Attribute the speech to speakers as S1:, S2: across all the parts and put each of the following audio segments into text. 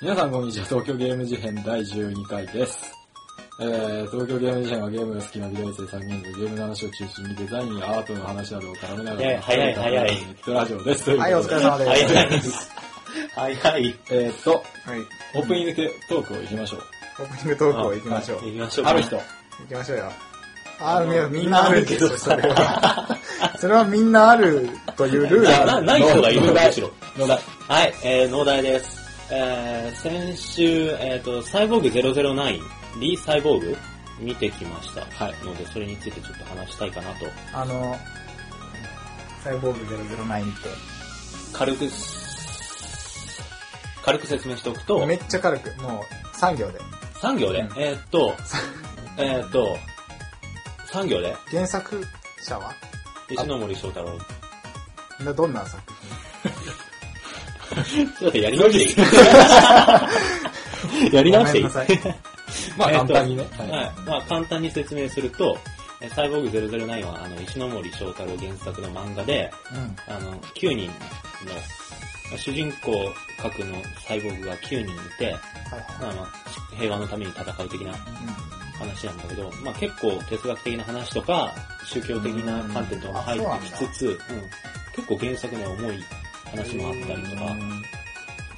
S1: 皆さんこんにちは、東京ゲーム事変第12回です。えー、東京ゲーム事変はゲームが好きな美大生3人でゲームの話を中心にデザインやアートの話などを絡めなが
S2: いや
S1: ら、
S2: 早い早い
S1: ネットラジオです。
S3: はい、お疲れ様
S2: は
S3: で
S2: い
S3: す。
S2: はい。はいは
S1: とい
S2: い。
S1: うことでえーっと、
S3: はい。
S1: オープニングでトークを行きましょう。
S3: オープニングトークを行きましょう。
S2: 行きましょう。
S1: ある人。
S3: 行きましょうよ。ある
S1: あの
S3: ね、みんなあるけど、それは。それはみんなあるというルール
S2: なな
S3: だ。
S2: ない人がいるんですよ。
S1: のだ、
S2: はい、えー、農大です。えー、先週、えっ、と、サイボーグ009、リサイボーグ見てきました。
S1: はい
S2: ので、それについてちょっと話したいかなと。
S3: あの、サイボーグ009っ
S2: 軽く、軽く説明しておくと
S3: て。、めっちゃ軽く、もう3行で。
S2: 3行で、
S3: うん
S2: えっ、と、えっ、と、3行で、
S3: 原作者は
S2: 石ノ森章太郎。
S3: などんな作品
S2: ちょっと やり直していいやり直していい
S3: ごめ んなさい。
S1: まあ
S2: えー
S1: 簡
S2: っと
S1: 単にね。
S2: はい
S1: は。
S2: まあ、簡単に説明すると、えサイボーグ009は、あの、石ノ森章太郎原作の漫画で、
S3: うん。
S2: あの、9人の、まあ主人公格のサイボーグが9人いて、
S3: はいは。
S2: まあまあ、平和のために戦う的ない話なんだけど、まあ結構哲学的な話とか、宗教的な観点とかも入ってきつつ、うん結構原作には重い話もあったりとか、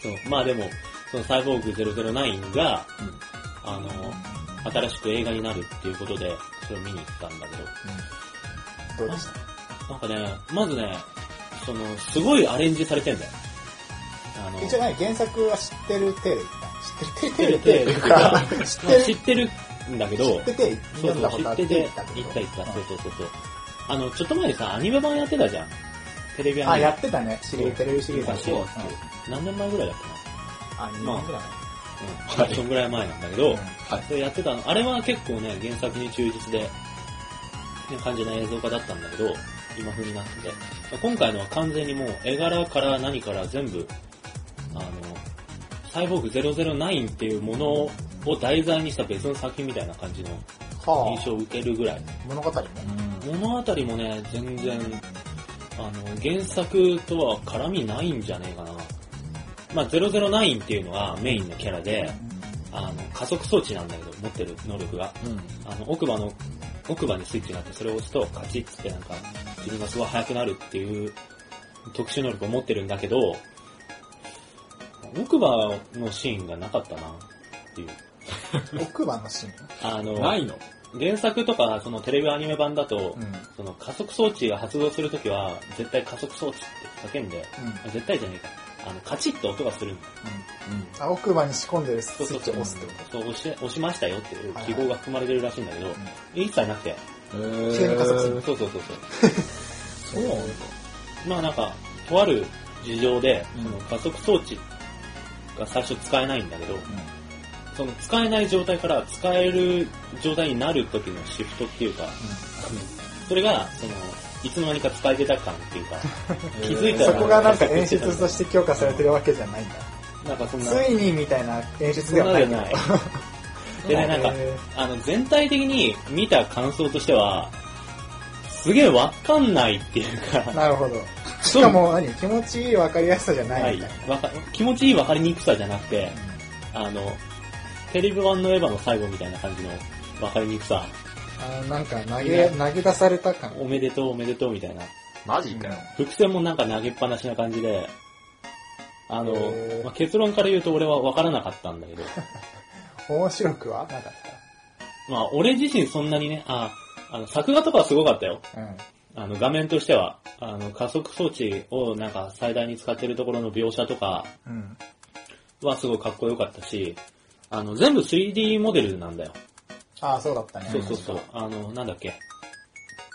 S2: そう。まあでも、そのサイボーグ009が、あの、新しく映画になるっていうことで、それを見に行ったんだけど、
S3: どうでした
S2: なんかね、まずね、その、すごいアレンジされてんだよ。あの、
S3: 一応何原作は知ってる手で言った知ってる
S2: 知ってる手
S3: 手で言
S2: で言った
S3: った知っ
S2: まあ知
S3: てる
S2: ってるんだけど、
S3: 手で
S2: そう
S3: 読ん
S2: そ
S3: だ
S2: う、
S3: こ
S2: 知
S3: とあっ
S2: ってて
S3: 言
S2: て、
S3: ったけ
S2: 行
S3: ど
S2: った行った、そうそうそうそう。あの、ちょっと前にさ、アニメ版やってたじゃん。テレビア
S3: あ、
S2: ニメ。
S3: やってたね。シリーズテレビシリー
S2: 昔
S3: ズうん
S2: 何年前ぐらいだっ
S3: あ、2年ぐらい
S2: たかな。うん。そんぐらい前なんだけど、
S1: はい。
S2: それやってたの。あれは結構ね、原作に忠実で、ね感じの映像化だったんだけど、今風になってて。今回のは完全にもう、絵柄から何から全部、あの、サイボーグ009っていうものを題材にした別の作品みたいな感じの
S3: は
S2: 印象を受けるぐらい。
S3: あ、物語ね。
S2: 物語もね、全然、あの、原作とは絡みないんじゃねえかな。まあ、009っていうのはメインのキャラで、あの、加速装置なんだけど、持ってる能力が。
S1: うん。
S2: あの、奥歯の、奥歯にスイッチがあって、それを押すと、カチッつってなんか、自分がすごい速くなるっていう特殊能力を持ってるんだけど、奥歯のシーンがなかったな、っていう。
S3: 奥歯のシーン。
S2: あの、
S1: ないの
S2: 原作とか、そのテレビアニメ版だと、
S3: うん。
S2: その加速装置が発動するときは、絶対加速装置って叫んで、
S3: うん。
S2: あ絶対じゃねえか。あの、カチッと音がするんだ。
S3: あ、奥歯に仕込んでるス
S2: そう
S3: イ
S2: そう
S3: ッチ
S2: そ
S3: を
S2: う。
S3: 押すってこと。
S2: そう押し、押しましたよっていう記号が含まれてるらしいんだけど、一切なくて。
S1: うん。えー
S3: 急に加速する
S2: そうそうそうそ
S1: そ
S2: う。
S1: うなんだ。
S2: まあなんか、とある事情で、
S1: うん
S2: その加速装置が最初使えないんだけど、その使えない状態から使える状態になる時のシフトっていうか、それが、その、いつの間にか使えてた感っていうか、気づいたら
S3: そこがなんか演出として強化されてるわけじゃないんだ。
S2: なんかそんな、
S3: ついにみたいな演出
S2: そん
S3: では
S2: な
S3: な
S2: じ
S3: い
S2: ゃ
S3: んだ。
S2: ない。でね、なんか、
S3: え
S2: あの、全体的に見た感想としては、すげえわかんないっていうか
S3: ー、なるほど。しかも何気持ちいい分かりやすさじゃ
S2: は
S3: ない
S2: い
S3: みたいな。
S2: わか気持ちいい分かりにくさじゃなくて、あの、テレビ版のエヴァの最後みたいな感じの分かりにくさ、
S3: あーなんか投げ、投げ出された感。
S2: おめでとうおめでとうみたいな、
S1: マ
S3: ジかよ
S2: 伏線もなんか投げっぱなしな感じで、あの
S3: へ、ー
S2: まあ結論から言うと俺は分からなかったんだけど、
S3: 面白くはなかっ
S2: まあ俺自身そんなにね、あ、あの作画とかはすごかったよ。
S3: た。うん。
S2: あの画面としては、あの加速装置をなんか最大に使ってるところの描写とか
S3: うん。
S2: はすごいかっこよかったし、あの全部 3D モデルなんだよ。
S3: ああ、そうだったね。
S2: そうそうそう。あの、なんだっけ。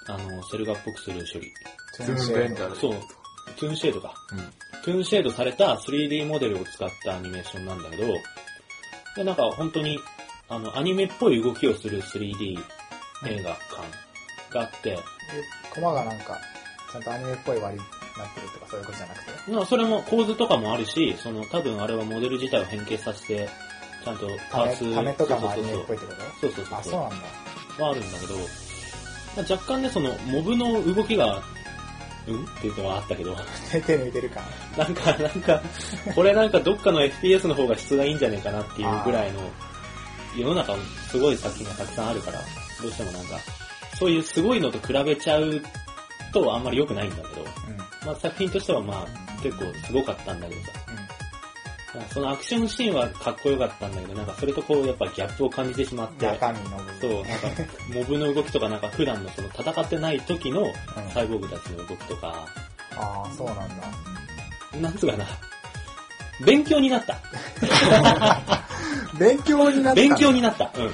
S2: あの、セル画っぽくする処理。
S3: ト
S1: ズ
S3: ゥーンシ
S1: ー
S3: ェ
S1: ムベ
S3: ード
S1: ンタル。
S2: そう。トゥーンシェードか。
S1: うん。
S2: トゥーンシェードされた 3D モデルを使ったアニメーションなんだけど、でなんか本当に、あの、アニメっぽい動きをする 3D 映画感があって、
S3: で、コマがなんか、ちゃんとアニメっぽい割りになってるとかそういうことじゃなくて。
S2: まあそれも構図とかもあるし、その多分あれはモデル自体を変形させて、ちゃんとパ
S3: た
S2: ー
S3: め
S2: ツ、
S3: ためとかもア
S2: そう
S3: ニメっ
S2: そう
S3: ぽいってこと
S2: そうそうそう
S3: あ、
S2: そう
S3: そ。うなんだ。
S2: はあるんだけど、まあ、若干ね、そのモブの動きがうんっていうのはあったけど、
S3: 手手抜いてる感。
S2: なんか、なんか、これなんかどっかの FPS の方が質がいいんじゃねえかなっていうぐらいの、世の中すごい作品がたくさんあるから、どうしてもなんか、そういうすごいのと比べちゃうとあんまり良くないんだけど、
S3: うん。うん。
S2: まあ作品としてはまあ結構すごかったんだけどさ、なんかそのアクションシーンはかっこよかったんだけど、なんかそれとこうやっぱギャップを感じてしまって、
S3: 中身の部分。
S2: そう、なんか、モブの動きとか、なんか普段のその戦ってない時の
S3: うん
S2: サイボーグたちの動きとか、
S3: ああ、そうなんだ。
S2: なんつうかな、勉強になった。
S3: 勉強になったね。
S2: 勉強になった。うん。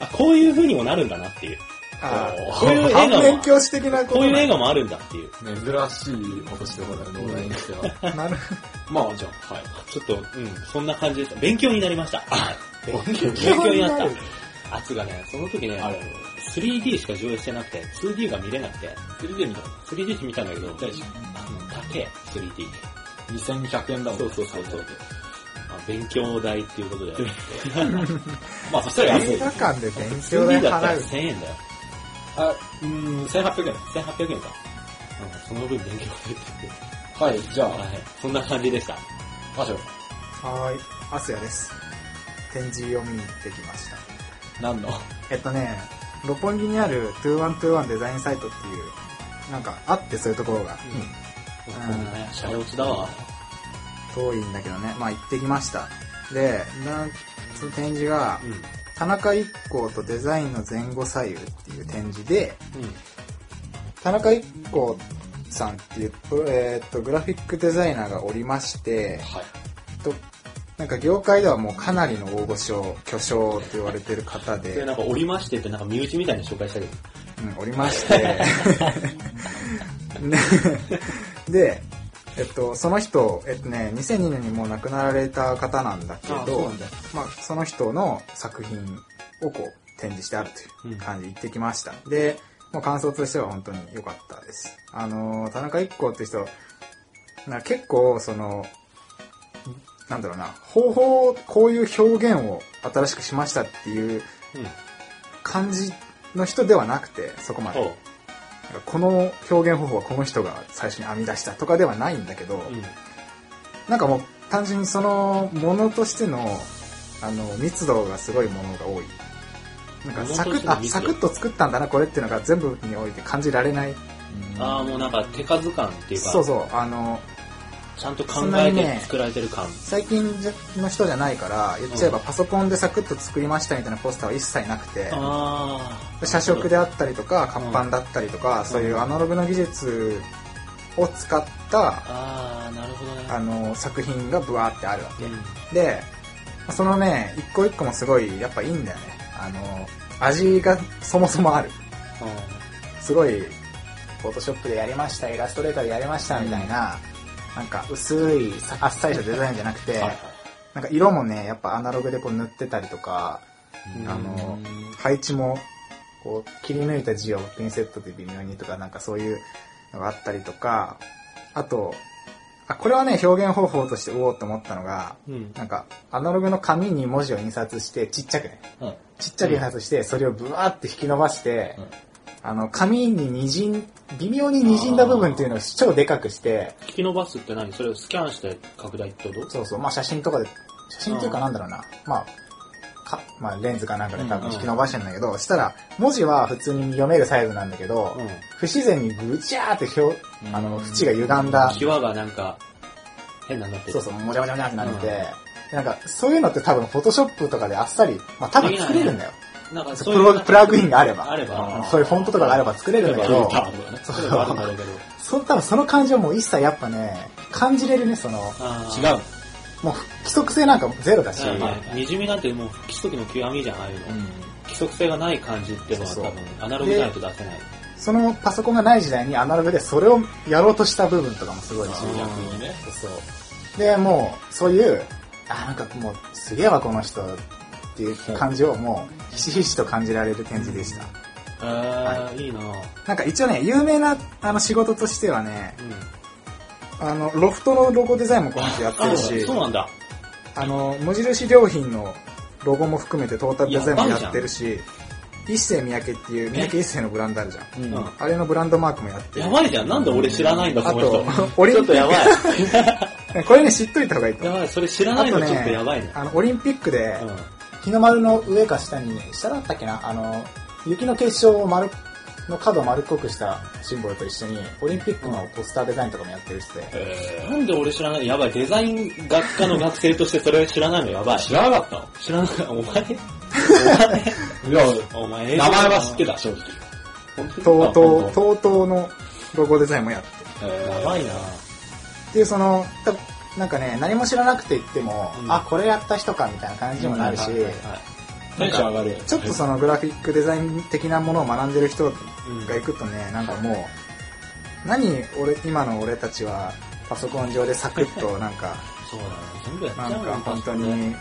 S2: あ、こういう風にもなるんだなっていう。
S3: ああ、
S2: こういう映画
S3: 反
S2: も
S3: 面教師的な
S2: こ
S3: こ
S2: とう
S3: な
S2: いう映
S3: んだ
S2: 画もあるんだっていう。
S1: 珍しいことしてもらうの、俺にしては。
S3: なる
S1: まあ、じゃあ、はい。
S2: ちょっと、うん、そんな感じでした。勉強になりました。
S3: 勉
S2: 勉強になっ
S3: る
S2: た。あつがね、その時ね、
S1: あれ、
S2: 3D しか上映してなくて、2D が見れなくて、
S1: 3D みたいな。
S2: 3D 見たんだけど、
S1: 大丈
S2: あの、高え、3D。
S1: 2200円だもん。
S2: そうそうそうそう。あ勉強代っていうことで。
S1: まあ、そしたら安
S3: 映
S1: い。
S3: 画館で勉強
S2: 3D
S3: で
S2: だった
S3: 払
S2: ら
S3: う。
S2: 1000円だよ。
S1: あ、うーん、1800円。
S2: 1800円か。うんその分勉強代って言って。
S1: はい、じゃあ、
S2: はい。そんな感じでした。
S1: 場所。
S3: はーい、アスヤです。展示を見に行ってきました。
S1: 何の
S3: えっとね、六本木にある2121デザインサイトっていう、なんかあってそういうところが
S2: うん。ね、シャレ落ちだわ。
S3: 遠いんだけどね、まあ行ってきました。で、なんその展示が
S2: う、ん。
S3: 田中一行とデザインの前後左右っていう展示で、田中一行さんっていう、えーっと、グラフィックデザイナーがおりまして、
S1: はい。
S3: となんか業界ではもうかなりの大御所、巨匠と言われてる方
S2: うん。で、
S3: で、
S2: なんか、おりましてってなんか身内みたいに紹介したけど。
S3: うん、おりま して、ねで、えっと、その人、えっとね、2002年にもう亡くなられた方なんだけ
S2: あそう
S3: ど
S2: なんだ、
S3: まあ、その人の作品をこう展示してあるという感じで行ってきました。で、もう感想としては本当に良かったです。あのー、田中一行って人、なんか結構、その、なんだろうな、方法を、こういう表現を新しくしましたっていう
S2: うん。
S3: 感じの人ではなくて、そこまで。
S2: そう。
S3: なんかこの表現方法はこの人が最初に編み出したとかではないんだけど、
S2: うん。
S3: なんかもう単純にそのものとしてのあの密度がすごいものが多い。なんかサク
S2: 物として
S3: ッ
S2: の
S3: あ
S2: 密度
S3: サクッと作ったんだなこれっていうのが全部において感じられない。
S2: ああ、もうなんか、手数感っていうか、
S3: そうそうあの
S2: ちゃんと考
S3: そんな
S2: え
S3: に
S2: て
S3: ね
S2: 作られてる感。
S3: 最近の人じゃないから言っちゃえばパソコンでサクッと作りましたみたいなポスターは一切なくて。
S2: ああ。
S3: 社食であったりとか
S2: うん
S3: 活版だったりとか、そういうアナログの技術を使った
S2: ああ、なるほどね。
S3: あの作品がブワーってあるわけ
S2: うん
S3: で、そのね、一個一個もすごい、やっぱいいんだよね。あの、味がそもそもある。すごい、フォトショップでやりました、イラストレーターでやりました、みたいな、なんか薄い、さあっさりしたデザインじゃなくて、
S2: はいはい
S3: なんか色もね、やっぱアナログでこう塗ってたりとか、
S2: うん
S3: あの、配置も、こう、切り抜いた字をピンセットで微妙にとか、なんかそういうのがあったりとか、あと、あ、これはね、表現方法として、うおーって思ったのが、
S2: うん。
S3: なんか、アナログの紙に文字を印刷して、ちっちゃくね。
S2: うん。
S3: ちっちゃく印刷して、それをブワーって引き伸ばして、
S2: うん
S3: あの、紙に滲ん、微妙に滲んだ部分っていうのを超でかくして、
S2: 引き伸ばすって何それをスキャンして拡大ってこと
S3: そうそう、まあ写真とかで、写真っていうか
S2: うん
S3: なんだろうな、まあ、か、まあレンズかなんかで多
S2: うんう
S3: 分
S2: ん
S3: 引き伸ばしてんだけど、したら、文字は普通に読めるサイズなんだけど、
S2: うん。
S3: 不自然にぐちゃーって表、あの、縁が歪んだ、
S2: 際がなんか、変なんだってる
S3: そうそう、もじゃもじゃもじゃってなってて、
S2: うん
S3: でなんか、そういうのって多分、フォトショップとかであっさり、まあ多分作れるんだよ。
S2: なんか
S3: プ
S2: そういう
S3: ロプラグインがあれば。
S2: あれば
S3: うんそういうフォントとかがあれば作れるんだけど、
S2: そういうのがあるんだろうけど。
S3: そ多分その感じはもう一切やっぱね、感じれるね、その、
S2: あー
S1: 違う。
S3: もう規則性なんかゼロだし、
S2: はいはいにじみなんてもう不規則の極みじゃん、ああいうの。
S1: う
S2: 規則性がない感じっていうのは
S3: そう
S2: 多
S3: そう
S2: 分、アナログじゃないと出せない。
S3: そのパソコンがない時代にアナログでそれをやろうとした部分とかもすごいし、
S2: うん
S1: 逆にね。
S3: そう。で、もう、そういう、あ、なんかもう、すげえわ、この人っていう感じをもう、ひしひしと感じられる展示でした。
S2: えー、いいなぁ。
S3: なんか一応ね、有名なあの仕事としてはね、
S2: うん。
S3: あの、ロフトのロゴデザインもこの人やって
S2: あ
S3: る
S2: そう
S3: し、
S2: そうなんだ。
S3: あの、無印良品のロゴも含めてトータルデザインもやってるし、
S4: 一世三宅っていう、三宅一世のブランドあるじゃん。
S1: うん。
S2: うん
S4: あれのブランドマークもやってる
S2: や。ばいじゃん。なんで俺知らないんだ、
S4: あ
S2: この
S4: と
S2: 人。、
S4: オリ
S2: ちょ
S4: ン
S2: っ
S4: ピ
S2: と
S4: ッ
S2: やばい。
S4: ク、これね、知っといた方がいいと
S2: や
S4: 思う。
S2: ばい、それ知ら
S4: あ
S2: ない
S4: と
S2: のちょっと
S4: ね
S2: やばいね、。
S4: あの、オリンピックで
S2: う、ん。
S3: 日の丸の上か下にね、下だったっけな、あの、雪の結晶を丸、の角を丸っこくしたシンボルと一緒に、オリンピックのポスターデザインとかもやってる人で、
S2: なんで俺知らないのやばい、デザイン学科の学生としてそれ知らないのやばい。
S1: 知らなかっ
S2: 知らなかった。お前、
S1: たのいや、
S2: お前、
S1: 名前は知ってた、正直。
S2: 本当に。
S4: とうと
S1: あ
S4: う、とうとうのロゴデザインもやってる。
S2: や
S1: え
S2: ばいな
S4: っていう、その、
S3: たなんかね、何も知らなくて言っても、
S2: うん
S3: あ、これやった人かみたいな感じにもなるし、
S2: はいはいはい
S1: ー、テンション上がるよね。
S4: ちょっとそのグラフィックデザイン的なものを学んでる人
S2: うん
S4: が行くとね、なんかもう、何俺、今の俺たちは、パソコン上でサクッとなんか、
S2: そうだね。全部やっちゃ
S4: な
S2: うんよ
S4: か本当。
S2: パソコンね
S4: に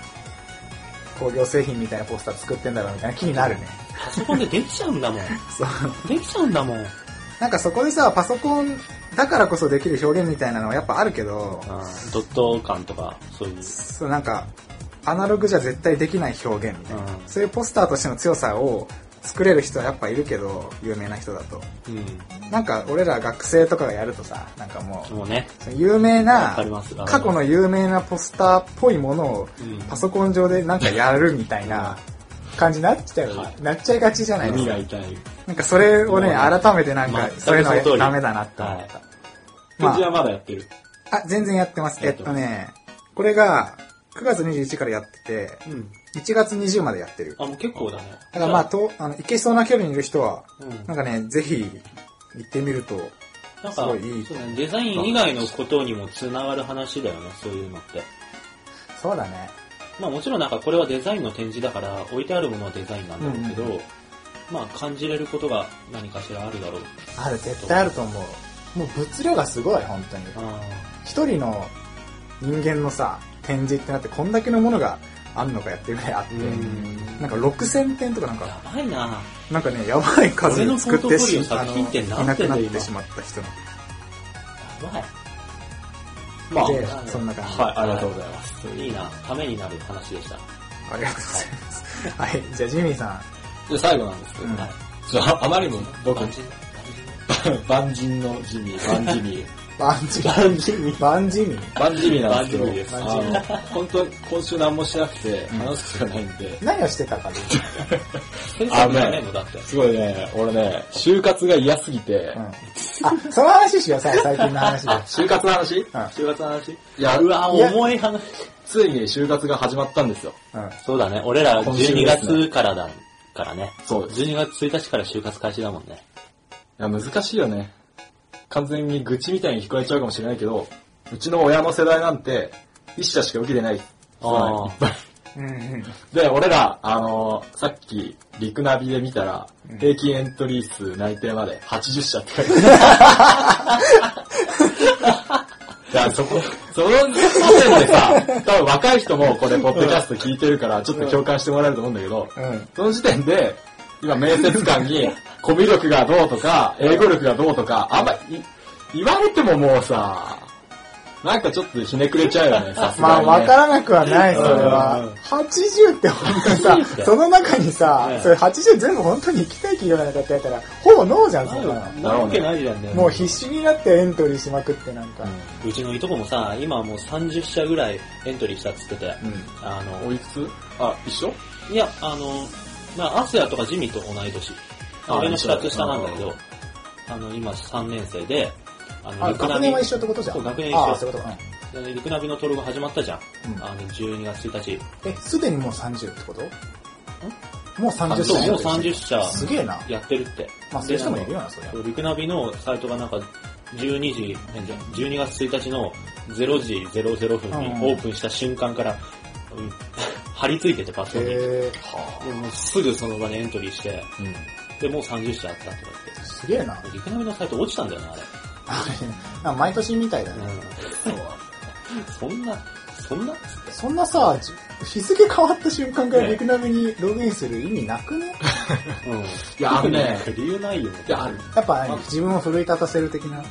S4: 工業製品みたいなポスター作ってんだろうみたいな気になるね。
S2: パソコンでできちゃうんだ もん。
S4: そう。
S2: できちゃうんだもん。
S4: なんかそこでさ、パソコンだからこそできる表現みたいなのはやっぱあるけど、
S2: ドット感とか、そういう。
S4: そうなんか、アナログじゃ絶対できない表現みたいな。そういうポスターとしての強さを作れる人はやっぱいるけど、有名な人だと。
S2: うん。
S4: なんか俺ら学生とかがやるとさ、なんかも
S2: もうね。
S4: う、その有名
S2: わ
S4: な
S2: か、ります。
S4: 過去の有名なポスターっぽいものを
S2: うん、
S4: パソコン上でなんかやるみたいな
S3: 感じになっちゃう、
S2: はい
S3: なっちゃいがちじゃないです
S1: 耳
S3: か
S1: が。痛い。
S4: なんかそれをね、
S2: もうね
S4: 改めてなんか、
S2: 全く
S4: そういうの
S2: その通
S4: は
S2: り
S4: ダメだなって思った。まあ
S1: 藤はまだやってる。
S4: あ、全然やってます。え
S2: や
S4: っ
S2: ってま
S4: と
S2: す
S4: ね、これが、9月21からやってて、
S2: うん。
S4: 1月20までやってる。
S2: あ、もう結構だね。
S4: だからまあ、と、あの、行けそうな距離にいる人は、
S2: うん、
S4: なんかね、ぜひ、行ってみると、
S2: なん
S4: す
S2: か
S4: ごいいい
S2: そうねデザイン以外のことにもつながる話だよね、そういうのって。
S3: そうだね。
S2: まあもちろんなんかこれはデザインの展示だから、置いてあるものはデザインなんだろうけど、まあ感じれることが何かしらあるだろう。
S3: ある、絶対あると思う。もう物量がすごい、本当に。
S2: あ
S3: 一人の
S4: 人間のさ、展示ってなって、こんだけのものがあんのかやってるぐらいあって、
S2: うん
S4: なんか6000点とかなんか、
S2: やばいな
S4: なんかね、やばい数作ってし
S2: 俺のポートフォリオ
S4: あ
S2: 作品って
S4: の、い
S2: 何
S4: なく
S2: 点だ
S4: な
S2: よ
S4: ってしまった人の。
S2: やばい。まあ、
S4: でそんな感じ
S2: はい、
S1: ありがとうございます。と
S2: い
S1: いう
S2: いな、ためになる話でした。
S4: ありがとうございます。はい、じゃあジミーさ
S1: で、最後なんですけど、
S4: うん
S2: はい
S1: ちょっとあまりにも僕、
S2: 万人
S1: 万人のジミー、万ジミー。
S4: ん、バンジー。
S2: 万人に。
S3: 万人に。
S1: 万ジミーなんですけど、
S2: 万人です
S1: あの、本当に今週何もしなくて、話すことがないんで、
S3: 何をしてたかで、
S2: 先生じゃないのだって。
S1: すごいね、俺ね、就活が嫌すぎて、
S3: うん。あ、その話しよう、さ最近の話で。
S1: あ、就活の話い
S2: 就活の話
S1: や、
S2: うわ、
S1: いや
S2: 重い話。
S1: ついに就活が始まったんですよ。
S3: うん。
S2: そうだね、俺ら
S1: 今週
S2: 12
S1: ですね
S2: 月からだからね。
S1: そうです。い
S2: 12月1日から就活開始だもんね。
S1: や、難しいよね。完全に愚痴みたいに聞こえちゃうかもしれないけど、うちの親の世代なんて、一社しか受けてない。
S2: あー
S1: いっぱい
S4: うんうん。
S1: で、俺ら、あのーさっき、リクナビで見たら
S4: うん、
S1: 平均エントリー数内定まで80社って書いて ある。いや、そこ、その時点でさ、多分若い人もこれ、ポッドキャスト聞いてるから、ちょっと共感してもらえると思うんだけど、
S4: うん。
S1: その時点で、今、面接官に、コミュ力がどうとか、英語力がどうとか、あんまり、い言われてももうさ、なんかちょっとひねくれちゃうよね、さすが
S3: まあ、
S1: に、ね。
S3: わからなくはない、それ
S1: うん
S3: は。80って本当
S2: 80
S3: に
S2: っ
S3: さ、
S2: て
S3: その中に
S2: ね
S3: さ、それ80全部本当に行きたい企業なのかってやったら、ほぼノーじゃん、そんなの。
S2: なわけないじゃんね。
S3: もう必死になってエントリーしまくってなんか。
S2: うちのいとこもさ、今はもう30社ぐらいエントリーしたっつってて、
S4: うん。
S2: あ
S1: お
S2: の、
S1: いくつあ、一緒
S2: いや、あの、まあアスヤとかジミと同い年。
S1: あ
S2: 俺の2つ下なんだけど、あの、今3年生で、あの、
S3: あ、
S2: リク
S3: 学
S2: ナビ
S3: 年は、一緒ってことじゃん。
S2: そう学年一緒
S3: あ、そういうことか。
S2: リクナビの登録が始まったじゃん。
S3: うん
S2: あの、12月1日。
S3: え、すでにもう30ってこともう30
S1: 30
S2: そう、
S3: 歳
S2: もう30社
S3: すげえな。
S2: やってるって。
S3: まあ、そういう人もいるよな、それは。
S2: リクナビのサイトがなんか、12時、なんじゃ12月1日の0時00分に
S3: うん
S2: オープンした瞬間から、うん 張り付いててパソコンに。
S3: へ
S2: でもうすぐその場にエントリーして、で、もう30社あったとか言
S3: ーすげえな。
S2: って。リクナビのサイト落ちたんだよな、あれ。
S3: あれなんか毎年みたいだね。
S2: そんな、そんなっつって。
S3: そんなさ、じ日付変わった瞬間から
S2: ね
S3: リクナビにログインする意味なくね
S2: うん。い
S1: やあのね
S2: 理由ないよね。
S1: いや、ある。
S3: やっぱ何自分を奮い立たせる的な。
S1: も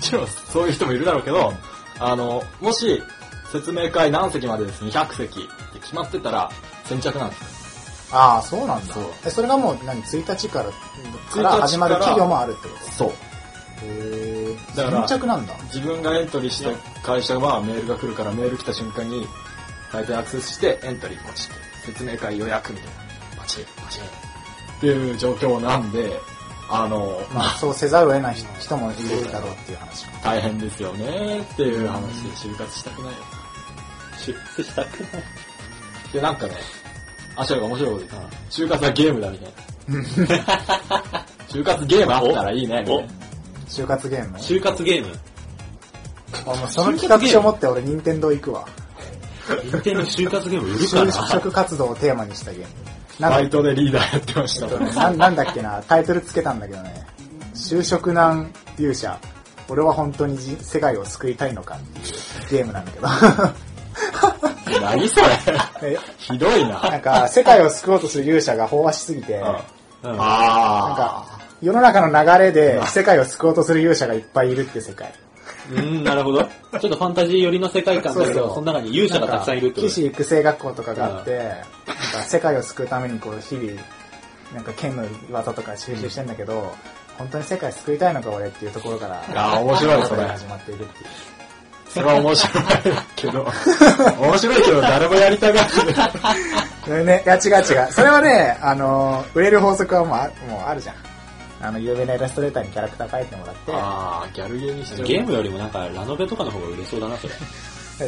S1: ちろんそういう人もいるだろうけど、あの、もし説明会何席までです、200席って決まってたら先着なんですよ。
S3: ああ、そうなんだ
S1: そう。
S3: えそれがもう何、1日から、から
S1: 1日
S3: 始まる
S1: から
S3: 企業もあるってこ
S1: そう。
S3: とへえ。
S1: だから
S3: 先着なんだ。
S1: 自分がエントリーした会社はメールが来るからメール来た瞬間に大体アクセスしてエントリーポチって説明会予約みたいなパチッパチッっていう状況なんであの
S3: まあ、そうせざるを得ない人もいるだろうっていう話か。
S1: 大変ですよねっていう話で就活したくないよ
S2: 出世したくない。
S1: でなんかねあしゃが面白いこと言った就活はゲームだみたいな 就活ゲームあったらいいねみたいな
S3: 就活ゲーム
S2: 就活ゲーム。
S3: あもうその企画
S2: 就活ゲー
S3: 書
S2: ム
S3: 持って俺、任天堂行くわ。
S2: 一定の就活ゲーム売るか
S3: 就
S2: な
S3: 職活動をテーマにしたゲーム。
S1: バ
S3: なん
S1: イ
S3: だ
S1: トでリーダーやってまし
S3: え
S1: た
S3: っとねななんだっけな、タイトルつけたんだけどね。就職難勇者。俺は本当にじ世界を救いたいのかっていうゲームなんだけど。
S1: 何それ
S3: え
S1: ひどい
S3: な
S1: なん
S3: か、世界を救おうとする勇者が飽和しすぎて、
S1: うん
S3: なん
S2: うん
S1: あ
S3: か、世の中の流れで世界を救おうとする勇者がいっぱいいるっていう世界。
S2: うん、なるほど。ちょっとファンタジー寄りの世界観だけ
S3: そう
S2: ど、
S3: そう
S2: その中に勇者がたくさんいるってこ
S3: 騎
S2: と
S3: 士育成学校とかがあって、なんか世界を救うためにこう、日々、なんか剣の技とか収集してんだけど、本当に世界救いたいのか俺っていうところから、
S1: ああー面白いそ
S3: 話が
S1: れ
S3: 始まっているっていう。
S1: それは面白いけ ど、面白いけど誰もやりたがらない。
S3: ね、いや違う違う。それはね、あの、売れる法則はもうあもうあるじゃん。あの、有名なイラストレーターにキャラクター描いてもらっ
S1: あー、ギャルゲーにしちゃう。
S2: ゲームよりもなんか、ラノベとかの方が売れそうだな、それ。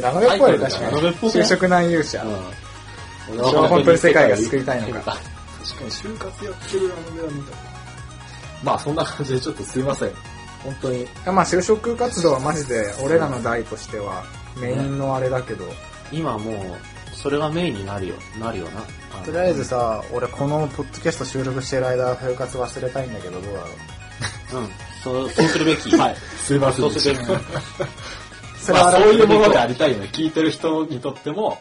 S3: て、ラノベっぽいよ確か
S2: ラ
S3: に
S2: ノ。ベっぽくな
S3: 就
S2: い
S3: 職難勇者。
S2: うん。
S3: 俺は本当に世界が救いたいのか。
S1: 確かに就活やってるあのは見たまあそんな感じでちょっとすいません。本当に。
S3: まあ就職活動はマジで俺らの代としてはメインのあれだけど、
S2: 今もう、それがメインになるよ、なるよな。
S3: とりあえずさ、俺このポッドキャスト収録してる間、就活忘れたいんだけどどうだろう。
S2: うん。そう、そうするべき。
S1: はい。すいませ
S2: そうす
S1: ん。
S2: るべき。
S3: それ
S1: ま
S3: は
S1: あ
S3: あ
S1: そう
S3: れ
S1: いうものでありたいよね。聞いてる人にとっても、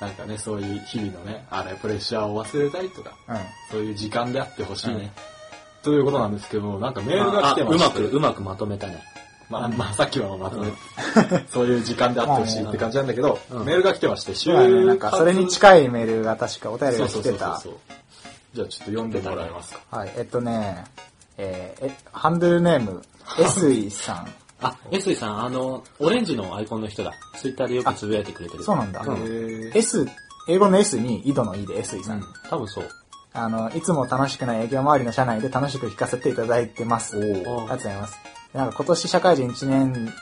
S1: なんかね、そういう日々のね、あれ、プレッシャーを忘れたりとか、
S3: うん。
S1: そういう時間であってほしいね。ということなんですけど、なんかメールが来て
S2: あ
S1: ま
S2: う
S1: し
S2: ま
S1: て
S2: く、うまくまとめたね。
S1: まあ、まあ、さっきはまとめ、そういう時間であってほしいって感じなんだけど、
S2: うん
S1: メールが来てまして、
S3: そうだね、なんかそれに近
S1: い
S3: いメールが確かお便りが来てた。
S1: じゃあちょっと読んでもらえますか。
S3: はい、えっとね、えーえ、ハンドルネーム、エスイさん。
S2: あ、エスイさん、あの、オレンジのアイコンの人だ。ツイッターでよくつぶやいてくれてる。
S3: そうなんだ。
S2: うん
S3: S、英語の S に井戸の井で S 井さん。
S2: 多分そう。
S3: あの、いつも楽しくない営業周りの社内で楽しく聞かせていただいてます。ありがとう
S2: お
S3: ございます。なんか今年社会人1年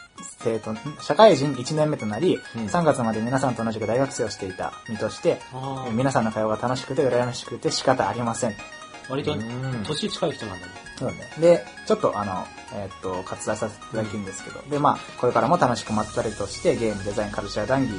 S3: 生と、ん社会人1年目となり、
S1: うん
S3: 3月まで皆さんと同じく大学生をしていた身として、
S2: あ
S3: え
S2: ー
S3: 皆さんの会話が楽しくて羨ましくて仕方ありません。
S2: 割と
S1: うん、
S2: 年近い人なんだね。
S3: そうね。で、ちょっとあの、えーっと、割愛させていただくんですけど、で、まあ、これからも楽しくまったりとして、ゲーム、デザイン、カルチャー、談義、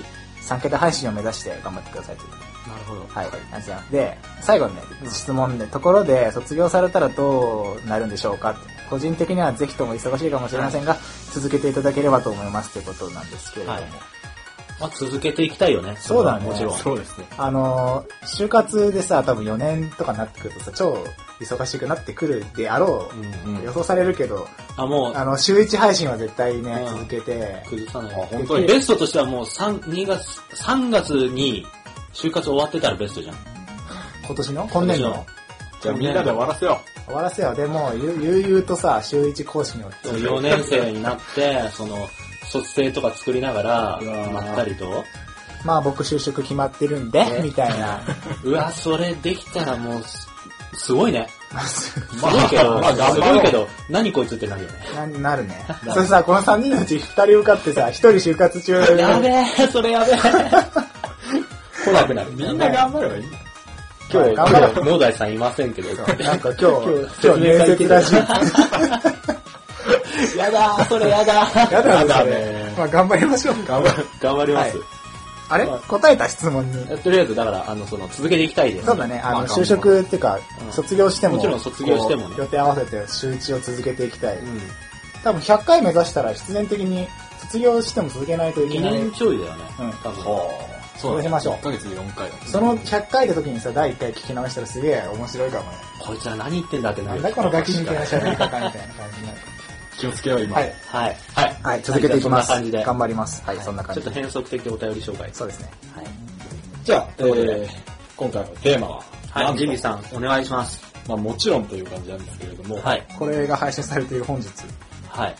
S3: 3桁配信を目指して頑張ってくださいという。
S2: なるほど。
S3: はい。ありがとうございますで、最後にね、質問で、ところで、卒業されたらどうなるんでしょうかって個人的にはぜひとも忙しいかもしれませんが、続けていただければと思いますということなんですけれども。
S2: はいまあ、続けていきたいよね。
S3: そうだね
S2: もちろん。
S1: そうですね。
S3: あの、就活でさ、多分4年とかになってくるとさ、超忙しくなってくるであろ
S2: うん
S1: う
S3: う、
S1: ん
S3: 予想されるけど、
S2: あ、も
S3: あの、週1配信は絶対ね、
S2: うん
S3: 続けて
S2: う、、崩さない。
S1: あ本当に
S2: ベストとしてはもう3、2月、3月に、就活終わってたらベストじゃん。
S3: 今年の今年
S2: 今年
S3: 度の
S2: の
S1: じゃあみんなで終わらせよ
S3: 終わらせよ。でも、ゆ悠々とさ、週1更新を続け
S2: 4年生になって、その、卒生とか作りながら
S1: うわ、ー
S2: まったりと。
S3: まあ僕就職決まってるんで、みたい な。
S2: うわ、それできたらもうす、すごいね。
S1: う。
S2: すごいけど、
S1: まあ、頑
S2: す
S1: 張
S2: ご
S1: ろ
S2: いうけど、何こいつってなるよね。
S3: な、なるね。それさ、この3人のうち2人受かってさ、1人就活中。
S2: やべえ、それやべえ。来なくなる。
S1: みんな頑張ればいいんだよ
S2: 今日、
S3: 頑張ろう
S2: 今日、野田さんいませんけど。
S3: なんか今日、今
S2: 今
S3: 日
S2: 日
S3: 面接らしい。
S2: やだー、それやだー。
S3: やだ
S1: や
S3: ね、そ
S1: だ
S3: れ
S1: ね。
S3: まあ頑張りましょう。
S1: 頑張る。
S2: 頑張ります。
S3: あれ答えた質問に。
S2: とりあえず、だから、あの、その、続けていきたいです。
S3: そうだね、あ
S1: ま
S3: の、
S1: あ
S3: 就職っていうか、卒業しても、
S2: もちろん卒業してもね
S3: こう予定合わせて週1を続けていきたい。
S2: う
S3: 多分100回目指したら必然的に卒業しても続けないとい
S2: ん。
S3: け
S2: 2
S3: ない。
S2: 年ちょいだよね。
S3: うん
S2: 多分。
S1: そ
S3: そうしましょう
S1: 1ヶ月で4回だもんね
S3: その100回の時にさ、第1回聞き直したらすげえ面白いかもね。
S2: こいつら何言ってんだってな
S3: なん
S2: る。
S3: だこのガキみたいな喋り方みたいな感じになる。
S1: 気をつけよう、今。
S3: はい。
S2: はい。はい。
S3: はい、続けていきます。
S2: じゃあそんな感じで。
S3: 頑張ります。はい、そんな感
S2: ちょ
S3: じ
S2: っと
S3: で。
S2: 変則的お便り紹介。
S3: そうですね。
S2: はい。
S1: じゃあ、え
S2: ということで
S1: ー、今回のテーマは、
S2: はい、ジミーさん、お願いします。
S1: まあもちろんという感じなんですけれども、
S2: はい。
S4: これが配信されている本日、
S2: はい。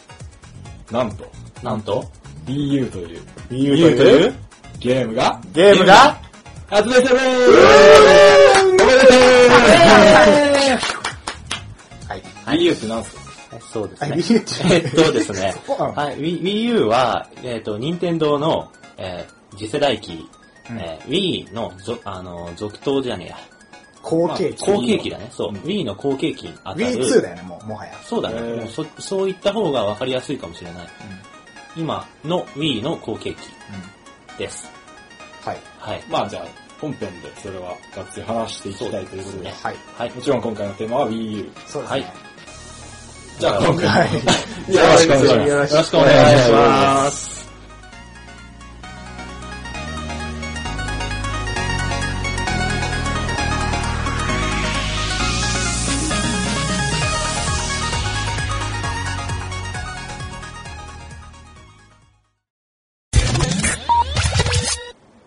S1: なんと、
S2: なんと
S1: BU という、
S3: BU
S1: というゲームが、
S3: ゲームが
S1: 発売されますおめでと
S2: はい。
S1: う !BU ってなんすか
S2: そうですね。
S4: 理由って。
S2: えっとですね
S4: こは
S2: はい、Wii Wii U は、えっ、と、任天堂の、えー次世代機、えー Wii のぞ、あの、続投じゃねえや。
S4: 後継機。
S2: 後継機だね。そう。Wii の後継機に当たる。
S4: B2 だよね、もう、もはや。
S2: そうだね。
S1: へー
S2: もうそそういった方が分かりやすいかもしれない。今の Wii の後継機です。
S4: はい。
S2: はい。
S1: まあじゃあ、本編でそれはがっつり話していきたいということで、
S4: はい。
S2: はい
S1: も。ちろん今回のテーマは WiiU。
S4: そうですね。
S1: じゃあ今回、
S4: はい。
S1: よろしくお願いします。
S4: よろ
S2: よろしくお願いします。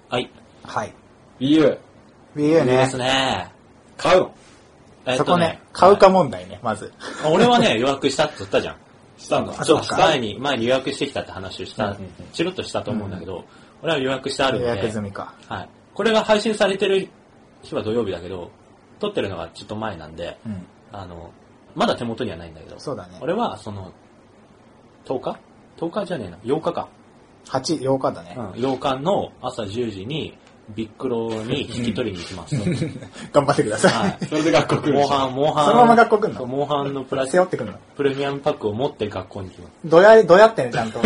S2: はい。
S4: はい。
S1: WiiU、
S2: で
S3: BU ね
S2: す。ね。
S1: 買うの
S2: えっ
S3: そ
S2: と
S3: こね、買うか問題ね、まず。
S2: 俺はね、予約したって言ったじゃん。
S1: したんだ。
S3: あ
S2: ちょ
S3: そう
S2: っと
S3: か
S2: 前に、前に予約してきたって話をし
S1: うん
S2: た
S1: うんうん、
S2: チロッとしたと思うんだけど、俺は予約してあるん
S3: 予
S2: で、
S3: 約済みか。
S2: はい。これが配信されてる日は土曜日だけど、撮ってるのがちょっと前なんで、
S3: うん。
S2: あの、まだ手元にはないんだけど、
S3: そうだね。
S2: 俺はその、10日 ?10 日じゃねえな、8日か。
S3: 8、8日だね
S2: う。ん、8日の朝10時に、ビックロに引き取りに行き ます。
S3: 頑張ってくださ。
S2: はいい。
S1: それで学校来る
S2: モ
S1: で
S2: ン
S1: しょ
S2: ハン、モンハン。
S3: そのまま学校来んの
S2: そうモンハンのプラス
S3: 背負ってくるの。
S2: プレミアムパックを持って学校に行きます。
S3: どや、どやってね、ちゃ んと。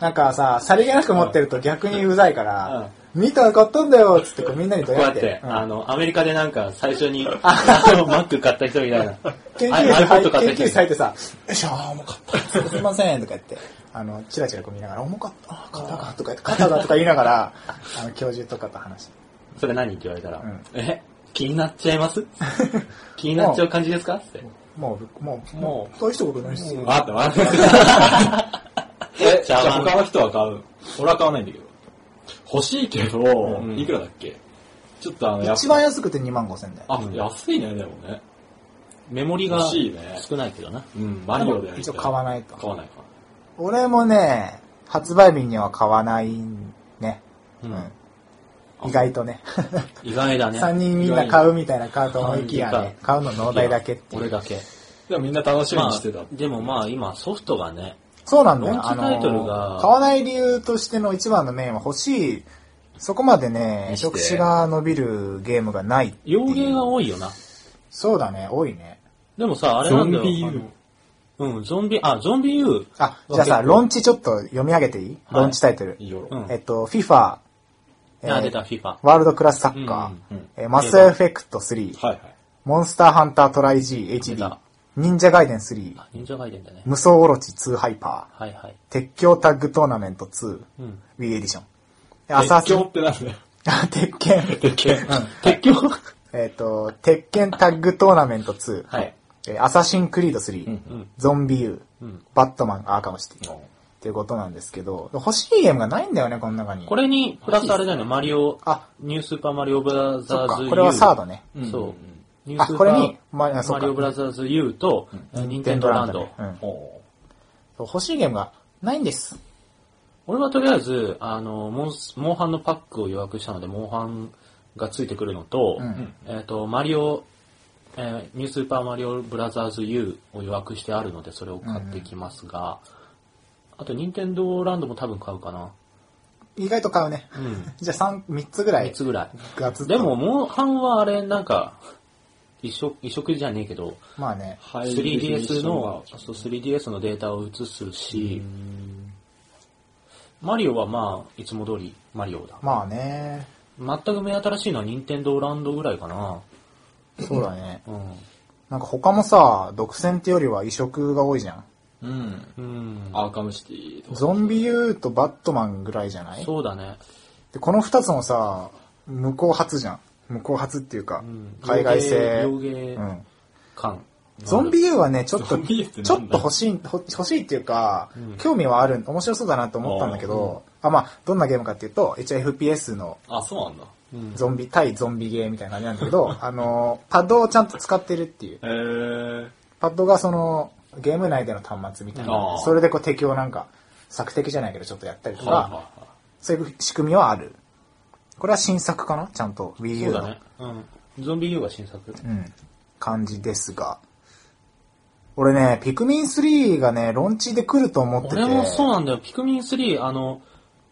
S3: なんかさ、さりげなく持ってると逆にうざいから、見たら買ったんだよっつってこうみんなにど
S2: こう
S3: や
S2: や
S3: っ。
S2: ってて、
S3: うん
S2: あの、アメリカでなんか最初 に、あのマック買った人みたいな。
S3: 研究
S2: I-
S3: 室
S2: iPod
S3: 入
S2: 買
S3: っ研
S2: った
S3: 究室入
S2: 人。
S3: ってさ、よいしょ、あー重かった。すいません、とか言って、あの、チラチラこう見ながら、重かった、あー肩が、とか言って、肩が、とか言いながら、 あの、教授とかと話して。
S2: それ何って言われたら、
S3: うん
S2: え気になっちゃいます 気になっちゃう感じですかって。
S3: もう、もう、
S2: もう
S3: 大したことないっすよ。
S1: わかったわかった。え、じ
S2: じゃ
S1: ゃ
S2: あ
S1: あ 他の人は買う俺は買わないんだけど。欲しいけど、
S2: ん
S1: いくらだっけちょっとあの、やっぱ
S3: 一番安くて2万5千だよ。
S1: あ、安いね、でもね。
S2: メモリが
S1: 欲しいね
S2: 少ないけどな。
S1: うん、マリオでやり
S3: 一
S1: た
S3: 応
S1: い。
S3: 買わないと。
S1: 買わないか。
S3: 俺もね、発売日には買わないね。
S2: う
S3: うんん。意外とね。
S2: 意外だね。
S3: 3人みんな買うみたいなカート思いきやね、買うの脳代だけってい
S2: 俺
S3: う。
S2: だけ。
S1: でもみんな楽しみ
S2: ま
S1: に
S2: あ
S1: してた。、
S2: でもまあ今ソフトがね、
S3: そうなんだよ。
S2: ロンチタイトルが
S3: あの買わない理由としての一番のメインは欲しい、そこまでね、
S1: 見して
S3: 触手が伸びるゲームがないっていう
S2: 洋芸が多いよな。
S3: そうだね、多いね。
S2: でもさ、あれ
S1: ゾ
S2: なん
S1: ン
S2: だよ。
S1: ビ
S2: あの
S1: U。
S2: うん、ゾンビ、あ、ゾンビ U。
S3: あ、じゃあさ、ロンチちょっと読み上げていい
S2: はい
S3: ロンチタイトル
S1: い。いよ
S2: う。ん。
S3: えっと、FIFA、え
S2: あ、出た、
S3: ー
S2: FIFA。
S3: ワールドクラスサッカ
S1: うんうんうん
S3: ーえー、マスエフェクト3、
S1: はいはい。
S3: モンスターハンタートライ G、
S2: 出
S3: HD
S2: た、
S3: 忍者ガイデン3、
S2: あ、忍者外伝だね。
S3: 無双オロチ2ハイパ
S2: はいはい。
S3: ー、鉄橋タッグトーナメント2、
S2: うん。
S3: Wii エディション。アサ
S1: 熱
S3: シン
S1: 狂ってなんだよ。
S3: あ、 鉄拳。
S1: 鉄拳。
S2: 鉄橋
S3: えっと、鉄拳タッグトーナメント2。
S2: はい。
S3: えーアサシンクリード3。
S2: うん。
S3: ゾンビ U、
S2: うん
S3: バットマン、アーカムシティ。っていうことなんですけど、欲しいゲームがないんだよね、この中に。
S2: これに、プラスあれだよね、マリオ、
S3: あ、
S2: ニュースーパーマリオブラ
S3: そ
S2: ザ
S3: っ
S2: ーズ
S3: か、
S2: U。
S3: これはサードね。
S1: うん
S2: そう。ニュ
S3: あ
S2: ースー
S3: こ
S2: パ
S3: れにまあ
S2: ー
S3: そう
S2: マ
S3: か
S2: リオブラザーズ U と、ニンテンドーランド
S3: だ。ねうん
S1: ほ
S3: そう欲しいゲームがないんです。
S2: 俺はとりあえず、あの、モンス、モンハンのパックを予約したので、モンハンがついてくるのと
S3: うん、
S2: えっと、マリオ、えーニュースーパーマリオブラザーズ U を予約してあるので、それを買ってきますが、あと、ニンテンドーランドも多分買うかな。
S3: 意外と買うね。
S2: うん。
S3: じゃあ3、3つぐら
S2: 3
S3: い
S2: つ。ぐらい。
S3: ガツッと
S2: でも、、モンハンはあれ、なんか、移植、移植じゃねえけど、
S3: まあね。
S1: う。
S2: 3DS の、そう、3DS のデータを移すし、マリオはまあ、いつも通りマリオだ。
S3: まあね。
S2: 全く目新しいのは任天堂ランドぐらいかな。
S3: そうだね。
S2: うん。
S3: なんか他もさ、独占ってよりは移植が多いじゃん。
S1: うん。
S2: うん。
S1: アーカムシティとか。
S3: ゾンビ U とバットマンぐらいじゃない
S2: そうだね。
S3: で、この二つもさ、無効発じゃん。無効発っていうか、
S2: うん
S3: 海外製。
S2: 洋芸
S3: うん。
S2: 感。
S3: ゾンビ U はね、ちょっ
S1: ゾ
S3: と、
S1: ンビ U ってなんだ
S3: ちょっと欲しい、ほ欲しいっていうか、興味はある、面白そうだなと思ったんだけど、あ、まあ、どんなゲームかっていうと、一応 FPS の
S2: あ、そうなんだ。うん。
S3: ゾンビ対ゾンビゲーみたいな感じなんだけど、あの、パッドをちゃんと使ってるっていう。
S2: えー。
S3: パッドがその、ゲーム内での端末みたい
S2: あ
S3: な
S2: ー。
S3: それでこう敵をなんか、索敵じゃないけどちょっとやったり
S2: は
S3: と
S2: い
S3: か、
S2: はいは
S3: そういう仕組みはある。これは新作かなちゃんと Wii
S2: いそ
S3: U
S2: うだ
S3: の
S2: ね。うん。ゾンビ U が新作。
S3: うん、感じですが。俺ね、ピクミン3がね、ロンチで来ると思ってて。
S2: 俺もそうなんだよ。ピクミン3、あの、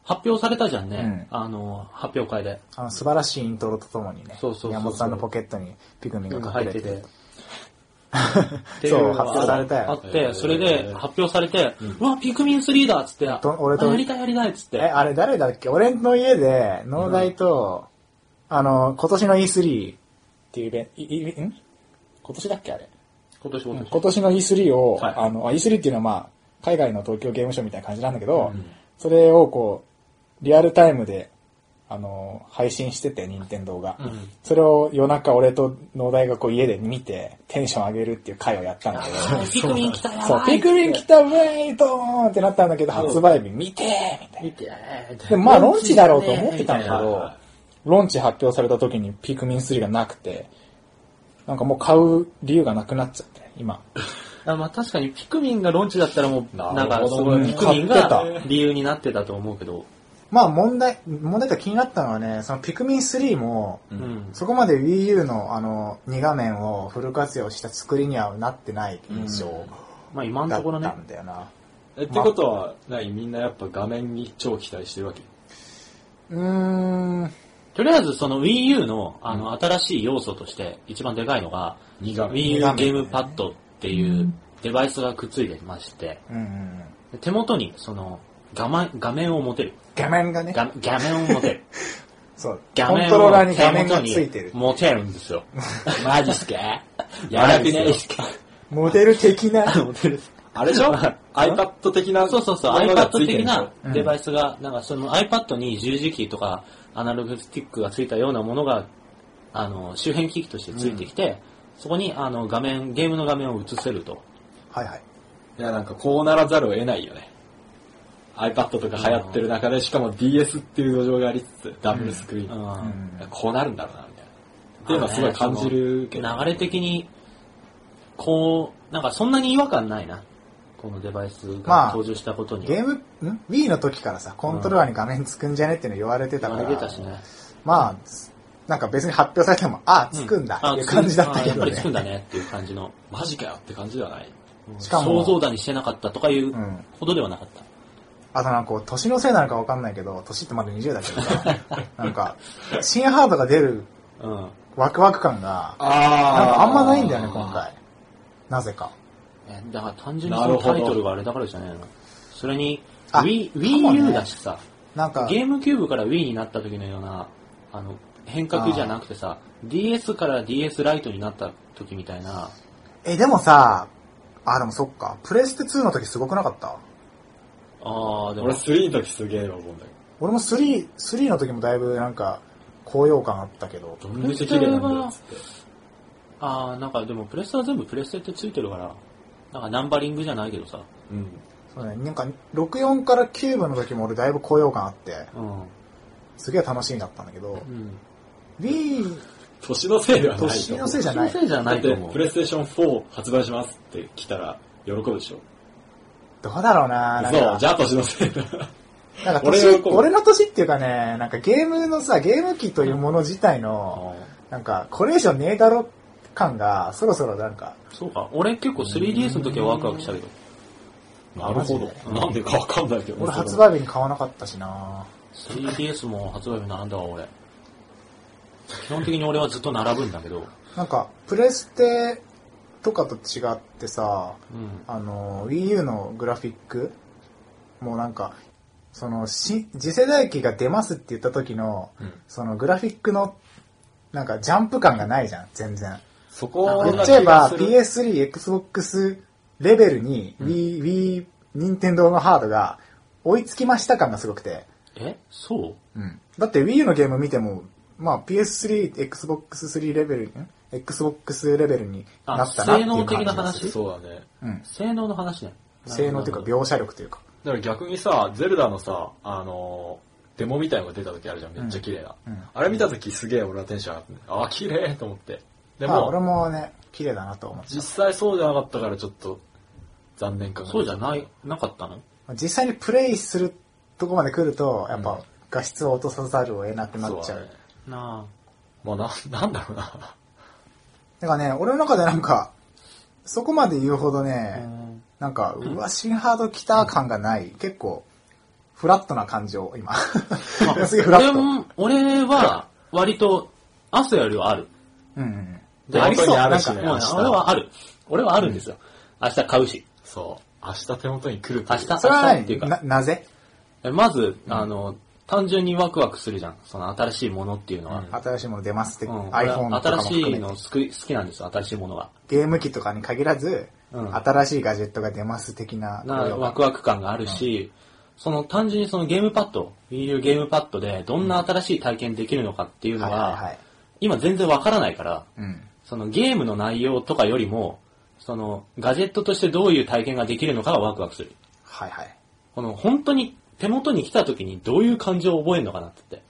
S2: 発表されたじゃんね。
S3: う
S2: あの、発表会で。
S3: あの素晴らしいイントロとともにね、
S2: そうそうそうそう
S3: 山本さんのポケットにピクミンが
S2: 入
S3: 隠
S2: っ
S3: れ
S2: て
S3: て
S2: て
S3: て。。
S2: ってい
S3: そう
S2: のが
S3: 発表されたよ
S2: あって、それ
S1: え
S2: で
S1: ー
S2: 発表されて、うわ、ピクミン3だっつって、あ
S3: と俺と
S2: やりたいやりたいっつっ
S3: え、
S2: て。
S3: あれ誰だっけ俺の家で、農大と、あの、今年の E3 っていうイベンいいん今年だっけあれ。
S2: 今年今年。
S3: 今年の E3 を、
S2: はい
S3: あの、あ E3 っていうのはまあ、海外の東京ゲームショーみたいな感じなんだけど、それをこう、リアルタイムで、あの、配信してて、任天堂が。
S2: うん
S3: それを夜中俺と農大がこう家で見て、テンション上げるっていう回をやったん だけど、
S2: あピクミン来たや
S3: そう、
S2: ばい
S3: ピ
S2: っつって
S3: クミン来た、ウェイドーンってなったんだけど、発売日見てーみたいな。
S2: 見て
S3: でもまあ、ロンチだろうと思ってたんだけ
S2: はいはい
S3: ど
S2: は、
S3: ロンチ発表された時にピクミン3がなくて、なんかもう買う理由がなくなっちゃって、今。
S2: いあまあ確かにピクミンがロンチだったらもう、なん
S1: な
S2: か
S1: る
S2: す
S1: ほ
S2: ご
S1: ど
S2: い
S1: ね
S2: ピクミン
S3: 買
S2: が
S3: って
S2: 理由になってたと思うけど。
S3: まあ問題、問題というか気になったのはね、そのピクミン3も、
S2: うん。
S3: そこまで Wii U のあの2画面をフル活用した作りにはなってない印象
S2: まあ今の
S3: だっ
S2: ところね
S3: た。んだよな。
S1: えってことは、ないみんなやっぱ画面に超期待してるわけ。
S3: うーん、
S2: とりあえずその Wii U のあの新しい要素として一番でかいのが、
S1: 2画
S2: Wii
S1: 面。
S2: U ゲームパッドっていうデバイスがくっついてまして、
S3: うんうんうん。
S2: 手元にその画面画面を持てる。
S3: 画面がね、
S2: 画画面を持てる。
S3: そう、コ
S2: 画
S3: ン
S2: 面
S3: ト
S2: を
S3: ローラーに画面がついて る
S2: 手元。に持てるんですよ。マジっすか やばくないっす か
S3: モデル的な、
S2: 持てるっす
S1: あれでし ょ ?iPad 的な。
S2: そうそうそう、
S1: ものが
S2: iPad
S1: ついてる
S2: 的
S1: んでしょ
S2: なデバイスが、なんかその iPad に十字キーとかアナログスティックがついたようなものが、あの、周辺機器としてついてきて、そこにあの画面、ゲームの画面を映せると。
S3: はいはい。
S1: いや、なんかこうならざるを得ないよね。iPad とか流行ってる中で、しかも DS っていう土壌がありつつ、ダブルスクリーン。
S2: うん
S3: ん
S1: こうなるんだろうな、みたいな。っていうのはすごい感じるけど。
S2: 流れ的に、こう、なんかそんなに違和感ないな。このデバイス
S3: ま
S2: が
S3: あ
S2: 登場したことに。
S3: ゲーム、ん ?Wii の時からさ、コントローラーに画面つくんじゃねっていうの言われてたか
S2: 言われて
S3: ら
S2: た、しね。
S3: まあ、なんか別に発表されても、ああ、つくんだっていう感じだったけ
S2: あやっぱ
S3: ど
S2: りつくん
S3: ね。
S2: だねっていう感じの。
S1: マジかよって感じではない。
S3: しかも
S2: 想像だにしてなかったとかいう
S3: うん
S2: ほどではなかった。
S3: あとなんかこう、年のせいなのかわかんないけど、年ってまだ20だけどさ、なんか、新ハードが出る
S2: うん。
S3: ワクワク感が、
S1: あ
S3: なんかあんまないんだよね、今。回。なぜか。
S2: えだから単純にそのタイトルがあれだからじゃないの。それに、
S3: あ
S2: Wii
S3: かも
S2: Wii
S3: ね
S2: U だしさ、
S3: なんか、
S2: ゲームキューブから Wii になった時のような、あの、変革じゃなくてさ、DS から DS ライトになった時みたいな、
S3: え、でもさ、あ、でもそっか、プレステ2の時すごくなかった
S2: あー、でも
S1: 俺、3の時すげえ思うんだ
S3: 俺も3、3の時もだいぶなんか、高揚感あったけど、
S1: けど。どんだけ綺麗なんだよっつって。
S2: あー、なんかでもプレステは全部プレステってついてるから、なんかナンバリングじゃないけどさ、
S1: うん。
S3: そうね、なんか、64からキューブの時も俺だいぶ高揚感あって、
S2: うん。
S3: すげえ楽しみだったんだけど
S2: う、ん。
S3: Wii、
S1: 年のせいではないと思う。
S3: 年のせいじゃない
S2: そ。のせいじゃな
S1: だっ
S2: いと
S1: て
S2: 思、う
S1: プ。レイステーション4発売しますって来たら、喜ぶでしょ。
S3: どうだろうななん
S1: そう、
S3: か
S1: じゃあ年のせいだ。
S3: なんか
S1: 俺
S3: 年
S1: はこう
S3: 俺の年っていうかね、なんかゲームのさ、ゲーム機というもの自体の、なんか、これ以上ねえだろ感が、そろそろなんか、
S2: そうか、俺結構 3DS の時はワクワクしたけど、
S1: なるほど。なんでかわかんないけど。
S3: 俺発売日に買わなかったしな
S2: 3DS も発売日並んだわ、俺。基本的に俺はずっと並ぶんだけど、
S3: なんか、プレステとかと違ってさ、
S2: うん。
S3: あの、Wii U のグラフィックもうなんか、その、し次世代機が出ますって言った時の、
S1: うん
S3: そのグラフィックの、なんかジャンプ感がないじゃん、全然。
S1: そこ
S2: を
S3: 言っちゃえば PS3、Xbox レベルに Wii、Wii、Nintendo のハードが追いつきました感がすごくて。
S2: えそう
S3: うん。だって Wii U のゲーム見ても、まあ PS3、Xbox 3レベルに、ん Xbox レベルになったなっていう感じ
S2: あ性能的
S3: がする。
S2: な話
S1: そうだね。
S3: うん。
S2: 性能の話ね。
S3: 性能というか
S2: なるほど
S3: 描写力というか。
S1: だから逆にさ、ゼルダのさ、あのーデモみたいのが出た時あるじゃん、めっちゃ綺麗な。
S4: うん
S1: あれ見た時すげえ俺はテンション上がってねあー、綺麗と思って。で
S3: まあ、俺
S1: も、
S3: もね、綺麗だなと思って
S1: 実際そうじゃなかったからちょっと残念感が。
S2: そうじゃない、なかったの
S3: 実際にプレイするとこまで来ると、やっ
S1: うん
S3: ぱ画質を落とさざるを得なくなっち
S1: そ
S3: ゃ
S1: う
S3: う。
S1: だね。
S2: な
S1: まあな、 なんだろうな。
S3: だからね、俺の中でなんか、そこまで言うほど
S2: あ。
S3: ね、なんか、うわ、新ハード来た感がない。結構、フラットな感じを、今。 すげえフラ
S2: 俺
S3: ット。
S2: も、俺は、割と、朝よりはある。
S3: うん。
S2: で
S1: 本当にあるし
S2: なん
S1: ね
S2: かもうね
S1: 明日
S2: 俺はある。俺はあるんですよ。明日買うし。
S1: そう。明日手元に来るとい
S2: 明
S1: う
S2: 日、
S3: それは
S2: 明日ってい
S3: 何
S2: うか。
S3: な、なぜ
S2: えまず、あの、単純にワクワクするじゃん。その新しいものっていうのは。
S3: 新しいもの出ますって、
S2: うん
S3: iPhone とかも
S2: 新し
S3: 含
S2: い
S3: めて
S2: の好き好きなんですよ、新しいものが。
S3: ゲーム機とかに限らず、
S2: うん
S3: 新しいガジェットが出ます的な。
S2: なワクワク感があるし、その単純にそのゲームパッド、Wii U ゲームパッドでどんな新しい体験できるのかっていうの
S3: はいはいは
S2: が
S3: い、
S2: 今全然わからないから、
S3: うん。
S2: そのゲームの内容とかよりも、そのガジェットとしてどういう体験ができるのかがワクワクする。
S3: は いはい。
S2: この本当に手元に来た時にどういう感情を覚えるのかなってって。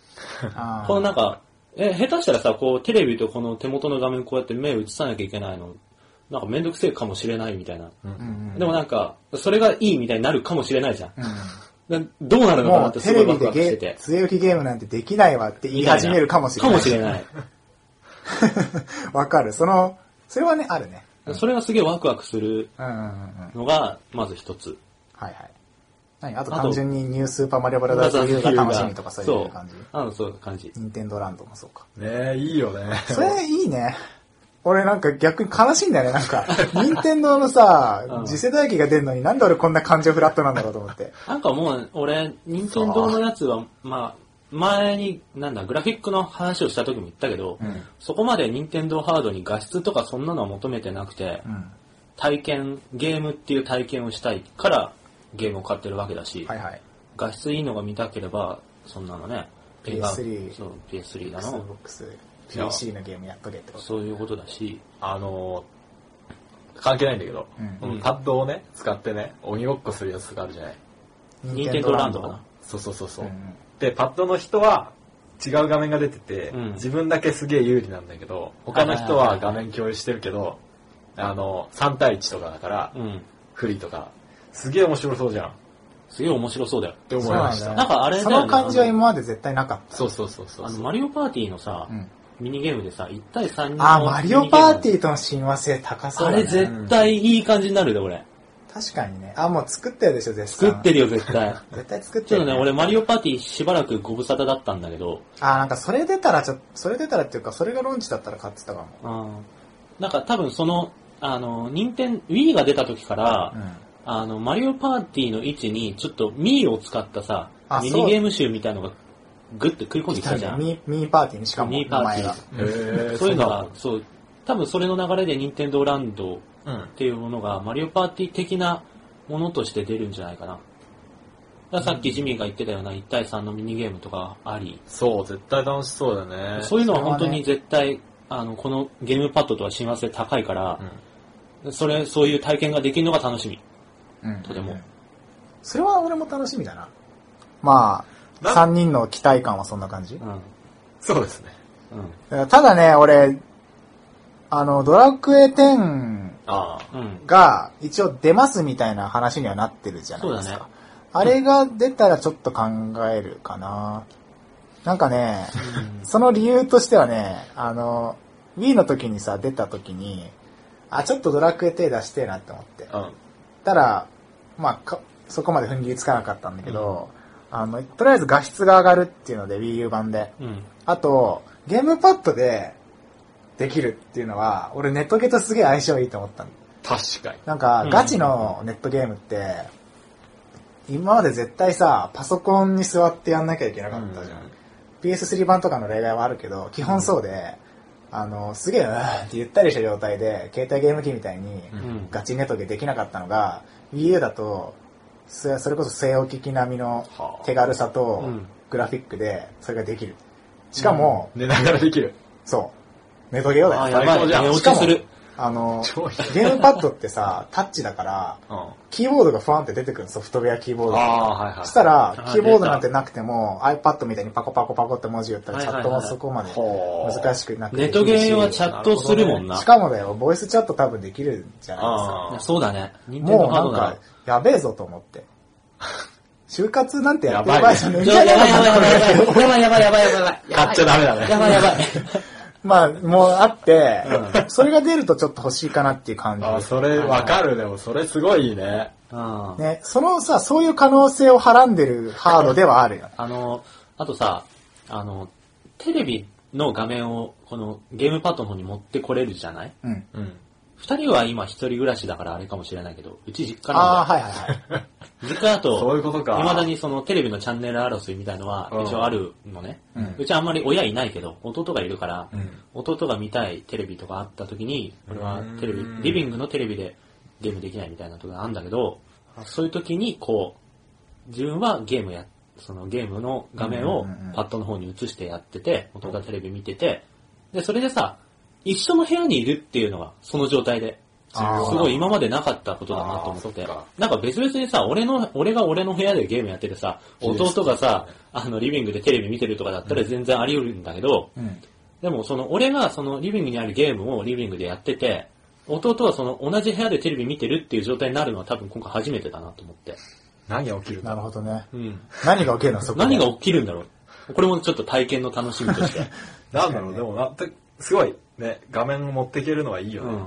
S3: あ
S2: この
S3: ー
S2: なんか、え、下手したらさ、こうテレビとこの手元の画面こうやって目映さなきゃいけないの、なんかめんどくせえかもしれないみたいな。
S3: うん
S2: でもなんか、それがいいみたいになるかもしれないじゃん。などうなる
S3: うん
S2: のかな
S3: も
S2: っ
S3: う
S2: て
S3: テ
S2: すご
S3: レ
S2: いワ
S3: ビ
S2: ク
S3: で
S2: ワク
S3: ゲ
S2: して
S3: ー
S2: て。
S3: 据え置きゲームなんてできないわって言い始めるかもしれない。
S2: かもしれない。
S3: わかる。その、それはね、あるね。
S2: それがすげえワクワクする
S3: うんうんうんうん。
S2: のが、まず一つ。
S3: はいはい。何あと
S2: あと
S3: 単純にニュースーパーマリオブラザーズ U が楽しみとかそういう感じ
S2: そ。あの、そういう感じ。
S3: ニンテンドーランドもそ うか。
S1: ねえ、いいよね。
S3: それいいね。俺なんか逆に悲しいんだよね、な んか。任天堂のさ
S2: うん、
S3: 次世代機が出るのになんで俺こんな感情フラットなんだろうと思って。
S2: なんかもう、俺、任天堂のやつは、まあ、前に、なんだ、グラフィックの話をした時も言ったけど、
S3: ん
S2: そこまで任天堂ハードに画質とかそんなのは求めてなくて、
S3: うん。
S2: 体験、ゲームっていう体験をしたいから、ゲームを買ってるわけだし、
S3: はいはい。
S2: 画質いいのが見たければ、そんなのね、ペガ
S3: PS3
S2: そう PS3 だの、
S3: Xbox、PC のゲームやっとけってこと。
S2: そういうことだし、
S1: あのー関係ないんだけど、
S3: うん
S1: このパッドをね、使ってね、鬼ごっこするやつとかあるじゃない。
S2: 任天堂ランドかな。
S1: そうそうそうそう。
S3: うんうん
S1: で、パッドの人は違う画面が出てて、
S2: うん
S1: 自分だけすげえ有利なんだけど、他の人は画面共有してるけど、あの、3対1とかだから、
S2: うん。
S1: 不利とか、すげえ面白そうじゃんっ
S2: すげえ面白そうだよ。
S1: て思いまし
S3: そう
S1: た。
S2: なんかあれだ
S3: そ
S2: よね
S3: の感じは今まで絶対なかった。
S1: そうそうそうそう
S2: あの、マリオパーティーのさ、
S3: うん
S2: ミニゲームでさ、1対3人の
S3: あ、マリオパーテ
S2: ィー
S3: ィーとの親和性高そう
S2: あ
S3: だね。
S2: れ絶対いい感じになるで、俺。
S3: 確かにね。あ、もう作ってるでしょ、絶対。
S2: 作ってる よ、絶対。
S3: 絶対作っ
S2: ち
S3: て
S2: ょっ
S3: る、
S2: とね、俺マリオパーティーしばらくご無沙汰だったんだけど、
S3: あ、なんかそれ出たら、ちょっと、それ出たらっていうか、それがローンチだったら買ってたかも。
S2: うん。なんか多分その、あの、任天、Wii が出た時から、
S3: うん。
S2: あの、マリオパーティーの位置に、ちょっとミーを使ったさ
S3: あ、
S2: ミニゲーム集みたいのが、ぐって食い込んできたじゃん。
S3: ミーミーパーティーにしかも、
S2: ミーパーティー
S1: へー
S2: そういうの
S1: そ
S2: が、そう、多分それの流れで任天堂ランドっ
S1: うなんだ
S2: ていうものが、マリオパーティー的なものとして出るんじゃないかな。だからさっきジミーが言ってたような1対3のミニゲームとかあり、
S1: そう、絶対楽しそうだね。
S2: そういうのは
S3: それは
S2: 本
S3: ね
S2: 当に絶対、あの、このゲームパッドとは親和性高いから、それ、そういう体験ができるのが楽しみ。
S3: うん。
S2: とても。
S3: それは俺も楽しみだな。まあ、
S1: な
S3: 3人の期待感はそんな感じ。
S2: うん。
S1: そうですね。
S2: うん。
S3: ただね、俺、あの、ドラクエ10
S1: ああ。
S2: うん。
S3: が一応出ますみたいな話にはなってるじゃないです
S2: そう
S3: か。
S2: だね
S3: あれが出たらちょっと考えるかな。なんかね、その理由としてはね、あの、Wii の時にさ、出た時に、あ、ちょっとドラクエ手出してえなって思って。
S1: うん。
S3: たら、まあか、そこまで踏ん切りつかなかったんだけど、あの、とりあえず画質が上がるっていうので Wii U 版で。
S2: うん。
S3: あと、ゲームパッドでできるっていうのは、俺ネットゲとすげえ相性いいと思ったの。
S1: 確かに。
S3: なんか
S2: う、ん
S3: ガチのネットゲームって、今まで絶対さ、パソコンに座ってやんなきゃいけなかったじゃん。PS3 版とかの例外はあるけど、基本そうで、あの、すげえ、うーんってゆったりした状態で、携帯ゲーム機みたいに、
S1: うん
S2: うん。
S3: ガチネトゲできなかったのが、Wii U だと、そそれこそ西洋機器並みの
S1: はあ
S3: 手軽さと
S2: うん
S3: グラフィックでそれができる。しかも、
S1: 寝ながらできる。
S3: そう、ネトゲ用だ
S2: あ、
S3: よ。
S2: やば
S1: 最高
S2: い。
S1: じゃん
S2: 寝落ちする。
S3: あの、
S1: 超ひどい
S3: ゲームパッドってさ、タッチだから、
S1: あ
S3: キーボードがファンって出てくるのソフトウェアキーボードが。
S1: あー、はいはい。
S3: そしたら
S2: あ、ー
S3: キーボードなんてなくても、iPad みたいにパコパコパコって文字打ったら、
S2: はい
S3: チ
S2: はい
S3: ャ
S2: はい
S3: ットもそこまで
S1: ほー
S3: 難しくなく
S2: ネ
S3: て
S2: ット
S3: できるし。
S2: ゲーはチャットするもんな。
S3: しかもだよ、ボイスチャット多分できるじゃないですか。
S1: ああ。
S2: そうだね。任天
S3: も
S2: 堂
S3: う
S2: ハ
S3: な
S2: ード
S3: ん
S2: なら
S3: か、やべえぞと思って。就活なんてやってる
S1: やばいね
S3: 場合じゃねえみ
S2: や
S3: た
S2: ば
S3: い
S2: い
S3: な
S2: や
S3: こ
S2: ば
S3: と
S2: い
S3: になる
S2: やばいやばいやばいやばいやばいやばいやばい。
S1: 買っちゃダメだね。
S2: やばいやばい。
S3: まあ、もうあって、それが出るとちょっと欲しいかなっていう感じ
S1: あ、それわかる。でも、それすごいね。
S2: うん
S3: ね、そのさ、そういう可能性をはらんでるハードではあるよね。
S2: あの、あとさ、あの、テレビの画面をこのゲームパッドの方に持ってこれるじゃない
S3: うん。
S1: うん。
S2: 二人は今一人暮らしだからあれかもしれないけど、うち実家
S3: あ
S2: な
S3: あ、
S2: んだよ。
S3: はいはいはい。
S2: 実家だと、
S1: そういうことか
S2: 未だにそのテレビのチャンネル争いみたいのは
S1: うん
S2: 一応あるのね。 うんちはあんまり親いないけど、弟がいるから、
S1: ん
S2: 弟が見たいテレビとかあった時に、俺はテレビ
S1: うん、
S2: リビングのテレビでゲームできないみたいなとこがあるんだけど、そういう時にこう、自分はゲームや、そのゲームの画面を
S3: うんうんうん
S2: パッドの方に移してやってて、弟がテレビ見てて、で、それでさ、一緒の部屋にいるっていうのが、その状態で。す
S3: あー
S2: ごい今までなかったことだなと思って
S1: あーそっか。
S2: なんか別々にさ、俺の、俺が俺の部屋でゲームやっててさ、弟がさ、あの、リビングでテレビ見てるとかだったら全然あり得るんだけど、
S3: うん。
S2: でもその、俺がそのリビングにあるゲームをリビングでやってて、弟はその同じ部屋でテレビ見てるっていう状態になるのは多分今回初めてだなと思って。
S1: 何が起きる
S3: な
S1: の
S3: るほどね。
S2: うん。
S3: 何が起きるのそこで
S2: 何が起きるんだろう。これもちょっと体験の楽しみとして。
S1: なんだろう、でも、なんて、すごい、ね、画面を持っていけるのはいいうよね。
S2: ん。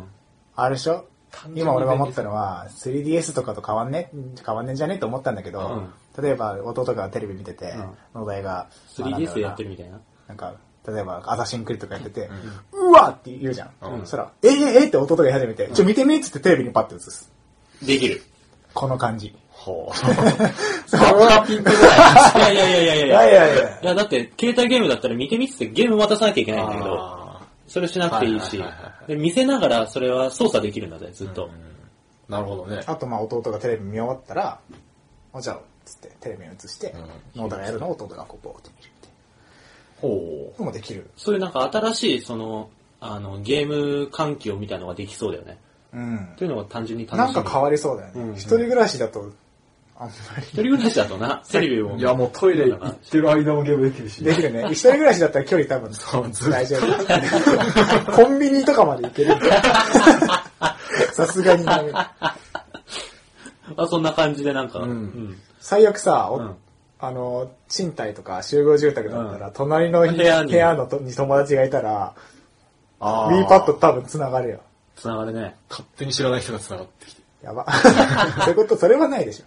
S3: あれでしょ
S1: 単純に
S3: 今俺が思ったのは、3DS とかと変わんね変わんねんじゃねえと思ったんだけど、例えば弟がテレビ見てて、野田が、まあなんだ
S2: 3DS
S3: ろう
S2: で
S3: な
S2: やってるみたいな。
S3: なんか、例えば、アザシンクリとかやってて、うわって言うじゃん。そしたら、ええええって弟が言い始めて、ちょ、見てみっつってテレビにパッて映す。
S2: できる。
S3: この感じ。
S1: ほ
S3: そう。い
S2: いやいやいやいやいや
S3: やい
S2: いや。
S3: やいや。
S2: いや、だって、携帯ゲームだったら見てみっつってゲーム渡さなきゃいけ
S1: う。
S2: ないんだけど、
S1: あ
S2: それしなくていいし
S1: はいはいはいは、
S2: で見せながらそれは操作できるんだぜ、ずっと。
S1: ーなるほどね。
S3: あと、まあ、弟がテレビ見終わったら、お茶を、つって、テレビに映して、野田がやるのを弟がこう、ぼーって見るって。
S1: ほ
S3: でもできる。
S2: そういうなんか新しい、その、あの、ゲーム環境みたいのができそうだよね。
S3: うん。
S2: というのが単純に楽
S3: な
S2: し
S3: ん
S2: み。
S3: か変わりそうだよね。一人暮らしだと、あんま
S2: 一人暮らしだと な、テレビ
S1: う。
S2: を。
S1: いや、もうトイレ行ってる間もゲームできるし。
S3: り、できるね。一人暮らしだったら距離多分、
S1: そうずっと
S3: 大丈夫。コンビニとかまで行ける。 さすがにダメ。
S2: あそんな感じでなんか、
S1: ん
S2: うん
S3: 最悪さ、お
S2: うん
S3: あの、賃貸とか集合住宅だったら、隣の部
S2: 部屋
S3: 屋
S2: に
S3: のとに友達がいたら、
S1: あ
S3: w
S1: ー
S3: e パッド多分繋がるよ。
S2: つながるね。
S1: 勝手に知らない人が繋がってきて。
S3: やば。そういうこと、それはないでし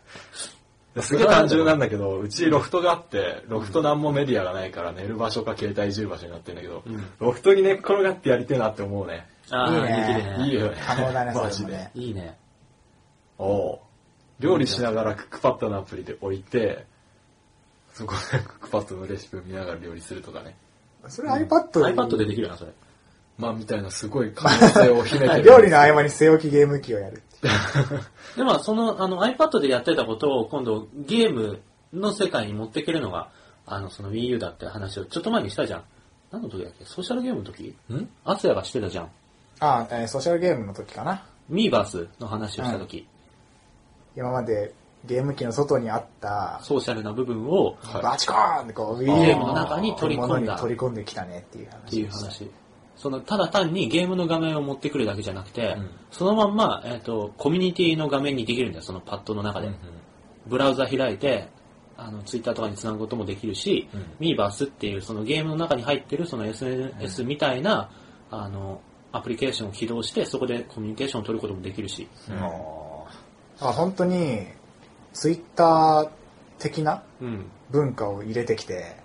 S3: ょ。
S1: すげえ単純なんだけど、うちロフトがあって、ロフトなんもメディアがないから寝る場所か携帯いじる場所になってんだけど、ロフトに寝っ転がってやりてえなって思うね。
S2: あ
S3: いいね
S2: あ、
S1: いいよね。
S3: 可能だね、そ
S1: マ
S3: れ
S1: ジ
S3: も
S1: で。
S3: ね。
S2: いいね。いいね。
S1: おう料理しながらクックパッドのアプリで置いて、そこでクックパッドのレシピを見ながら料理するとかね。
S3: それ iPad に
S2: iPad でできるな、それ。
S1: まあみたいなすごい可能性を秘めてる。
S3: 料理の合間に据え置きゲーム機をやるっていう。
S2: でも、その、あの、iPad でやってたことを、今度、ゲームの世界に持っていけるのが、あの、その Wii U だって話をちょっと前にしたじゃん。何の時だっけソーシャルゲームの時
S1: ん
S2: アスヤがしてたじゃん。
S3: あ、えーソーシャルゲームの時かな。
S2: ミーバースの話をした時、
S3: 今までゲーム機の外にあった、
S2: ソーシャルな部分を、
S1: はい
S3: バチコーンってこう、
S2: ゲー
S3: Wii
S2: ムの中に取り込んだ
S3: に
S2: っ
S3: 取り込んできたねっていう
S2: て
S3: 話
S2: い
S3: で
S2: う
S3: した。
S2: 話。その、ただ単にゲームの画面を持ってくるだけじゃなくて、
S1: ん
S2: そのまんま、えっ、と、コミュニティの画面にできるんだよ、そのパッドの中で。ブラウザ開いて、あの、ツイッターとかにつなぐこともできるし、
S1: うん
S2: ミーバースっていうそのゲームの中に入ってるその SNS みたいな、あの、アプリケーションを起動して、そこでコミュニケーションを取ることもできるし。
S1: うん
S3: あ本当に、ツイッター的な
S2: うん。
S3: 文化を入れてきて、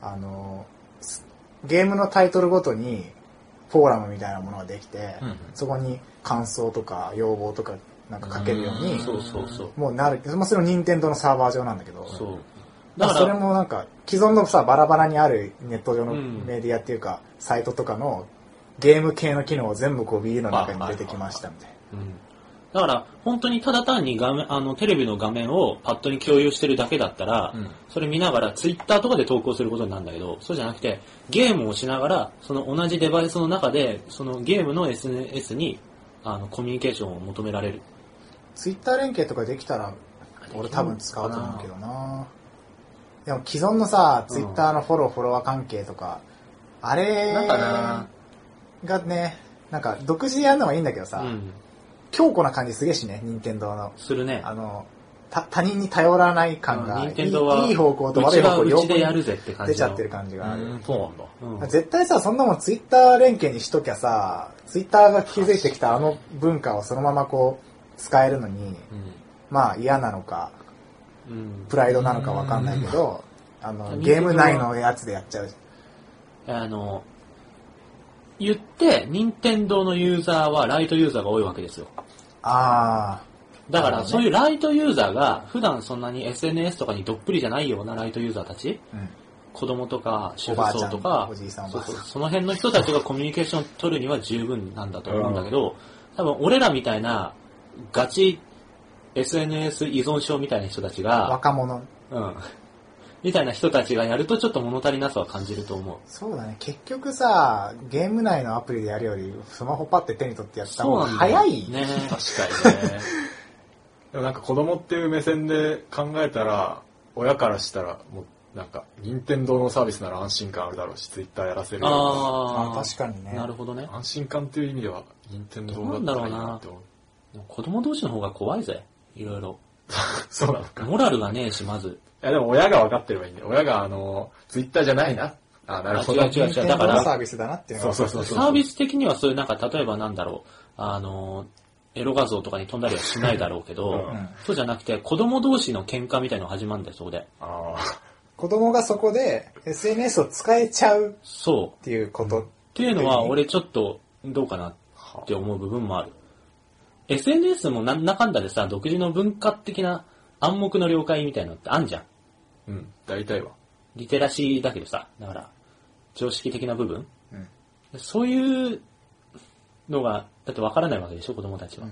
S3: あの、すゲームのタイトルごとにフォーラムみたいなものができて、
S1: うんうん
S3: そこに感想とか要望とかなんか書けるように、
S2: そうそうそう。
S3: もうなる、まあ、それも任天堂のサーバー上なんだけど、
S2: そう。
S3: だ
S2: だ
S3: か
S2: からら、
S3: それもなんか既存のさ、バラバラにあるネット上の
S2: うん
S3: メディアっていうか、サイトとかのゲーム系の機能を全部こう Wii の中に出てきましたみたいな。
S2: うんだから、本当にただ単に画面、あの、テレビの画面をパッドに共有してるだけだったら、
S1: うん
S2: それ見ながら、ツイッターとかで投稿することになるんだけど、そうじゃなくて、ゲームをしながら、その同じデバイスの中で、そのゲームの SNS に、あの、コミュニケーションを求められる。
S3: ツイッター連携とかできたら、俺多分使うと思うけどなでも既存のさ、ツイッターのフォロー、フォロワー関係とか、あれ
S1: なんかな
S3: がね、なんか独自でやるのはいいんだけどさ、
S2: うん。
S3: 強固な感じすげえしね、任天堂の。
S2: するね。
S3: あの、た他人に頼らない感が、
S2: うん
S3: い
S2: 任天堂はい
S3: いい方向と悪い方向
S2: うちはうちで
S3: に
S2: やるぜって感じ
S3: 出
S2: の
S3: ちゃってる感じがある。
S1: うんそうなんだ。
S2: うん
S3: 絶対さ、そんなもんツイッター連携にしときゃさ、ツイッターが築いてきたあの文化をそのままこう、使えるのに、まあ嫌なのか、
S2: うん。
S3: プライドなのかわかんないけど、あの、
S2: 任
S3: ゲ
S2: 天
S3: ー
S2: 堂は
S3: ム内のやつでやっちゃう。
S2: あの、言って、任天堂のユーザーはライトユーザーが多いわけですよ。
S3: あ
S2: だか
S3: な
S2: ら、
S3: るほどね
S2: そういうライトユーザーが、普段そんなに SNS とかにどっぷりじゃないようなライトユーザーたち、
S3: ー、うん。
S2: 子供とか、主
S3: お
S2: 婦
S3: ばあちゃ
S2: 層
S3: ん
S2: とか
S3: お、じいさんお
S2: そう
S3: ばあ
S2: そう
S3: さ
S2: その辺の人たちがコミュニケーション取るには十分なんだと思うんだけど、多分俺らみたいな、ガチ SNS 依存症みたいな人たち
S3: ん。
S2: が、
S3: 若者。
S2: うん、みたいな人たちがやるとちょっと物足りなさは感じると思う。
S3: そうだね。結局さ、ゲーム内のアプリでやるより、スマホパって手に取ってやった方が早い。
S2: ね確かにね。
S1: でもなんか子供っていう目線で考えたら、親からしたら、もうなんか、任天堂のサービスなら安心感あるだろうし、ツイッターやらせるよりも
S2: あ
S3: あ
S2: あ、
S3: 確かにね。
S2: なるほどね。
S1: 安心感という意味では、任天堂だったらいいなって思う。
S2: 子供同士の方が怖いぜ。いろいろ。
S1: そうなのか。い
S2: モラルがねえし、まず。
S1: やでも親が分かってればいいんだよ。親があの、ツイッターじゃないな。あ、なるほど。
S2: あ違う違う違う
S3: 任天
S2: だ
S3: 堂
S2: か
S3: の
S2: ら
S3: サービスだなっていうの
S1: そう
S3: が。
S1: そうそうそう。
S2: サービス的にはそういうなんか、例えばなんだろう。あの、エロ画像とかに飛んだりはしないだろうけど、
S1: うん
S2: そうじゃなくて、子供同士の喧嘩みたいなの始まるんだよ、そこで。
S1: ああ。
S3: 子供がそこで SNS を使えちゃう
S2: そう。
S3: っていうこと。
S2: っていうのは、
S3: うん
S2: 俺ちょっと、どうかなって思う部分もある。SNS もなんだかんだでさ、独自の文化的な暗黙の了解みたいなのってあんじゃん。
S1: うん、大体は。
S2: リテラシーだけどさ、だから、常識的な部分、
S3: うん
S2: そういうのが、だってわからないわけでしょ、子供たちは。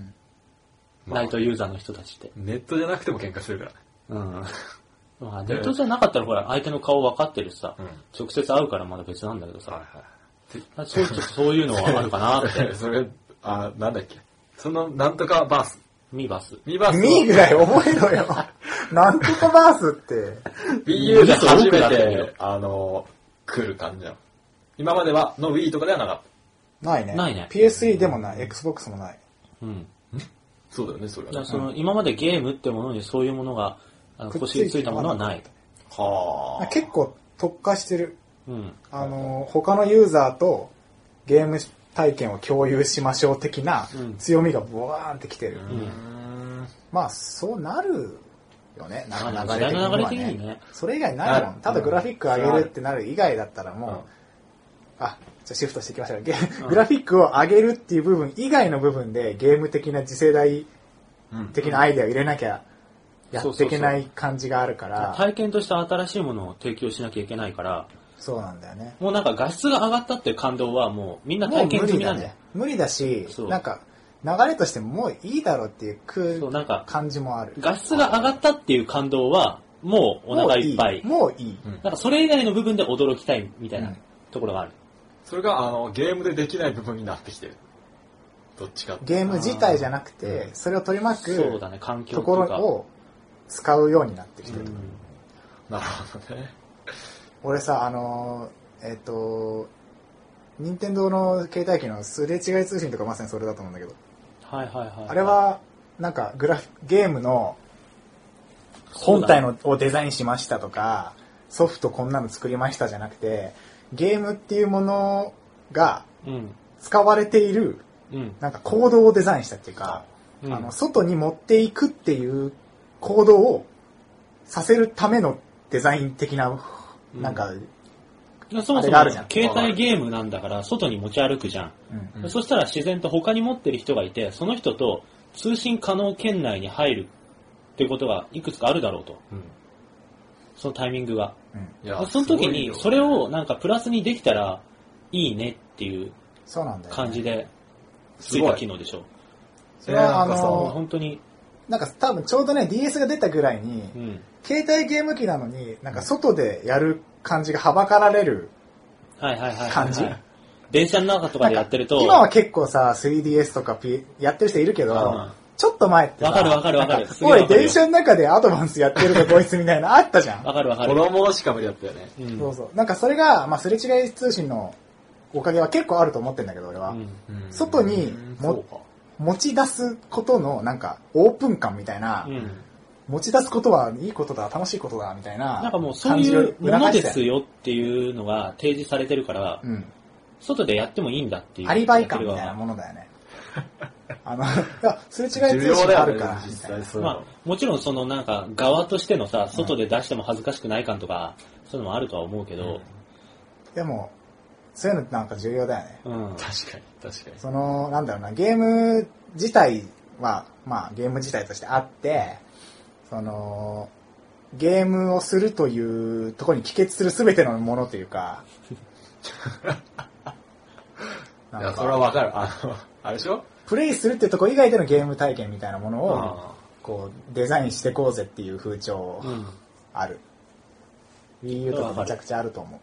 S2: ライトユーザーの人たちって。
S1: ネットじゃなくても喧嘩するからね。
S2: うん。まあ、ネットじゃなかったら、ほら、相手の顔分かってるしさ、
S1: うん
S2: 直接会うからまだ別なんだけど
S1: はい
S2: さ、
S1: はい。
S2: そうちょっとそういうのはあるかな って。
S1: それ、あ、なんだっけ。その、なんとかバース。
S2: ミバス。
S1: ミバースは。
S3: ミーぐらい覚えろよ。 なんとかバースって。
S1: BU で初
S2: ミー
S1: め
S2: が多くなってるよ
S1: て、あの、来る感じだ。今までは、の Wii とかではなかった。
S3: ないね。
S2: ないね
S3: PS3 でもない。Xbox もない。
S2: うん。
S1: そうだよね、それ
S2: だか
S1: は
S2: ら
S1: ね。
S2: その、今までゲームってものにそういうものが、あの
S3: くっつ
S2: 腰
S3: い
S2: についたものはない。
S1: はあ。
S3: 結構特化してる。
S2: うん。
S3: あの、他のユーザーとゲーム体験を共有しましょう的な
S2: うん
S3: 強みがボワーンってきてる。
S1: うーん。
S3: まあ、そうなるよね。な
S2: まあ
S3: 流れ的に
S2: 時代
S3: は
S2: の流れ的にね
S3: それ以外ないも。
S1: なん
S3: ただ
S1: うん
S3: グラフィック上げるってなる以外だったら
S1: うん
S3: もう、あ、じゃあシフトしていきましょう。ゲーグラフィックを上げるっていう部分以外の部分でゲーム的な次世代
S1: うん
S3: 的なアイデアを入れなきゃやっていけな
S2: そうそう
S3: い感じがあるから、
S2: 体験として新しいものを提供しなきゃいけないから、
S3: そうなんだよね。
S2: もうなんか画質が上がったっていう感動はもうみんな
S3: もう
S2: 体
S3: 無
S2: 験済
S3: 理
S2: みな
S3: だ
S2: んだよ
S3: ね。。無理だし
S2: そ、う
S3: なんか流れとしてもういいだろうっていう
S2: そう、
S3: 空
S2: なんか
S3: 感じもある。
S2: 画質が上がったっていう感動はもうお腹いっぱい。
S3: もういい。もういい
S1: うん
S2: なんかそれ以外の部分で驚きたいみたいうなんところがある。
S1: それが、あの、ゲームでできない部分になってきてる。どっちかって。
S3: ゲーム自体じゃなくて、それを取り巻
S2: そう
S3: く
S2: だね、環境
S3: と
S2: と
S3: ころ
S2: か。
S3: を使うようになってき
S2: う
S3: てる。
S2: ん
S1: なるほどね。
S3: 俺さ、あのー、えっ、と、任天堂の携帯機のすれ違い通信とかまさにそれだと思うんだけど、
S2: はいはいはい。
S3: あれは、なんかグラフ、ゲームの本体のをデザインしましたとか、ソフトこんなの作りましたじゃなくて、ゲームっていうものが
S2: そうだね、
S3: 使われている、
S2: うん。
S3: なんか行動をデザインしたっていうか、
S2: うん。
S3: あの、外に持っていくっていう行動をさせるためのデザイン的な、
S2: うん
S3: なんか、
S2: いやそも
S3: あ
S2: そも
S3: れがあるじゃん
S2: 携帯ゲームなんだから外に持ち歩くじゃん。
S3: うん
S1: うん
S2: そしたら自然と他に持ってる人がいて、その人と通信可能圏内に入るってことがいくつかあるだろうと。
S1: うん。
S2: そのタイミングが。
S3: う
S1: い
S3: ん
S1: や、
S2: その時に
S1: す
S2: そ
S1: ごい
S2: れ
S1: よ
S2: をなんかプラスにできたらいいねっていう
S3: そうなんだよ、ね。
S2: 感じでつい
S1: すご
S2: た
S1: い
S2: 機能でしょ。
S3: それは、あ
S1: いやなんかそう
S2: もう
S3: の、
S2: 本当に、
S3: なんか多分ちょうどね、DS が出たぐらいに、
S2: うん。
S3: 携帯ゲーム機なのに、なんか外でやる感じがはばかられる。
S2: はいはいはいはいはい。
S3: 感じ
S2: 電車の中とかでやってると、
S3: 今は結構さ、3DS とか、P、やってる人いるけど、
S2: うん
S3: ちょっと前ってさ
S2: わかるわかるわかる
S3: なん
S2: すげえわ
S3: おい、
S2: かるよ
S3: 電車の中でアドバンスやってるぞ、こいつみたいな、あったじゃん。
S2: わかるわか
S1: 子
S2: る。
S1: 供しか無理だったよね。
S2: うん
S3: そうそう。なんかそれが、まあ、すれ違い通信のおかげは結構あると思ってんだけど、俺は。
S2: うん
S3: 外にも
S2: そうか
S3: 持ち出すことの、なんか、オープン感みたいな、
S2: うん。
S3: 持ち出すことはいいことだ、楽しいことだ、みたいな。
S2: なんかもうそういうもので
S3: 感じを裏返
S2: す
S3: して
S2: よっていうのが提示されてるから、
S3: うん。
S2: 外でやってもいいんだっていう。
S3: アリバイ感みたいなものだよね。あの、いや、すれ違い
S1: 重
S3: 通
S1: 要
S3: 信
S1: だ
S3: が
S1: よ
S3: あ
S1: ね
S3: るから、、み
S1: 実
S3: たい
S1: 際。
S3: な
S1: そういう
S2: ま
S1: の。
S2: あ、もちろんそのなんか側としてのさ、外で出しても恥ずかしくない感とか、そういうのもあるとは思うけど、
S3: でも、そういうのってなんか重要だよね。
S2: うん。
S1: 確かに、確かに。
S3: その、なんだろうな、ゲーム自体は、まあ、ゲーム自体としてあって、その、ゲームをするというところに帰結する全てのものというか、
S1: い
S3: なん
S1: や、
S3: か
S1: それはわかる。あの、 あれでしょ
S3: プレイするってとこ以外でのゲーム体験みたいなものを、
S1: あ
S3: こう、デザインしてこうぜっていう風潮
S2: うん。
S3: ある。Wii U とかめちゃくちゃあると思う。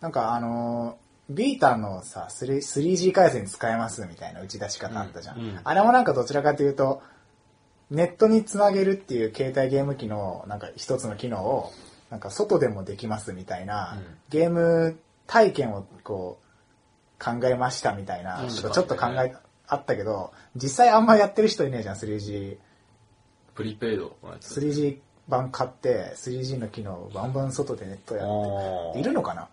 S3: なんかあのー、ビータのさ、3- 3G 回線使えますみたいな打ち出し方あったじゃん。
S2: うんうん
S3: あれもなんかどちらかというと、ネットにつなげるっていう携帯ゲーム機のなんか一つの機能を、なんか外でもできますみたいな、
S1: うん
S3: ゲーム体験をこう、考えましたみたいな、
S2: うん
S3: ちょっとちょっと考え、あったけど、実際あんまやってる人いねえじゃん、3G。
S1: プリペイドのやつ。
S3: 3G 版買って、3G の機能バンバン外でネットやって
S1: あー
S3: いるのかな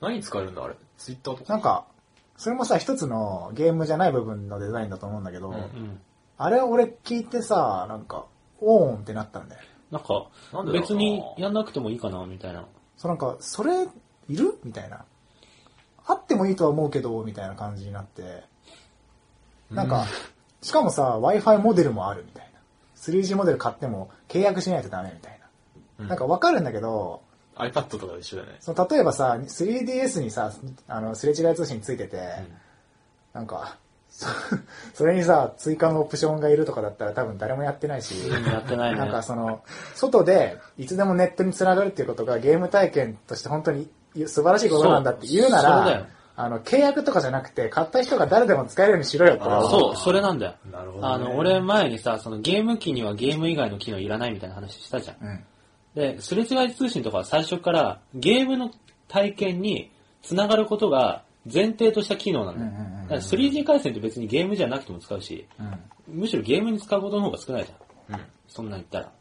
S1: 何に使えるんだ、あれ。ツイッターとか。
S3: なんか、それもさ、一つのゲームじゃない部分のデザインだと思うんだけど、
S1: うん
S2: うん。
S3: あれ俺聞いてさ、なんか、オーンってなったんだよ。
S2: なんか
S1: なん、でだろうな
S2: 別にやんなくてもいいかな、みたいな。
S3: そうなんか、それ、いるみたいな。あってもいいとは思うけど、みたいな感じになって。なんか、しかもさ、Wi-Fi モデルもあるみたいな。3G モデル買っても契約しないとダメみたいな。なんかわかるんだけど、
S1: iPad とかと一緒だよね。
S3: その例えばさ、3DS にさ、あの、すれ違い通信ついてて、なんか、そ それにさ、追加のオプションがいるとかだったら多分誰もや ってないし、
S2: やってないね。
S3: なんかその、外でいつでもネットにつながるっていうことがゲーム体験として本当に素晴らしいことなんだって言うな
S2: そうそうだよ
S3: ら、あの、契約とかじゃなくて、買った人が誰でも使えるようにしろよって
S1: あー
S2: そう、それなんだよ。
S1: なるほどね
S2: あの、俺前にさ、そのゲーム機にはゲーム以外の機能いらないみたいな話したじゃん。
S3: うん。
S2: で、すれ違い通信とかは最初からゲームの体験に繋がることが前提とした機能なんだよ。
S3: うんうんうんうん
S2: だから 3G 回線って別にゲームじゃなくても使うし、
S3: うん。
S2: むしろゲームに使うことの方が少ないじゃん。
S1: うん。
S2: そんなん言ったら。だか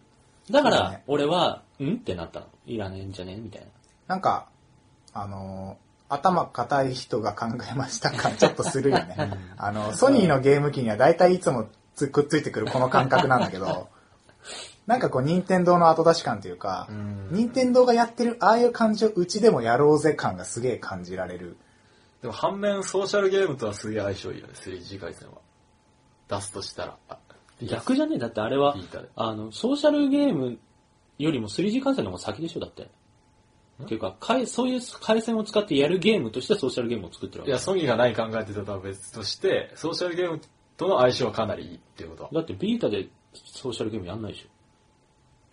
S3: そうだ
S2: ら
S3: ね、
S2: 俺は、んってなったの。いらねえんじゃねえみたいな。
S3: なんか、あのー頭固い人が考えました 感ちょっとするよね。あの、ソニーのゲーム機には大体いつもつくっついてくるこの感覚なんだけ ど、なんかこう、任天堂の後出し感というか、任天堂がやってるああいう感じをうちでもやろうぜ感がすげえ感じられる。
S1: でも反面、ソーシャルゲームとはすげえ相性いいよね、3G 回線は。出すとしたら。あ
S2: 逆じゃねえだってあれは
S1: ビータで、
S2: あの、ソーシャルゲームよりも 3G 回線の方が先でしょだって。っていうか、回そういう回線を使ってやるゲームとしてソーシャルゲームを作ってるわ
S1: い
S2: け。
S1: や、ソニーがない考えてたとは別として、ソーシャルゲームとの相性はかなりいいっていうこと。
S2: だってビータでソーシャルゲームやんないでしょ。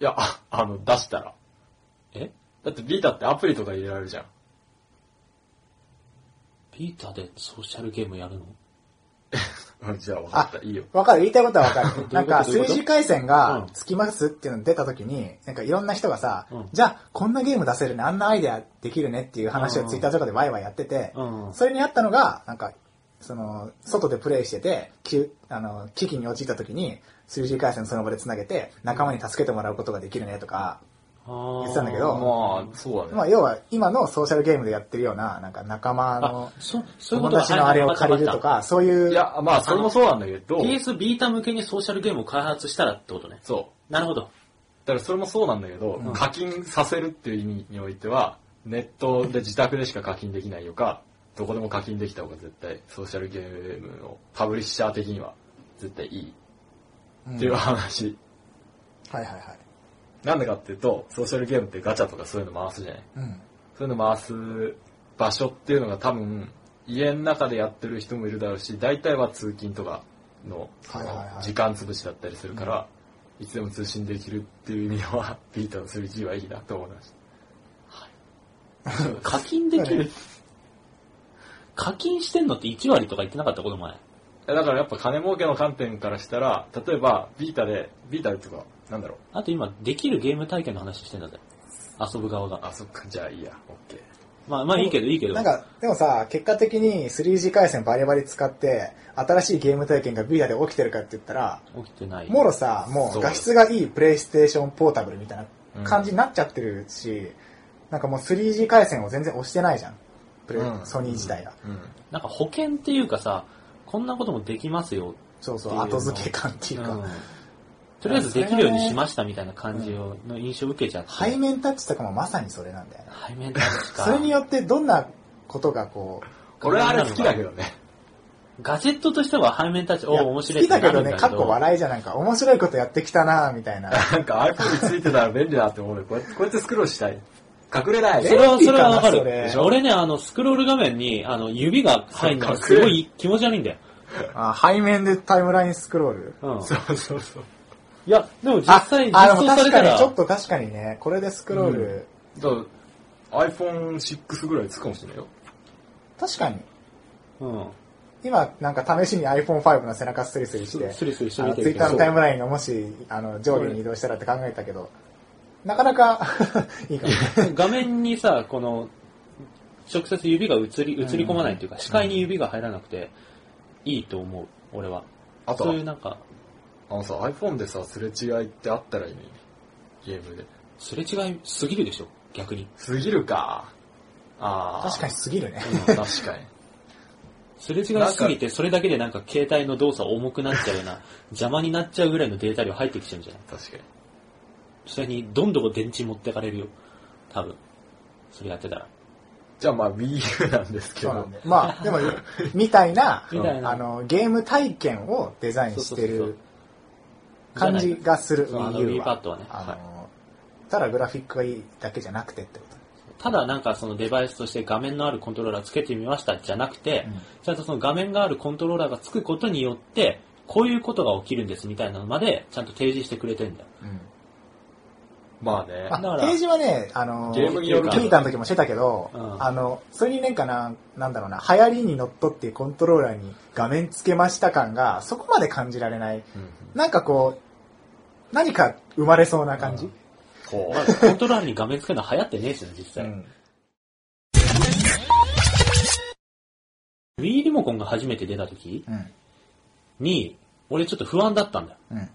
S1: いや、ああの、出したら。
S2: え
S1: だってビータってアプリとか入れられるじゃん。
S2: ビータでソーシャルゲームやるの
S1: うんじゃあ分かった、いいよ。
S3: わかる、言いたいことはわかる。なんか、
S2: どういうこと
S3: 3G 回線
S2: う
S3: が
S2: ん
S3: つきますっていうの出た時に、なんかいろんな人がさ
S2: うん、
S3: じゃあ、こんなゲーム出せるね、あんなアイデアできるねっていう話を
S2: うん
S3: ツイッターとかでワイワイやってて
S2: うん、
S3: それにあったのが、なんか、その、外でプレイしてて、きゅあの、危機に陥った時に、3G 回線その場で繋げて、仲間に助けてもらうことができるねとか、
S2: あ
S3: 言ってたんだけど
S1: まあ、そうだ
S3: まあ、
S1: ね。
S3: 要は今のソーシャルゲームでやってるような、なんか仲間の
S2: あ、、そそういうこ
S3: 友
S2: と
S3: 達のあれを借りると。
S2: はい
S3: か、そういう、
S1: いや、まあ、それもそうなんだけど、
S2: わかった PS ビータ向けにソーシャルゲームを開発したらってことね。
S1: そう。
S2: なるほど。
S1: だからそれもそうなんだけど、
S3: うん
S1: 課金させるっていう意味においては、ネットで自宅でしか課金できないよか、どこでも課金できた方が絶対、ソーシャルゲームのパブリッシャー的には絶対いい
S3: うん
S1: っていう
S3: はい
S1: 話。
S3: はいはい。
S1: なんでかっていうと、ソーシャルゲームってガチャとかそういうの回すじゃない
S3: うん。
S1: そういうの回す場所っていうのが多分、家の中でやってる人もいるだろうし、大体は通勤とかのそ
S3: はいはいは
S1: の
S3: い
S1: 時間潰しだったりするから、いつでも通信できるっていう意味では、 ビートの 3G はいいなと思いました。はい。
S2: 課金できる。課金してんのって1割とか言ってなかった、この前。
S1: いやだからやっぱ金儲けの観点からしたら、例えばビータで、ビータでとか、なんだろう。
S2: あと今、できるゲーム体験の話してんだぜ。遊ぶ側が。
S1: あ、そっか、じゃあいいや、オッケー。
S2: まあまあいいけど、いいけど。
S3: なんか、でもさ、結果的に 3G 回線バリバリ使って、新しいゲーム体験がビータで起きてるかって言ったら、
S2: 起きてない。
S3: もろさ、も
S1: そうう
S3: 画質がいいプレイステーションポータブルみたいな感じになっちゃってるし、なんかもう 3G 回線を全然押してないじゃん。プレイ
S1: うん
S3: ソニー自体が。
S1: う
S2: なんか保険っていうかさ、こんなこともできますよ。
S3: そうそう、
S2: っていうの
S3: 後付け感っていうか。
S2: うんとりあえずできるようにしましたみたいな感じをの印象を受けちゃって。
S3: 背面タッチとかもまさにそれなんだよね。
S2: 背面だしか。
S3: それによってどんなことがこ
S1: ん。俺あれ好きだけどね。
S2: ガジェットとしては背面タッチ、
S3: う、
S2: お
S3: いや
S2: お、面
S3: 好
S2: 白いっ
S3: き
S2: てな
S3: だ
S2: る
S3: け
S2: んだ
S3: ど
S2: け
S3: ね、
S2: ど。
S3: かっこ笑いじゃなんか、面白いことやってきたなぁみ たいな。
S1: なんか iPhone についてたら便利だって思うね。こうやって、こうやってスクロールしたい。隠れない。
S2: それは、それはわか
S3: 便利かな
S2: る
S3: そ。れ
S2: 俺ね、あの、スクロール画面に、あの、指が入るのがすごい気持ち悪いんだよ。
S3: あ背面でタイムラインスクロール。
S2: うん。
S1: そうそうそう。
S2: いや、でも実
S3: あ、
S2: 際、実
S3: あでも
S2: 装され
S3: 確
S2: た
S3: かに、
S2: ら
S3: ちょ、っと確かにね、これでスクロール、
S1: だから iPhone6 ぐらいつくかもしれないよ。
S3: 確かに。
S2: うん。
S3: 今、なんか試しに iPhone5 の背中スリスリして、
S2: スリスリして
S3: あ
S2: み
S3: の
S2: て
S3: ツイ
S2: る
S3: ッ
S2: け
S3: ターのタイ
S2: ど。
S3: ムラインがもし、あの、上下に移動したらって考えたけど、なかなか、 いいかもね。
S2: 画面にさ、この、直接指が映り、映り込まないっていうか、視界に指が入らなくて、いいと思う、俺は。
S1: あと
S2: そ
S1: は
S2: ういうなんか、
S1: あのさ、iPhone でさ、すれ違いってあったらいいね。ゲームで。
S2: すれ違いすぎるでしょ、逆に。
S1: すぎるか。ああ。
S3: 確かにすぎるね。
S1: に。確かに。
S2: すれ違いすぎて、それだけでなんか携帯の動作重くなっちゃうよう な、邪魔になっちゃうぐらいのデータ量入ってきちゃうんじゃない
S1: 確かに。
S2: それに、どんどん電池持ってかれるよ。多分。それやってたら。
S1: じゃあまあ Wii U なんですけ
S3: そうな
S1: ど
S3: ん。で。まあ、でも、みたいな、
S2: みたいな
S3: あの、ゲーム体験をデザインして
S2: そうそうそう
S3: る感じがする、
S2: そうあの
S3: Wii U は。
S2: Wii Pad はね
S3: あの、ただグラフィックがいいだけじゃなくてってこと。
S2: ただなんかそのデバイスとして画面のあるコントローラーつけてみましたじゃなくて、ちゃんとその画面があるコントローラーがつくことによって、こういうことが起きるんですみたいなのまでちゃんと提示してくれてんだよ。
S3: うん。
S1: まあね。
S3: あ、
S2: だから
S3: ページはね、あの、
S1: ゲームによる
S2: けど
S3: ピーターの時もしてたけど、
S2: うん
S3: あの、それになんかな、なんだろうな、流行りに乗っとってコントローラーに画面つけました感が、そこまで感じられない。
S1: うん
S3: なんかこう、何か生まれそうな感じ。
S1: こ
S2: まあコントローラーに画面つけるの流行ってねえしな、実際。
S3: うん
S2: Wii リモコンが初めて出た時
S3: うん。
S2: に、俺ちょっと不安だったんだよ。
S3: うん。うん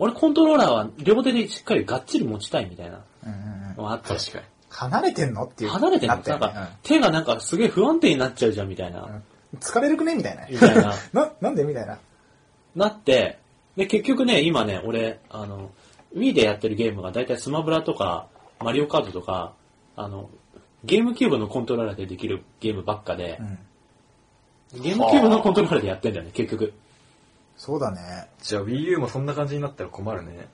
S2: 俺コントローラーは両手でしっかりがっちり持ちたいみたいな
S3: うんうん。
S2: のがあっ
S1: う
S2: て、
S1: 確かに。
S3: 離れてんのっていう。
S2: 離れてる
S3: な
S2: の、
S3: った
S2: な
S3: よ
S2: ん
S3: ね
S2: か手がなんかすげえ不安定になっちゃうじゃんみたいな、
S3: うんうん疲れるくねみたいな。
S2: みたいな。
S3: な、なんでみたいな。
S2: なって、で、結局ね、今ね、俺、あの、Wii でやってるゲームが大体スマブラとか、マリオカートとか、あの、ゲームキューブのコントローラーでできるゲームばっかで
S3: う、ん。
S2: ゲームキューブのコントローラーでやってんだよね、結局。
S3: そうだね。
S1: じゃあ Wii U もそんな感じになったら困るね。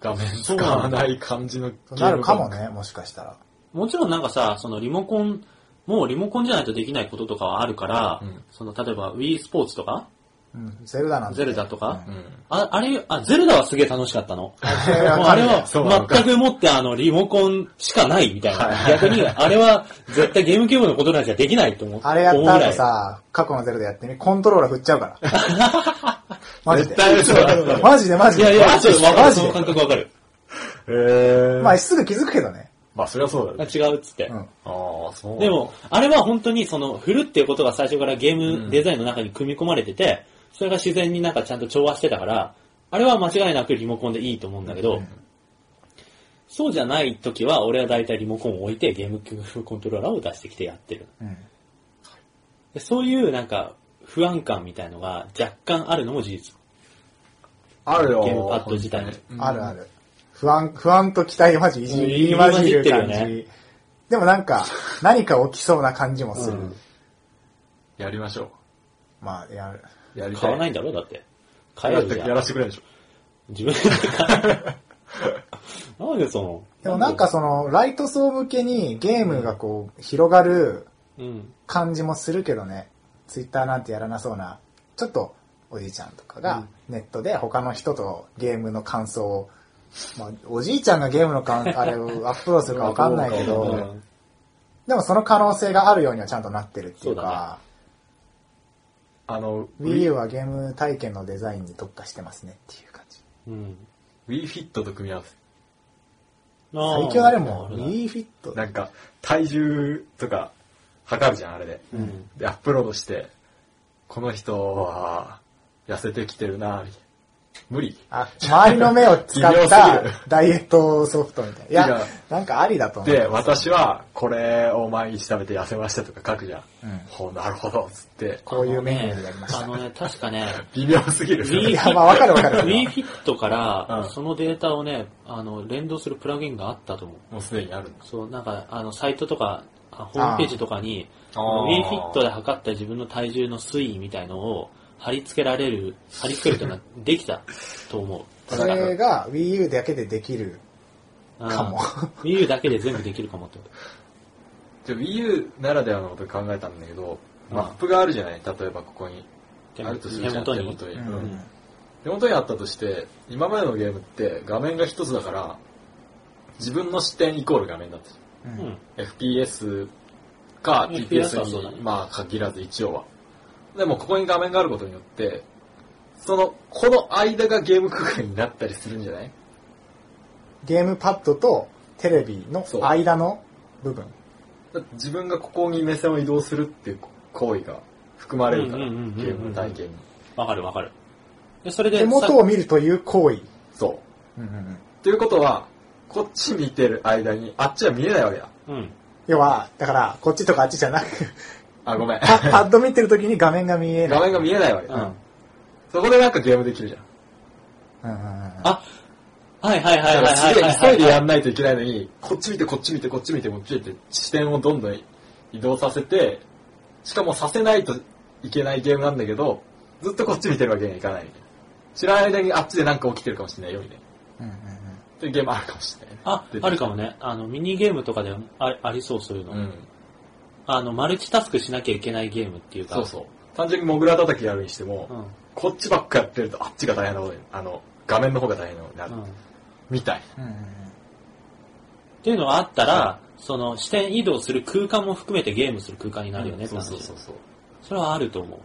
S1: 画面使
S2: そうな
S1: わ
S2: んだ
S1: ない感じのゲーム
S3: なるかも
S1: ばっか。
S3: ね、もしかしたら。
S2: もちろんなんかさ、そのリモコン、もうリモコンじゃないとできないこととかはあるから、
S1: うん
S2: その、例えば Wii スポーツとか、
S3: うん。ゼルダなんて
S2: ゼルダとか
S3: うん
S1: うん。
S2: あ、あれ、あ、ゼルダはすげえ楽しかったの。
S3: それ
S2: もう
S3: わか
S2: あ
S3: る
S2: れ
S3: よ
S2: は
S1: そうなのか
S2: 全くもってあのリモコンしかないみたいな。逆にあれは絶対ゲームキューブのことなんじゃできないと思う。
S3: あれやっ
S2: 思う
S3: た
S2: ぐら
S3: 後
S2: い。
S3: さ、過去のゼロでやってみ、コントローラー振っちゃうから。マジで
S1: 絶。対嘘だ。
S3: マジでマジ
S2: いや
S3: で。
S2: いや、ちょっとわか
S3: マ
S2: る。
S3: ジ
S2: そ
S3: で
S2: の。感覚わかる。
S1: えー。
S3: ま
S1: ま
S3: あ、
S1: あ、
S3: すぐ気づくけどね。
S1: そりゃそうだ
S2: あ
S1: ね。
S2: 違うっつって。
S3: うん。
S1: ああ、そうなんだ
S2: でも、、あれは本当にその、振るっていうことが最初からゲームデザインの中に組み込まれてて、それが自然になんかちゃんと調和してたから、あれは間違いなくリモコンでいいと思うんだけど、そうじゃない時は俺は大体リモコンを置いてゲームキューブコントローラーを出してきてやってる。
S3: うん。
S2: でそういうなんか不安感みたいのが若干あるのも事実。
S1: あるよ。
S2: ゲームパッド自体に
S1: うん
S3: あるある。不安、不安と期待マジいじ、入り混じる
S2: 入り混
S3: 感
S2: じってる
S3: じ。でもなんか、何か起きそうな感じもする。
S1: やりましょ
S3: まあ、やる。
S1: う。やりたい。
S2: 買わないんだろだって。買え
S1: だ
S2: よ
S1: っ
S2: う
S1: て
S2: じゃ
S1: や
S2: ん
S1: らせてくれるでしょ。
S2: 自分で買 う。なんでその。
S3: でもなんかその、ライト層向けにゲームがこう、広がる
S2: うん。
S3: 感じもするけどね。ツイッターなんてやらなそうな。ちょっと、おじいちゃんとかがネットで他の人とゲームの感想を、まあ、おじいちゃんがゲームの感あれをアップロードするかわかんないけ
S2: う
S3: ど、
S2: ん
S3: でもその可能性があるようにはちゃんとなってるっていう
S2: そうだ
S3: か、
S1: あの、
S3: Wii U はゲーム体験のデザインに特化してますねっていう感じ。
S2: うん。
S1: WeFit と組み合わせ。
S2: あー
S3: 最強あれも
S2: なるほど
S3: Wii Fit
S1: な
S3: だ
S1: んか、体重とか、測るじゃん、あれで。
S2: うん
S1: で、アップロードして、この人は、痩せてきてるな、みたいな。無理。
S3: あ、周りの目を使っ
S1: 微妙すぎる
S3: たダイエットソフトみたいな。い
S1: い
S3: や
S1: や、
S3: なんかありだと思う。
S1: で、私は、これを毎日食べて痩せましたとか書くじゃん。
S3: うん
S1: ほう、なるほど、つって。
S3: こういうメニューでやりまし
S2: あ
S3: た。
S2: のね、確かね、
S1: 微妙すぎる。
S3: い
S2: Wii
S3: や、まあわかるわかる。
S2: Wii Fit から、
S1: うん
S2: そのデータをね、あの、連動するプラグインがあったと思う。
S1: もうすでにあるんだ。
S2: そう、なんか、あの、サイトとか、あホームページとかに、
S1: あー
S2: ー WeFit で測った自分の体重の推移みたいのを貼り付けられる、貼り付けるというのができたと思う。
S3: それが Wii U だけでできる。かも
S2: うん。Wii U だけで全部できるかもってこ
S1: じ
S2: と。
S1: ゃあ Wii U ならではのこと考えたんだけど、
S2: うん
S1: マップがあるじゃない例えばここに。
S2: 手
S1: あるとするじゃん、
S2: 手元
S1: 手
S2: に
S1: 元に。
S3: う
S1: うん
S3: ん。
S1: 手元にあったとして、今までのゲームって画面が一つだから、自分の視点イコール画面だったじゃん
S3: う。
S2: うんん。
S1: FPS か
S2: FPS はそうだ
S1: TPS
S2: ね
S1: に、まあ限らず一応は。でもここに画面があることによって、その、この間がゲーム空間になったりするんじゃない
S3: ゲームパッドとテレビの
S1: そう
S3: 間の部分。
S1: だって自分がここに目線を移動するっていう行為が含まれるから、ゲ
S2: うんうんうんうんうん
S1: ームの体験に。
S2: わかるわかる。で、それで、
S3: 手元を見るという行為。
S1: そう。
S3: うんうんうん
S1: ということは、こっち見てる間に、あっちは見えないわけだ。
S2: さうん。
S3: 要は、だから、こっちとかあっちじゃなく、
S1: あ、ごめん。
S3: パパッド見てる時に画面が見え
S1: 画
S3: ない。
S1: 面が見えないわけだ。
S2: うん。
S1: そこでなんかゲームできるじゃん。
S3: うんうんうんうん
S2: あ、はいはいはい
S1: だ
S2: は
S1: か
S2: い
S1: ら
S2: は
S1: す
S2: い
S1: げ
S2: は
S1: え
S2: い。
S1: 急いでやんないといけないのに、こっち見てこっち見てこっち見てこっち見て視点をどんどん移動させて、しかもさせないといけないゲームなんだけど、ずっとこっち見てるわけにはいかないみたいな。知らない間にあっちでなんか起きてるかもしれないよみたいな。
S3: うんうんうん
S1: っていうゲームあるかもしれないね。
S2: あ
S1: 出てき、た
S2: あるかもね。あの、ミニゲームとかでもあありそう、そういうの。
S1: うん。
S2: あの、マルチタスクしなきゃいけないゲームっていうか。
S1: そうそう。単純にモグラ叩きやるにしても、
S2: うん。
S1: こっちばっかやってるとあっちが大変なことに、あの、画面の方が大変なことになる。
S2: うん
S1: みたい
S3: うんうん
S2: っていうのがあったら、その視点移動する空間も含めてゲームする空間に
S1: な。
S2: なるよね、って
S1: そう
S2: 話
S1: そうそうそう。
S2: それはあると思う。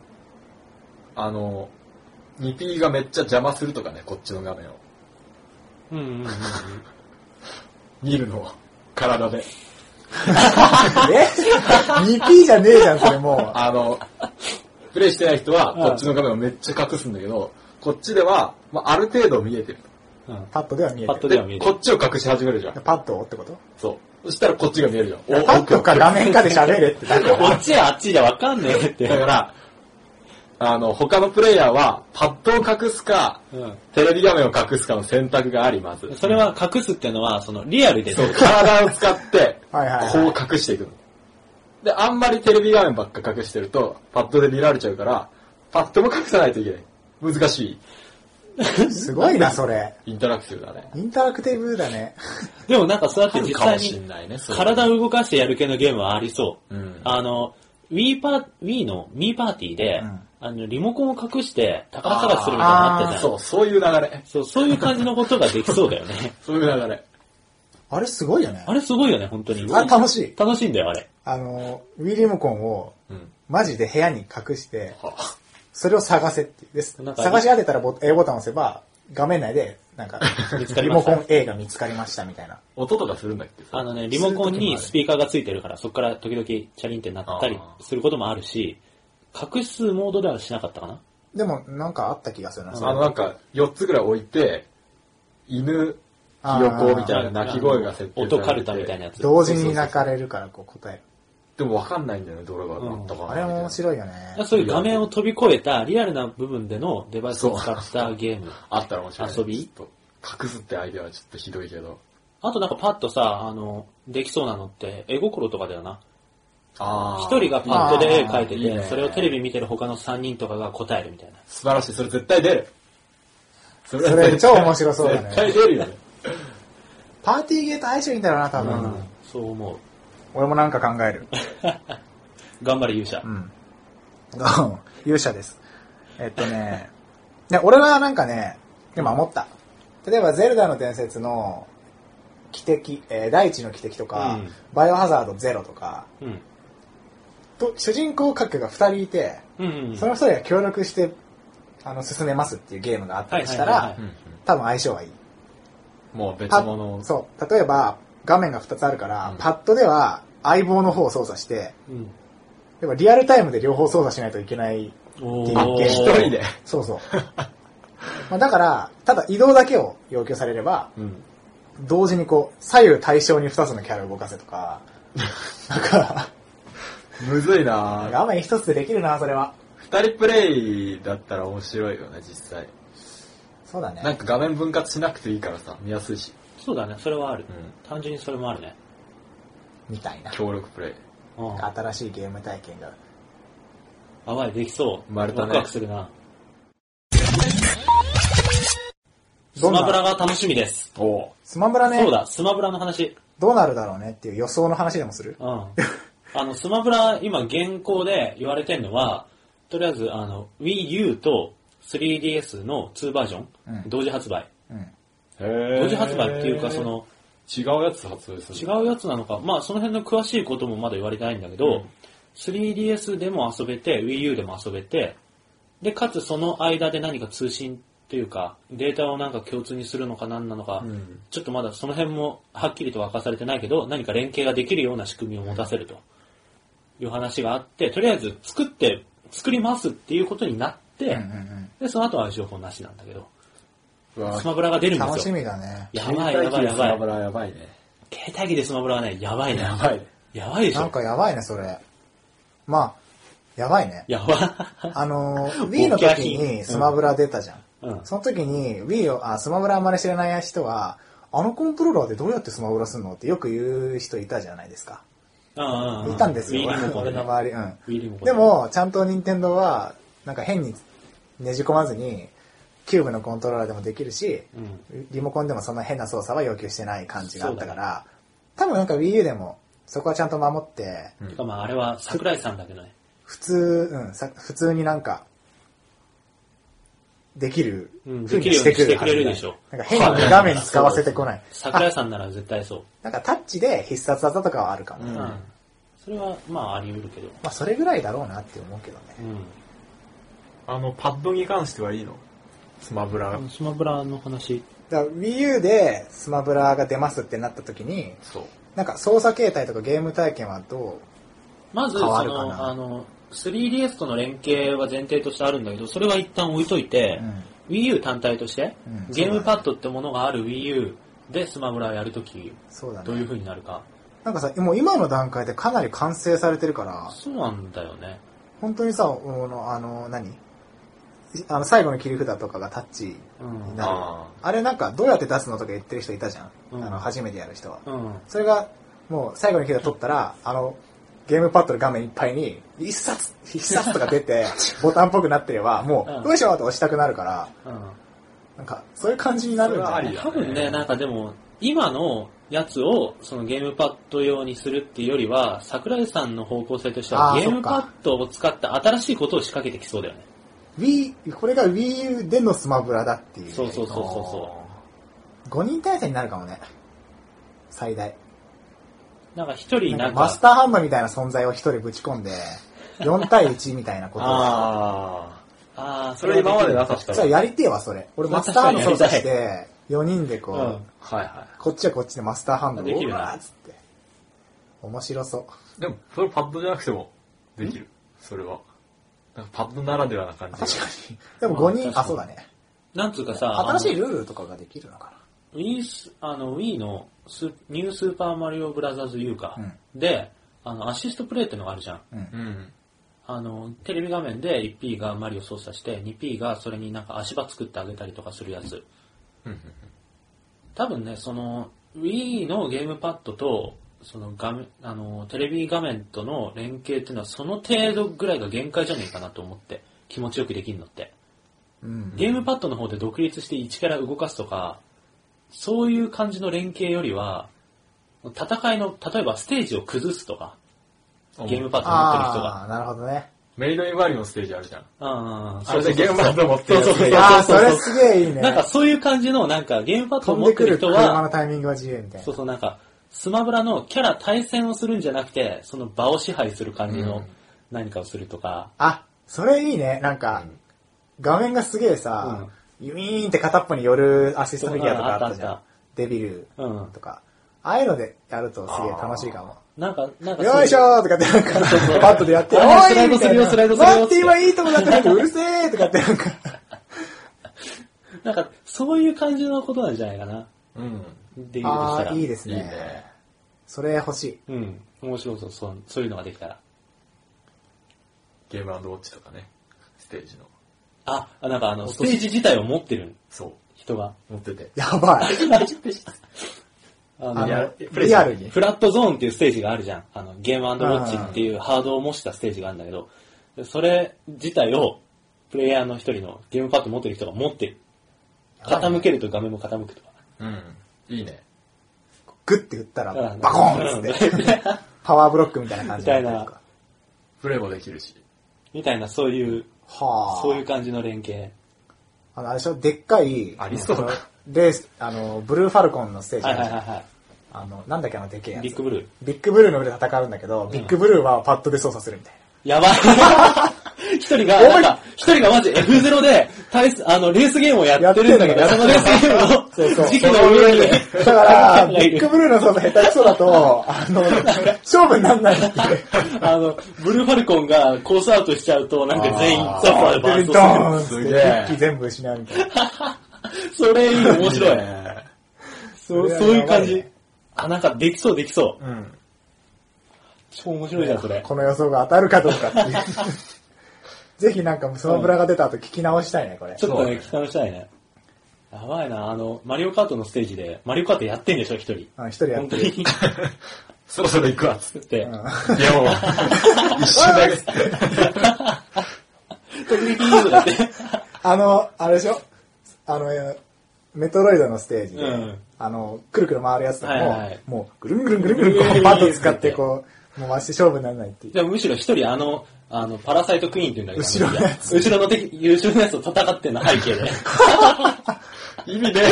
S1: あの、2P がめっちゃ邪魔するとかね、こっちの画面を。
S2: うんうんうんうん。
S1: 見るのを、体で。
S3: え ?2P じゃねえじゃん、それもう。
S1: あの、プレイしてない人は、
S2: うん
S1: こっちの画面をめっちゃ隠すんだけど、こっちでは、まあ、ある程度見えてる。
S2: うん
S3: パッドでは見え
S2: パ
S3: て
S2: ッ
S3: る
S2: ド。では見えて
S1: こ
S2: る。
S1: っちを隠し始めるじゃん。
S3: パッドをってこと
S1: そう。そしたらこっちが見えるじゃん。お
S3: パッドか画面かで喋れって。だから
S2: こっちやあっちじゃわかんねえって。
S1: だから、あの、他のプレイヤーは、パッドを隠すか、
S2: う
S1: テレビ画面を隠すかの選択があります
S2: ん。。それは隠すっていうのは、そのリアルで
S1: そう、体を使って、
S3: はいはい
S1: こ
S3: は
S1: う隠していくの。で、あんまりテレビ画面ばっか隠してると、パッドで見られちゃうから、パッドも隠さないといけない。難し
S3: い。すごいな、それ。
S1: いインタラクティブだね。
S3: インタラクティブだね。
S2: でもなんかそうやって実際
S1: あるかもしん
S2: に
S1: ないねそれ
S2: 体を動かしてやる系のゲームはありそう。
S1: うん
S2: あの、Wii パー、Wii の Wii パーティーで、
S3: うん
S2: あの、リモコンを隠して宝探しするみたいなのあったじゃん。
S1: そう、そういう流れ。
S2: そう、そういう感じのことができそうだよね。
S1: そういう流れ。
S3: あれすごいよね
S2: あ。れすごいよね、本当に。
S3: あれ楽しい。
S2: 楽しいんだよ、あれ。
S3: あの、ウィリモコンを
S1: うん。
S3: マジで部屋に隠して、
S1: はあ
S3: それを探せっていう。です
S2: なんか
S3: 探し当てたらボ A ボタンを押せば、画面内で、なんか
S2: 見つか、り
S3: リ
S2: ま
S3: モ
S2: した
S3: コン A が見つかりましたみたいな。
S1: 音とかするんだっけ
S2: あのね、リモコンにスピーカーがついてるから、そこから時々チャリンってなったりすることもあるし、隠すモードではしなかったかな
S3: でも、なんかあった気がするな、それ
S1: あのなんか、4つぐらい置いて、犬、ひよこみたいな鳴き声が設定されてて
S2: 音カルタみたいなやつ。
S3: 同時に泣かれるから、こう答える。
S1: でもわかんないんだよね、どれがなったかな。
S3: あれも面
S1: い。
S3: 白いよね。
S2: そういう画面を飛び越えたリアルな部分でのデバイスを使ったゲーム。
S1: あったら面白いね。
S2: 遊び
S1: ちょっと隠すってアイデアはちょっとひどいけど。
S2: あとなんかパッとさ、あの、できそうなのって、絵心とかだよな。
S1: あ
S2: 一人がパッとで絵描いて
S1: あーいいね
S2: て、それをテレビ見てる他の三人とかが答えるみたいな。
S1: 素晴らしい。それ絶対出る。そ
S3: それ超面白そうだね
S1: 絶対出るよね。
S3: パーティーゲーと相性いいんだろうな、多分。
S2: そう思う。
S3: 俺もなんか考える。
S2: 頑張れ勇者
S3: う。ん。どうも勇者です。えっとね、ね俺はなんかね、今思った。例えば、ゼルダの伝説の、汽笛、えー大地の汽笛とか、
S2: うん
S3: バイオハザードゼロとか、
S2: うん。
S3: と主人公格が2人いて、
S2: うんうん。
S3: その2人が協力して、あの、進めますっていうゲームがあったりしたら、
S2: はいはいはいはい
S1: うんうん
S3: 多分相性はいい。
S1: もう別
S3: パッ
S1: 物を。
S3: そう。例えば、画面が2つあるから、
S1: うん
S3: パッドでは相棒の方を操作して、
S2: うん。
S3: でもリアルタイムで両方操作しないといけない。
S2: お
S3: あ
S2: ー
S3: 一
S1: 一人で。
S3: そうそう。まあだから、ただ移動だけを要求されれば、
S1: うん。
S3: 同時にこう、左右対称に2つのキャラを動かせとか、なんか、
S1: むずいなぁ
S3: 画面1つでできるな、それは。
S1: 二人プレイだったら面白いよね、実際。
S3: そうだね。
S1: なんか画面分割しなくていいからさ、見やすいし。
S2: そうだね、それはある
S1: う。ん。
S2: 単純にそれもあるね。
S3: みたいな。
S1: 協力プレイ。
S2: うん。
S3: なんか新しいゲーム体験が。
S2: あばい、できそう。
S1: 丸太ね
S2: ワクワクするな。ス
S3: どんな
S2: マブラが楽しみです。
S1: お
S3: スマブラね
S2: そう、だ、スマブラの話。
S3: どうなるだろうねっていう予想の話でもする
S2: うん。 あの、スマブラ、今、現行で言われてるのは、とりあえず、あの、Wii U と 3DS の2バージョン、
S3: うん
S2: 同時発売。
S3: うん。
S1: へー
S2: 同時発売っていうか、そ、の、
S1: 違うやつ発売す
S2: 違
S1: る。う。
S2: うやつなのか、まあ、その辺の詳しいこともまだ言われてないんだけど、
S1: うん
S2: 3DS でも遊べて、Wii U でも遊べて、で、かつその間で何か通信っていうか、データをなんか共通にするのか何なのか、
S1: ん。
S2: ちょっとまだその辺もはっきりとは明かされてないけど、何か連携ができるような仕組みを持たせるという話があって、とりあえず作って、作りますっていうことになって、
S3: うんうん
S2: で、その後は情報なしなんだけど、
S1: うわ
S2: スマブラが出
S3: う
S2: る
S3: ん。
S2: んで
S3: 楽
S2: す
S3: し
S2: よ。
S3: みだね。
S2: やばいやばいやば
S1: スマ
S2: い
S1: ブ。ラやばいね。
S2: 携帯機でスマブラはね、やばいね。
S1: やばいね。
S2: やばいでし
S3: なん
S2: ょ。
S3: かやばいね、それ。まあ、やばいね。
S2: やば。
S3: あの ー、Wii の時にスマブラ出たじゃん。
S2: うん。
S3: その時に Wii を、あ、スマブラあんまり知らない人は、あのコントローラーでどうやってスマブラするのってよく言う人いたじゃないですか。
S2: ああ
S3: いたんですよ、
S2: ウィーリモコン
S3: 俺
S2: で
S3: の
S2: ね。
S3: 周り。うん。
S2: ウィーリモコン
S3: で、も、ちゃんと任天堂は、なんか変にねじ込まずに、キューブのコントローラーでもできるし、
S2: うん。
S3: リモコンでもそんな変な操作は要求してない感じがあった
S2: そ
S3: か
S2: う
S3: ら、多分なんか Wii U でも、そこはちゃんと守って、
S2: てかまああれは桜井さんだけどね。
S3: 普通、うん、さ普通になんか、できる
S2: うん
S3: 風にしてくるはずだ
S2: できるようにしてくれるでしょ
S3: なんか変に画面使わせてこない。
S2: 桜井さんなら絶対そう。
S3: なんかタッチで必殺技とかはあるかも。
S1: うん
S3: ま
S2: うん。それはまああり得るけど。
S3: あそれぐらいだろうなって思うけどね。
S2: うん。
S1: あの、パッドに関してはいいのスマブラ
S2: スマブラの話。
S3: だから Wii U でスマブラが出ますってなった時に、
S1: そう。
S3: なんか操作形態とかゲーム体験はど
S2: まず、
S3: 変わ
S2: そ
S3: るかな、
S2: の、あの、3DS との連携は前提としてあるんだけど、それは一旦置いというて
S3: う、ん、
S2: Wii U 単体として、
S3: うん
S2: ゲームパッドってものがある Wii U でスマブラをやるとき、
S3: そうだ
S2: どういう
S3: ね。
S2: 風になるか。
S3: なんかさ、もう今の段階でかなり完成されてるから、
S2: そうなんだよね。
S3: 本当にさ、もうあの、あの何あの、最後の切り札とかがタッチ
S2: うん。
S3: なる
S1: あ
S3: あれなんかどうやって出すのとか言ってる人いたじゃん。
S2: うん
S3: あの初めてやる人は。
S2: うん。
S3: それがもう最後に聞いた取ったら、あの、ゲームパッドの画面いっぱいに、一冊、必殺とか出 て、ボタンっぽくなってれば、も
S2: うん
S3: う、どうしようと押したくなるから、
S2: うん。
S3: なんか、そういう感じになるんじゃ
S1: それはあ
S3: な
S1: り
S3: い
S1: だ
S2: 多分ね、なんかでも、今のやつをそのゲームパッド用にするっていうよりは、桜井さんの方向性としては、
S3: あー
S2: ゲームパッドを使った新しいことを仕掛けてきそうだよね。
S3: Wii、これが Wii U でのスマブラだっていう。
S2: そうそう
S1: ー
S2: そうそうそ
S3: 5人体制になるかもね。最大。
S2: う。なんか一人
S3: な
S2: なんん
S3: かマス
S2: か、
S3: ターハンマーみたいな存在を一人ぶち込んで、4対1みたいなことをさ
S1: あ
S2: ああ、
S1: あ。それ今までなかっ
S2: そ
S1: た
S3: じゃあ
S1: わ
S3: やりてえわ、それ。俺マスターハンド操作して、4人でこう、
S2: うん
S1: はいは
S3: こっちはこっちでマスターハンド
S2: できるな
S3: うわーっつって。面白そう。
S1: い。でも、それパッドじゃなくても、できる。それは。なんかパッドならではな感じが。
S3: 確かに。でも5
S2: う
S3: 人、
S2: ん
S3: あ、そうだね。
S2: なんつうかさ、
S3: 新しいルールとかができるのか
S2: ウィース、あの、Wii のスニュースーパーマリオブラザーズ U か、
S3: う
S2: で、あの、アシストプレイってのがあるじゃん。
S3: な。うん。
S1: うん。
S2: あの、テレビ画面で 1P がマリオ操作して、2P がそれになんか足場作ってあげたりとかするやつ。
S1: うん
S2: 多分ね、その、Wii のゲームパッドと、その画面、あの、テレビ画面との連携っていうのは、その程度ぐらいが限界じゃねえかなと思って、気持ちよくできるのって。
S3: うん。
S2: ゲームパッドの方で独立して一から動かすとか、そういう感じの連携よりは、戦いの、例えばステージを崩すとか、
S1: うん
S2: ゲームパッド持ってる人が、
S3: あー、なるほどね。
S1: メイドインワリのステージあるじゃん。
S2: ああ、
S1: あれでゲームパッド持って
S2: そうそうそう
S3: ああ、それすげえいいね。
S2: なんかそういう感じの、なんかゲームパッドを
S3: 飛ん
S2: 持っ
S3: で
S2: て
S3: く
S2: る
S3: る
S2: 人
S3: 車
S2: は
S3: の、タイミングが自由みたい
S2: そ
S3: な
S2: う。そうなんか、スマブラのキャラ対戦をするんじゃなくて、その場を支配する感じの何かをするとか、
S3: あ、それいいね。なんか、画面がすげえさ、ユイーンって片っぽに寄るアシストフィギュアとかあったじゃ
S2: うんあ
S3: ん
S2: った。
S3: デビル
S2: うん
S3: とか。ああいうのでやるとすげえ楽しいかも。
S2: なんか、なんかそうう、
S3: よいしょーとかってなんか、パッドでやって、お
S2: あスラ
S3: い
S2: イド
S3: み
S2: す
S3: た
S2: る
S3: い
S2: よ
S3: な
S2: スライドするよ
S3: 待って、今いいとこだったけど、うるせえとかっ てなんか、
S2: なんか、そういう感じのことなんじゃないかな。
S1: うん。
S2: できるとした
S3: あ
S2: ら。
S3: あ、いいです
S1: いい
S3: ね
S1: ね。
S3: それ欲しい。
S2: うん。面白そう、そう、そういうのができたら。
S1: ゲームウォッチとかね。ステージの。
S2: あ、あなんかあの、ステージ自体を持ってる
S1: そ
S2: 人 が。
S1: う。持ってて。
S3: やばい。
S2: あ
S3: あ
S2: の、
S1: や
S3: の、
S1: プレイ
S3: リアルに。
S2: フラットゾーンっていうステージがあるじゃん。あの、ゲームウォッチっていうハードを模したステージがあるんだけど、それ自体を、プレイヤーの一人のゲームパッド持ってる人が持ってる。傾けると画面も傾くとか。
S1: うん。いいね。
S3: グッて振った
S2: だから
S3: ら、バコーンっつって、
S2: うん
S3: パワーブロックみたいな感じにってる
S2: みたいな
S3: か
S1: プレイもできるし。
S2: みたいな、そういう、
S3: はあ。
S2: そういう感じの連携。
S3: あの、あれでしょ、でっかい、
S1: ありそうだ
S3: あのレース、あの、ブルーファルコンのステージ
S2: は
S3: あ
S2: い
S3: るじ
S2: はい
S3: ゃん、
S2: は
S3: あの、なんだっけ、あの、でけえ
S2: いは
S3: や
S2: い。ビ
S3: つ。
S2: ッグブルー。
S3: ビッグブルーの上で戦うんだけど、ビッグブルーはパッドで操作するみたい
S2: やばい。 一人が、なんか、一人がマジ F0 で、対す、あの、レースゲームをやってるんだけど、
S3: やっ
S2: そ
S3: て
S2: の
S3: ん
S2: レ
S3: だ
S2: ースゲームの、
S3: そうそう
S2: 時期の上に、
S3: な。だから、
S2: 神がい
S3: ビッ
S2: る
S3: グブルーの操作下手くそだと、あ の、勝負になんないっていう。
S2: あの、ブルーファルコンがコースアウトしちゃうと、なんか全員
S1: あー
S2: ザファーバース
S3: ド
S2: ト
S3: ーンっつ
S1: すげ
S3: って、
S1: え
S3: デッキ全部失うみたいな。
S2: する。それいい、 面白い。
S1: ね
S2: そう、
S3: それはやばいね
S2: そういう感じ。あ、なんかできそうできそう。
S1: うん。
S2: 超面白いじゃん、それ。
S3: この予想が当たるかどうかって いう。ぜひなんか、スマブラが出た後聞き直したいね、これ
S2: ち。ょっとね、
S1: そう
S2: 聞き直したいね。やばいな、あの、マリオカートのステージで、マリオカートやってんでしょ、一人。
S3: うん一人やっ
S2: 本当
S3: て
S2: に。
S3: る。
S1: そろそろ行くわ、つっ
S2: って、
S1: て。ゲームを。 一瞬だけ。
S2: 突撃ニーズだって。
S3: あの、あれでしょあの、えーメトロイドのステージで、
S2: うん
S3: あの、くるくる回るやつとかも、
S2: はいはい
S3: もう、ぐるんぐるんぐるんぐるん、こう、パッと使って、こう、もう回して勝負にならないっていう。
S2: でもむしろ一人あの、あの、パラサイトクイーンっていうんだけど、
S3: 後ろのやつ
S2: 後ろの敵、後ろのやつと戦ってんの背景で。
S1: 意味で。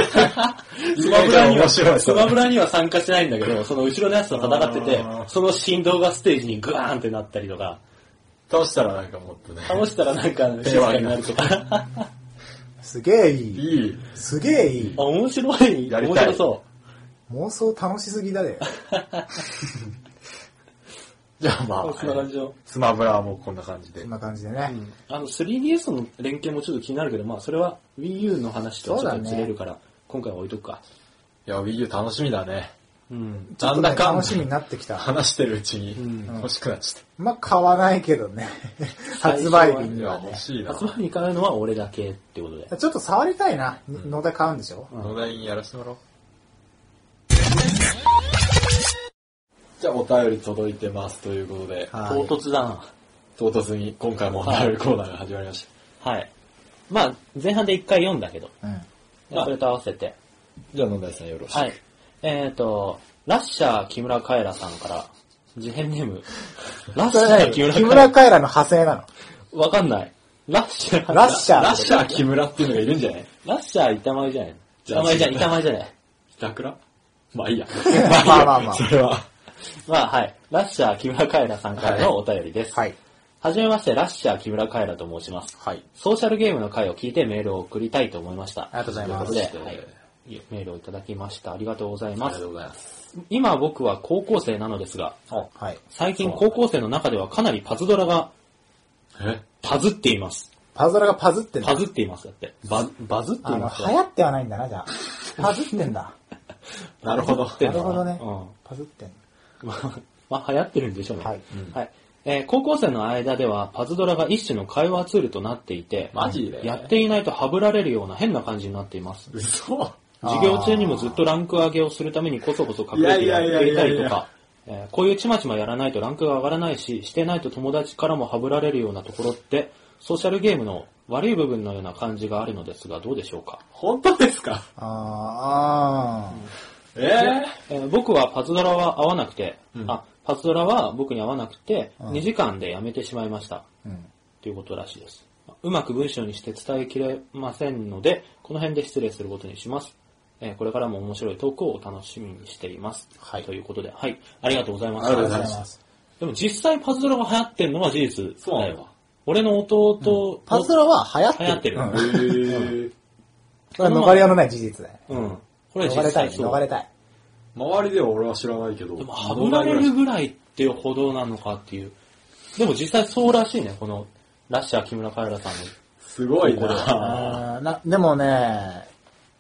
S2: スマブラに
S1: 面
S2: は、
S1: 白い。
S2: スマブラには参加してないんだけど、その後ろのやつと戦ってて
S1: あ、ー
S2: その振動がステージにグワーンってなったりとか、
S1: 倒したらなんかもっとね。
S2: 倒したらなんか静かになるとか。
S3: すげえいい。
S1: いい。
S3: すげえいい
S2: あ、。面白い。
S1: やり
S2: 面
S1: たい
S2: 白そ
S3: 妄想楽しすぎだね。
S1: じゃあま
S2: う。そんな
S1: あ
S2: 感、じの。
S1: スマブラはもうこんな感じで
S3: こん。な感じでね。
S2: あの、3DS の連携もちょっと気になるけど、まあ、それは Wii U の話とはちょっとずれるから、今回は置いとくか。
S1: いや、Wii U 楽しみだね。
S2: うん。
S3: ちょっ
S1: な
S3: とね
S1: んだかんだ
S3: 楽しみになってきた。
S1: 話してるうちに
S2: うん
S1: 欲しくなっちゃっ
S3: まあ、買わないけど ね。
S2: 最
S3: 発
S2: 初は
S3: 売日
S1: た。い
S3: に
S1: や
S3: は、ね
S1: 欲。しいな
S2: 集。まりに行かないのは俺だけってことで。
S3: ちょっと触りたいな。ので買うんでしょ、
S1: 野田にやらせてもらおう。じゃあお便り届いてますということで、
S3: はい
S2: 唐突だな。
S1: 唐突に今回もお便りコーナーが始まりまし
S2: はい。まあ、前半で一回読んだけど、
S3: うん。
S2: まあそれと合わせて。
S1: た。じゃあ野田さんよろしく。
S2: はい。えっ、ー、と、ラッシャー木村カエラさんから、事変ネーム、ラッシ
S3: それ
S2: ャー
S3: ね
S2: 木村
S3: 木
S2: カエ
S3: 村
S2: ラ。
S3: カエラの派 生なの。
S2: わかんない。ラッシャー。
S3: ラッシャー。
S1: ラッシャー木村っていうのがいるんじゃない
S2: ラッシャー板前じゃない
S1: じゃ
S2: 板
S1: あ
S2: 前じゃない、板前じゃない。
S1: 板倉まあいいや。
S3: まあまあまあ
S1: それは。
S2: まあはい。ラッシャー木村カエラさんからのお便りです。
S3: はい。
S2: はじめまして、ラッシャー木村カエラと申します。
S1: はい。
S2: ソーシャルゲームの回を聞いてメールを送りたいと思いました。
S3: ありがとうございます
S2: ということで、はいメールをいただきました。ありがとうござい
S1: あり
S2: ま
S1: が
S2: す
S1: とう。ございます。
S2: 今僕は高校生なのですが、
S3: はい。
S2: 最近高校生の中ではかなりパズドラが
S1: え
S2: パズっています。
S3: パズドラがパズってんだ
S2: パ。ズっています、だって。ババズって
S3: あ
S2: い
S3: の、
S2: ます
S3: 流行ってはないんだな、 じゃあ。パズってんだ。
S1: なるほど。
S3: なるほどね。
S2: う
S3: パズってん
S2: ん。 まあ流行ってるんでしょうね。
S3: はい
S2: はいえー高校生の間ではパズドラが一種の会話ツールとなっていて、
S1: マジで
S2: やっていないとハブられるような変な感じになっています。
S1: 嘘
S2: 授業中にもずっとランク上げをするためにこそこそ隠れて
S1: い
S2: や
S1: や
S2: っ
S1: いやい
S2: て
S1: や
S2: い
S1: いや
S2: た
S1: い
S2: り
S1: や
S2: とか、えーこういうちまちまやらないとランクが上がらないし、してないと友達からもハブられるようなところって、ソーシャルゲームの悪い部分のような感じがあるのですが、どうでしょうか、
S1: 本当ですか
S3: あーあ
S1: え
S2: えー僕はパズドラは合わなくて、あ、パズドラは僕に合わなくて、
S3: うん
S2: 2時間でやめてしまいました。
S3: うん。
S2: ということらしいです。うまく文章にして伝えきれませんので、この辺で失礼することにします。えーこれからも面白いトークをお楽しみにしています。はい。ということで、はい。ありがとうございました。
S1: ありがとうご
S3: あ
S1: ざ
S3: り
S1: い
S3: がとうご
S1: ま
S3: ざい
S1: す
S3: ます。
S2: でも実際パズドラが流行ってるのは事実
S1: そう
S2: だ
S1: なんだ
S2: よ。俺の弟、
S3: パズドラは流行ってる。
S2: 流行ってる
S3: う
S1: へ
S3: ん。
S1: ー
S3: それは逃れようのない事実だよ。
S2: うん。これは
S3: 逃
S2: 実
S3: れた
S2: 際
S3: い、
S2: そう。
S3: 逃れたい。
S1: 周りでは俺は知らないけど。
S2: でも、はぶられるぐらいっていうほどなのかっていう。でも実際そうらしいね、この、ラッシャー木村カエラさんの。
S1: すごい
S2: あ
S1: な。
S2: ー
S3: うんなでもね、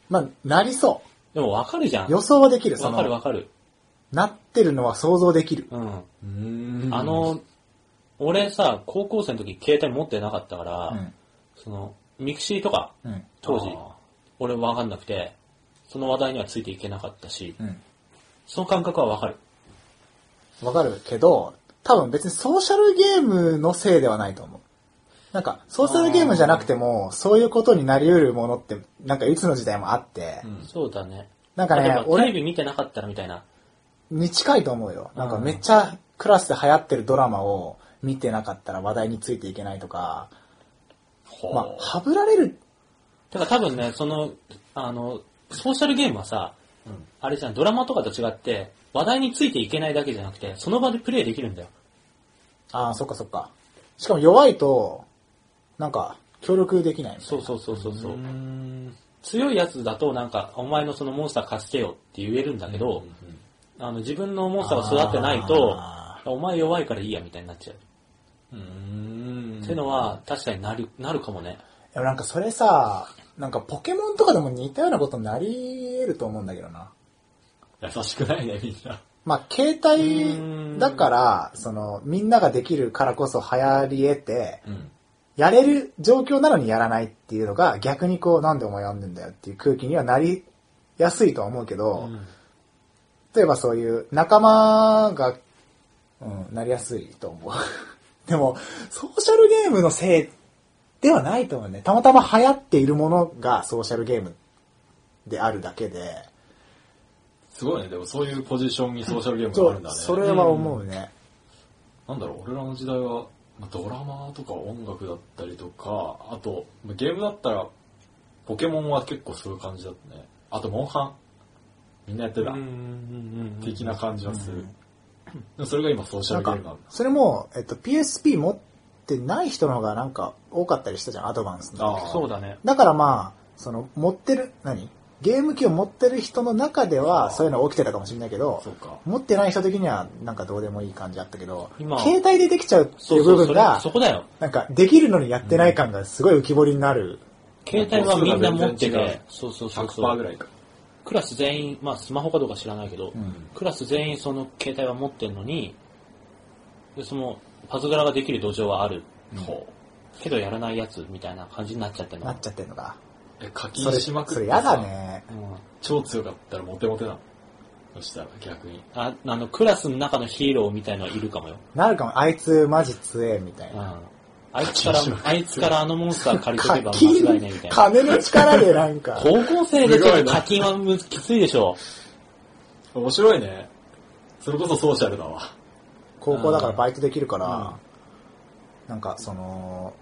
S3: まあ、なりそ
S2: でもわかるじゃん。
S3: う。予想はできる。そ
S2: わかる
S3: の、
S2: わかる。
S3: なってるのは想像できる。
S2: うん。
S1: うーん
S2: あ、の、俺さ、高校生の時携帯持ってなかったから、
S3: うん。
S2: その、ミクシーとか、
S3: うん。
S2: 当時
S1: あ、
S2: 俺わかんなくて、その話題にはついていけなかったし、
S3: うん。
S2: その感覚はわかる。
S3: わかるけど、多分別にソーシャルゲームのせいではないと思う。なんか、ソーシャルゲームじゃなくても、そういうことになり得るものって、なんかいつの時代もあって、
S1: うん
S2: そうだね。
S3: なんか
S2: 例え
S3: ね
S2: ば、テレ
S3: 俺
S2: ビ見てなかったらみたいな。
S3: に近いと思うよ。なんか
S2: うん
S3: めっちゃクラスで流行ってるドラマを見てなかったら話題についていけないとか、
S2: ほ
S3: まあ、はぶられる。
S2: だから多分ね、その、あの、ソーシャルゲームはさ、
S1: うん
S2: あれじゃん、ドラマとかと違って、話題についていけないだけじゃなくて、その場でプレイできるんだよ。
S3: ああ、そっかそっか。しかも弱いと、なんか、協力できないみたいな
S2: そうそうそうそうそう
S1: うー。ん
S2: 強いやつだと、なんか、お前のそのモンスター貸してよって言えるんだけど、あの、自分のモンスターが育ってないと、
S3: あ
S2: お前弱いからいいやみたいになっちゃう。
S1: うーん
S2: っていうの、は、確かになる、なるかもね。
S3: でもなんかそれさ、なんかポケモンとかでも似たようなことになり得ると思うんだけどな。
S1: 優しくないね、みんな。
S3: まあ、携帯だから、その、みんなができるからこそ流行り得て、
S1: うん。
S3: やれる状況なのにやらないっていうのが、逆にこう、なんでお前やんねんだよっていう空気にはなりやすいとは思うけど、例えばそういう仲間が、うん、なりやすいと思う。 でも、ソーシャルゲームのせいではないと思うね。たまたま流行っているものがソーシャルゲームであるだけで、
S1: すごいね、でもそういうポジションにソーシャルゲーム
S3: そ
S1: があるん
S3: う
S1: だ、ね。
S3: それは思うね。
S1: なんだろう、俺らの時代は、まあドラマとか音楽だったりとか、あと、まあゲームだったら、ポケモンは結構そういう感じだったね。あと、モンハン。みんなやってた。的な感じはする。でもそれが今ソーシャ
S3: なん
S1: ルゲー
S3: か
S1: ムなんだ、。
S3: それも、えっと、PSP 持ってない人の方がなんか多かったりしたじゃん、アドバンスの。
S1: あ
S2: そうだね。
S3: だからまあ、その、持ってる、何ゲーム機を持ってる人の中では、そういうの起きてたかもしれないけど、
S1: そうか。
S3: 持ってない人的にはなんかどうでもいい感じだったけど、
S2: 今
S3: 携帯でできちゃうって
S2: そ
S3: いうう
S2: そ
S3: 部
S2: う、そ
S3: 分
S2: れ
S3: が、
S2: そこだよ。
S3: なんかできるのにやってない感がすごい浮き彫りになる。
S2: 携帯はみんな持って
S1: まあ個数が全然違
S2: て
S1: う、
S2: そうそうそうそ
S1: 100%ぐ
S2: う。
S1: らいか。
S2: クラス全員、まあスマホかどうか知らないけど、
S3: ん。
S2: クラス全員その携帯は持ってんのに、でその、パズドラができる土壌はある。
S1: ほ
S2: けどやらないやつみたいな感じになっちゃってるの。
S3: なっちゃってるのか。
S1: う。え、課
S3: そ
S1: 金
S3: れ、
S1: しまく
S3: そ
S1: っ
S3: れ
S1: て
S3: や
S1: さ
S3: だね。
S2: うん
S1: 超強かったらモテモテなの。そしたら逆に。
S2: ああの、クラスの中のヒーローみたいのはいるかもよ。
S3: なるかも、あいつマジ強えみたいうな。
S2: ん。あいつから、あいつからあのモンスター借りとけ
S3: 課
S2: ば
S3: 金
S2: 間違いないみたい、な。
S3: 金の力でなんか、
S2: 高校生でちょっと課金はむきついでしょ。
S1: 面白いね。それこそソーシャルだわ。
S3: 高校だからバイトできるから、なんかその、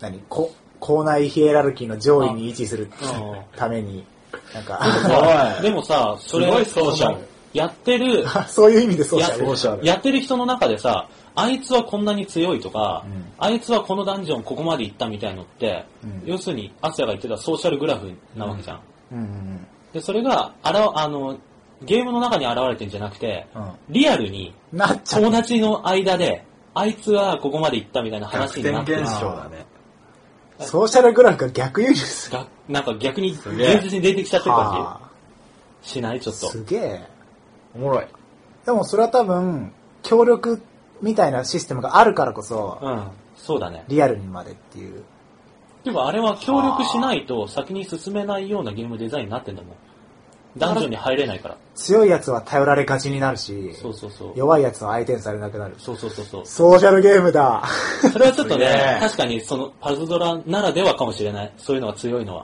S3: 何こ校内ヒエラルキーの上位に位置する
S2: う
S3: ために、なん
S1: す
S3: か、
S1: ご い。
S2: ん。でもさ、それ
S1: すごい、ソーシャル
S2: そのやってる、
S3: そういう意味でそうじゃ
S1: ソーシャル。
S2: やってる人の中でさ、あいつはこんなに強いとか、
S3: うん
S2: あいつはこのダンジョンここまで行ったみたいのって、
S3: うん
S2: 要するに、アスヤが言ってたソーシャルグラフなわけじゃん。
S3: うんうん
S2: で、それが、あら、あの、ゲームの中に現れてんじゃなくて、
S3: うん。うん
S2: リアルに
S3: なっちゃう。
S2: 友達の間で、あいつはここまで行ったみたいな話
S1: 逆
S2: に
S1: 転
S2: なって
S1: 現象だね。
S3: ソーシャルグラフが逆輸入する。
S2: がなんか逆に
S1: げえ
S2: 現実に出てきちゃってる感
S3: は
S2: じしないちょ
S3: あ
S2: っと。
S3: すげえ。
S1: おもろい。
S3: でもそれは多分、協力みたいなシステムがあるからこそ、
S2: うん。そうだね。
S3: リアルにまでっていう。
S2: でもあれは協力しないと先に進めないようなゲームデザインになってんだもん。ダンジョンに入れないから。
S3: 強いやつは頼られがちになるし、
S2: そうそうそう。
S3: 弱いやつは相手にされなくなる。
S2: そうそうそうそう。
S3: ソーシャルゲームだ。
S2: それはちょっと
S1: すげ
S2: ね
S1: え、
S2: 確かにそのパズドラならではかもしれない。そういうのが強いのは。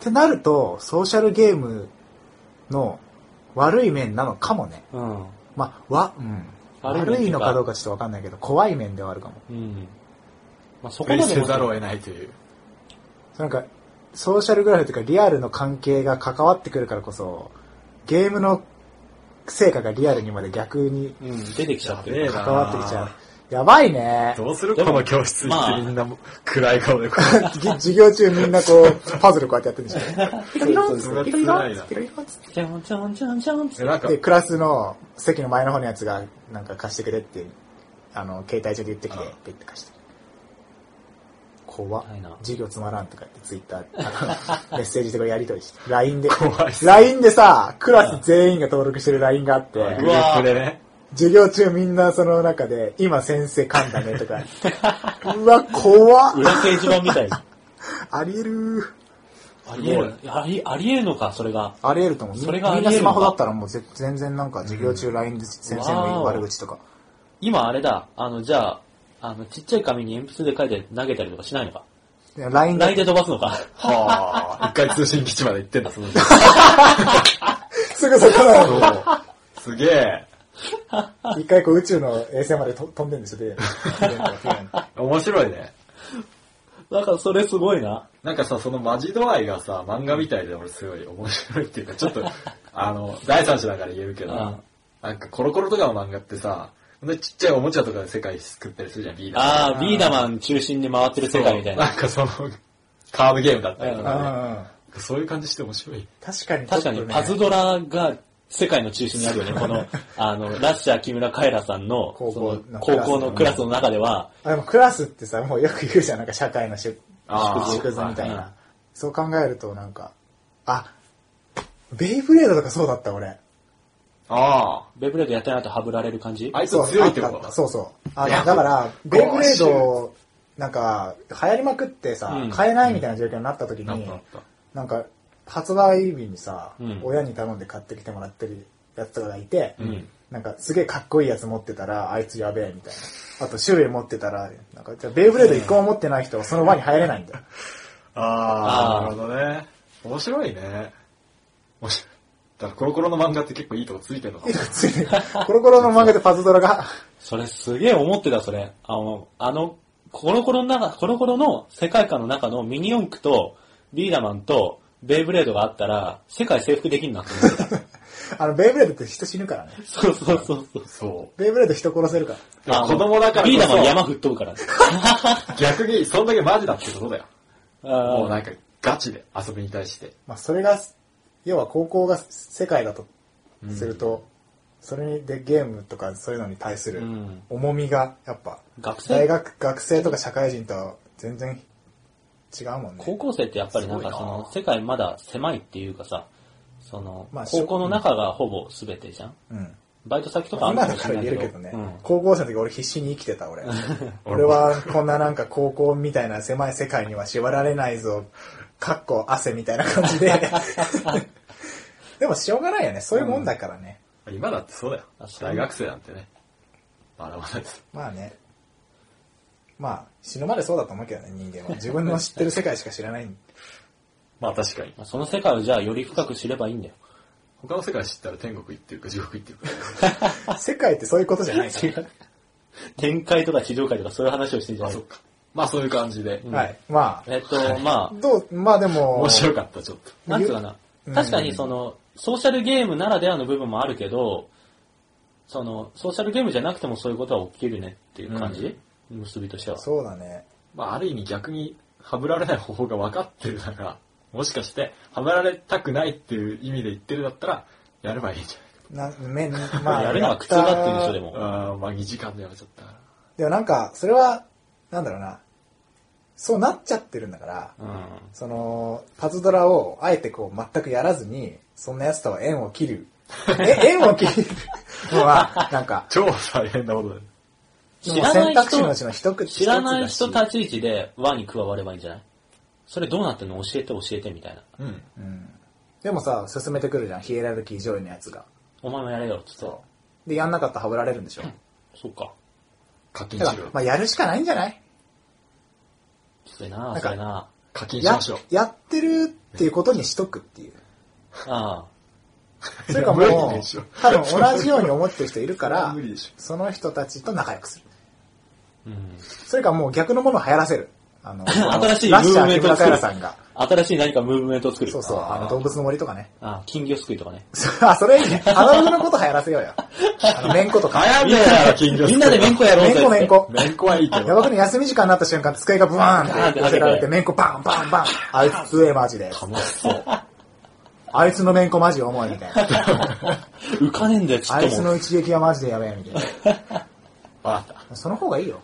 S3: ってなると、ソーシャルゲームの悪い面なのかもね。
S2: うん。
S3: まあ、わ、うん。悪いのかどうかちょっとわかんないけど、怖い面ではあるかも。
S2: うん。まあ、そ
S1: プ
S2: こま
S1: レ
S2: で
S1: イ
S2: も
S1: せざるを得ないという。
S3: なんか、ソーシャルグラフというかリアルの関係が関わってくるからこそ、ゲームの成果がリアルにまで逆に
S2: うん、出てきちゃって
S1: やべえ
S2: る
S1: な
S2: か
S3: 関わってきちゃう。やばいね。
S1: どうする
S2: で
S1: こ
S2: も
S1: の教室行
S2: ま
S1: っ
S2: あ
S1: てみんなも暗い顔でこ
S3: ぎ 授業中みんなこう、パズルこうやってやってるんでしょ。
S1: う。 それ辛いな。
S2: ら。じゃんじゃんじゃんじゃんって
S1: え。なんか
S3: で、、クラスの席の前の方のやつが、なんか貸してくれって、あの、携帯上で言ってきて
S1: ああ、
S3: ペッて貸して。怖っ
S2: ないな
S3: 授業つまらんとか言って、ツイッター、あのメッセージとかやりとりして、LINE で
S1: 怖いっ、す
S3: LINE でさ、クラス全員が登録してる LINE があって、
S1: グループでね。
S3: 授業中みんなその中で、今先生噛んだね とか、うわ、怖っ
S2: 裏掲示板みたいな。
S3: ありえるー
S2: ありえる。あり、ありえるのか、それが。
S3: あり得ると思う。
S2: それがあり
S3: みん
S2: 得
S3: な
S2: る
S3: スマホだったらもうぜ全然なんか授業中 LINE で先生の悪口とか。
S2: 今あれだ、あの、じゃあ、あの、ちっちゃい紙に鉛筆で書いて投げたりとかしないのか。
S3: いや LINE
S2: 泣い
S3: で
S2: て飛ばすのか。
S1: はあ、一回通信基地まで行ってんだ、その人。
S3: すぐそこなの
S1: そうすげえ。
S3: 一回こう宇宙の衛星までと飛んでんでしょ、で。
S1: 面白いね。
S2: なんか、それすごいな。
S1: なんかさ、そのマジ度合いがさ、漫画みたいで俺すごい面白いっていうか、ちょ っと、あの、第三者だから言えるけど、
S2: うん
S1: なんかコロコロとかの漫画ってさ、こんなちっちゃいおもちゃとかで世界作ったりするじゃん、ビーダー。
S2: ああ、ビーダマン中心に回ってる世界みたいな。
S1: んかその、カードゲームだったりと
S3: う
S1: かね、
S3: ん。
S1: そういう感じして面白い。
S3: 確かにちょ
S2: 確
S3: っと
S2: か
S3: ね、
S2: に、パズドラが世界の中心にあるよね。この、あの、ラッシャー木村カエラさんの、
S3: 高校
S2: その
S3: の
S2: 高校のクラスの中では、
S3: あでもクラスってさ、もうよく言うじゃん、なんか社会のしゅ
S1: あー
S3: 縮図み
S2: はいは
S3: たい
S2: い
S3: な。そう考えるとなんか、あ、ベイブレードとかそうだった俺。
S1: あ
S2: ベイブレードやってないとハブられる感じ
S1: あ。あいつ
S3: そう
S1: 強いってこ
S3: あ
S1: と
S3: ったあった
S1: だ。
S3: そうそう。あ
S1: いや
S3: だから、ベイブレード、なんか、流行りまくってさ、
S2: うん
S3: 買えないみたいな状況になった時に、
S1: なったなった。
S3: なんか、発売日にさ、
S2: うん
S3: 親に頼んで買ってきてもらってるやつとかがいて、
S2: うん。
S3: なんか、すげえかっこいいやつ持ってたら、あいつやべえ、みたいな。あと、種類持ってたら、なんか、じゃあベイブレード一個も持ってない人はその場に入れないんだよ。
S1: ああ、な
S2: あー
S1: るほどね。面白いね。面白い。だからコロコロの漫画って結構いいとこついてるのかも。
S3: ついに、コロコロの漫画でパズドラが、
S2: それすげえ思ってた、それ。あの、あの、コロコロの中、コロコロの世界観の中のミニ四駆と、ビーダマンと、ベイブレードがあったら、世界征服できるなって 思ってた。
S3: あの、ベイブレードって人死ぬからね。
S2: そうそうそうそう。
S1: そう。
S3: ベイブレード人殺せるから。
S1: でも子供だからこそ
S2: ビーダマン山吹っ飛ぶから。
S1: 逆に、そんだけマジだってことだよ。もう
S2: あ
S1: な
S2: あ
S1: んか、ガチで遊びに対して。
S3: まあ、それが、要は高校が世界だとすると、それにでゲームとかそういうのに対する
S2: うん
S3: 重みが、やっぱ、
S2: 学生
S3: 大学、学生とか社会人とは全然違うもん
S2: 高
S3: ね。
S2: 校生ってやっぱりなんかその世界まだ狭いっていうかさ、その
S3: まあ、
S2: 高校の中がほぼ全てじゃん
S3: うん。
S2: バイト先とかある
S3: 今
S2: か
S3: だ
S2: もし
S3: から
S2: れない
S3: 言
S2: け
S3: え
S2: ど。
S3: るけどね、
S2: うん
S3: 高校生の時俺必死に生きて た俺。俺はこんななんか高校みたいな狭い世界には縛られないぞ、かっこ汗みたいな感 じで。でもしょうがないよね、そういうもんだからね。
S1: 今だってそうだよ
S2: あ。そう
S1: 大学生なんてね。まだまだです。
S3: まあね。まあ、死ぬまでそうだと思うけどね、人間は。自分の知ってる世界しか知ら ない。
S1: まあ確かに。
S2: まあその世界をじゃあより深く知ればいいんだよ。
S1: 他の世界知ったら天国行ってるか地獄行ってるか。
S3: 世界ってそういうことじゃないか
S2: 違う。展開とか地上界とかそういう話をしてんじゃ
S1: あ、
S2: ない
S1: そっか。まあそういう感じで。
S3: ら。はい。ま
S2: えっと、ま
S3: あ、どう、まあでも、
S1: 面白かった、ちょっと。
S2: あ、なんつうかな。
S3: うん
S2: 確かにその、ソーシャルゲームならではの部分もあるけど、その、ソーシャルゲームじゃなくてもそういうことは起きるねっていう感じ、結びとしては。
S3: そうだね。
S1: まあある意味逆に、はぶられない方法が分かってるから、もしかして、はぶられたくないっていう意味で言ってるだったら、やればいいんじ
S3: な、め、まあ、
S2: やるのは苦痛だって言うんでしょ、で
S1: ゃ
S2: も。
S1: ないあーまあ2時間でやめちゃったから。
S3: でもなんか、それは、なんだろうな。そうなっちゃってるんだから、
S2: うん。
S3: その、パズドラをあえてこう全くやらずに、そんな奴とは縁を切る。 え、縁を切るのは、なんか、
S1: 超大変なことだよ。
S3: も
S2: 知
S3: う
S2: らない人
S3: 選択肢のうちの一つ
S2: 知らない人
S3: 一つだし
S2: 立ち位置で輪に加わればいいんじゃないそれどうなってんの教えて教えてみたいな。
S1: うん。
S3: うん。でもさ、進めてくるじゃん、ヒエラルキー上位のやつが。
S2: お前もやれよっつって。
S3: そう。で、やんなかったらハブられるんでしょ。
S2: そうか。
S1: 課金
S3: だか
S1: し
S3: ら
S1: ろ、
S3: まあ、やるしかないんじゃない
S2: きつい
S3: ん
S2: な
S3: か
S2: それな
S1: 課金し
S3: や
S1: ましょう。
S3: やってるっていうことにしとくっていう。
S2: ああ。
S3: それ
S1: いや
S3: か
S1: 無理
S3: も
S1: でしょ
S3: う、多分同じように思ってる人いるか
S1: それは
S3: ら
S1: 無理でし、
S3: その人たちと仲良くする。
S2: うん
S3: それかもう逆のものを流行らせる。あの、
S2: 新しいム
S3: ラ
S2: ー
S3: ッシ
S2: ブ
S3: ャー
S2: メン
S3: 木
S2: トを
S3: 村カ
S2: 作
S3: エ
S2: る
S3: ラさんが。。
S2: 新しい何かムーブメントを作る。
S3: そうそう、あ
S2: あ
S3: の動物の森とかね。
S2: あ、金魚すくいとかね。
S3: あ、それいいね。アナログのこと流行らせようよ。あの、めんことか。
S1: 早めや、金魚すくい
S2: みんなでめんこやろう
S3: め
S2: ぜ。
S3: んこめんこ。
S1: めんこはいいけ
S3: や
S1: ど。
S3: ばくね、休み時間になった瞬間、机がブワーンって寄せられて、めんこバンバンバン。あいつ強えマジで。
S1: 楽しそう。
S3: あいつのめんこマジ重いみたいな。
S2: 浮かねえんだよ、ちっ
S3: あ
S2: と
S3: いつ
S2: も。
S3: の一撃はマジでやべえみたいな。
S1: わかっ
S3: その方がいいよ。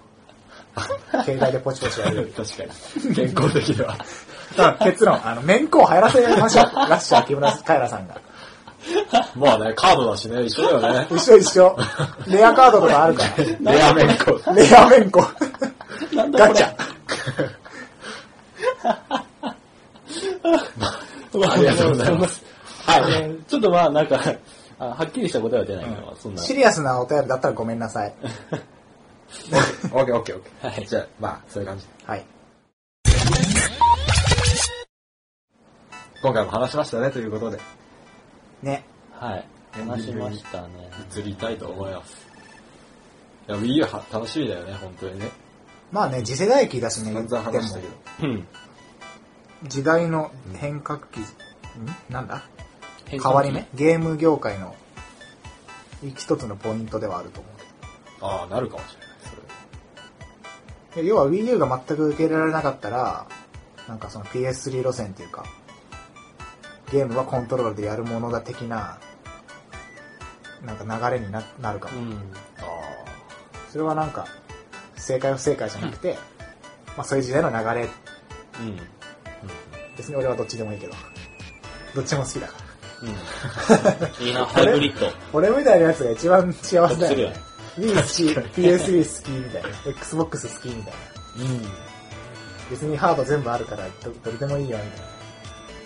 S3: 携帯でポチポチやるより。
S1: た。確かに。健康的では。
S3: 結論、あの、面子を流行らせましょう。ラッシャー木村カエラさんが。
S1: まあね、カードだしね、一緒だ よね。
S3: 一緒一緒。レアカードとかあるから。
S1: レアめんこ。
S3: レア面子。
S2: なんだ
S3: ガ
S2: こ
S3: チ
S2: れ。
S3: ャ。
S1: ありがとうございます。
S2: はい。ちょっとまあなんか、あはっきりした答えは出ないけど、そんな。
S3: シリアスなお便りだったらごめんなさい。
S1: オッケーオッケーオッケー。
S2: はい
S1: じゃあ、まあ、そういう感じ。
S3: はい。
S1: 今回も話しましたね、ということで。
S3: ね。
S2: はい。話しましたね。
S1: 移りたいと思います。いや、Wii U は楽しみだよね、本当にね。
S3: まあね、次世代機だしね、
S1: 散々話したけど。
S2: うん。
S3: 時代の変革期、んなんだ
S2: 変
S3: 変
S2: 換器
S3: わり目ゲーム業界の一つのポイントではあると思う
S1: ああ、なるかもしれない、それ。
S3: で要は Wii U が全く受け入れられなかったら、なんかその PS3 路線っていうか、ゲームはコントローラーでやるものだ的な、なんか流れにななるか
S2: う
S3: も。
S2: ん。
S1: あ
S3: それはなんか、正解不正解じゃなくて、まあそういう時代の流れ、
S2: うん。
S3: 別に俺はどっちでもいいけど、どっちも好きだから。
S2: うん。いいな、ハイブリッド。
S3: 俺みたいなやつが一番幸せだ
S2: する
S3: よ
S2: よ
S3: ね
S2: ね。
S3: Wii 好き、PS3 好きみたいな、Xbox 好きみたいな。
S1: あ。うん。
S3: 別にハード全部あるからど、どれでもいいよみたいな。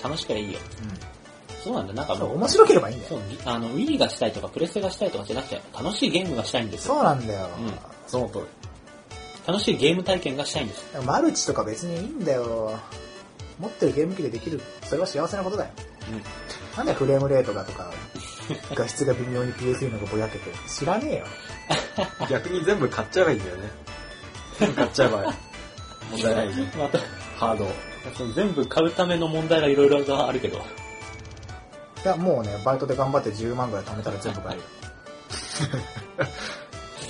S2: 楽しければいいよ。そうなんだ、なんか
S3: そう、
S2: もう、
S3: 面白ければいいんだ
S2: そ
S3: よ。
S2: う、あの、Wii がしたいとか、プレステがしたいとかじゃなくて、楽しいゲームがしたいんですよ。
S3: そうなんだよ。
S2: うん
S1: その通り。
S2: 楽しいゲーム体験がしたいんです。
S3: マルチとか別にいいんだよ。持ってるゲーム機でできる、それは幸せなことだよ。
S2: うん
S3: なんでフレームレートがと か、画質が微妙に PS3 のがぼやけて、知らねえよ。
S1: 逆に全部買っちゃえばいいんだよね。全部買っちゃえば、 問題ないじゃん。
S2: また、
S1: ハードを。
S2: その全部買うための問題がいろいろあるけど。
S3: いや、もうね、バイトで頑張って10万ぐらい貯めたら全部買える。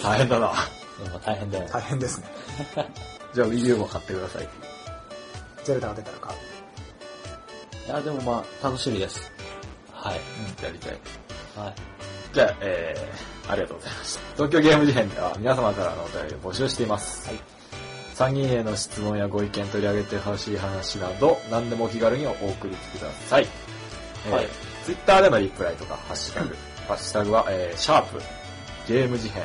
S1: 大変だな。
S2: まあ大変だよ。
S3: 大変ですね。
S1: じゃあ Wii U も買ってください。
S3: ゼルダが出たら買う。
S2: いや、でもまあ、楽しみです。はい。
S1: やりたい。
S2: はい。
S1: じゃあ、えー、ありがとうございました。東京ゲーム事変では皆様からのお便りを募集しています。
S2: はい
S1: 参議院への質問やご意見取り上げてほしい話など、何でもお気軽にお送りください。えー
S2: はい
S1: Twitter でのリプライとか、ハッシュタ グ、ハッシュタグは、えー、シャープ、ゲーム事変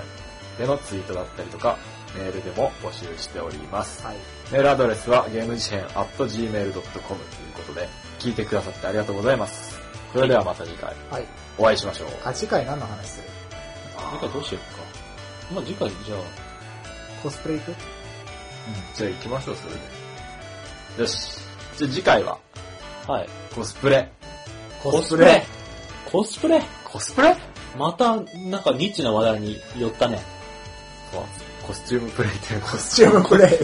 S1: でのツイートだったりとか、メールでも募集しております。
S3: はい。
S1: メールアドレスはゲーム事変 at gmail.com ということで、聞いてくださってありがとうございます。それではまた次回
S3: はい。
S1: お会いしましょう。
S3: あ、次回何の話する
S2: 次回どうしようか。まあ次回、じゃあ、
S3: コスプレ行く
S1: じゃあ行きましょう、それで。よし。じゃあ次回は、
S2: はい。
S1: コスプレ。
S2: コスプレコスプレ
S1: コスプレ
S2: また、なんかニッチな話題に寄ったね。
S1: そう。コスチュームプレイというコ
S3: コ
S1: ス
S3: スチュームプ レイ。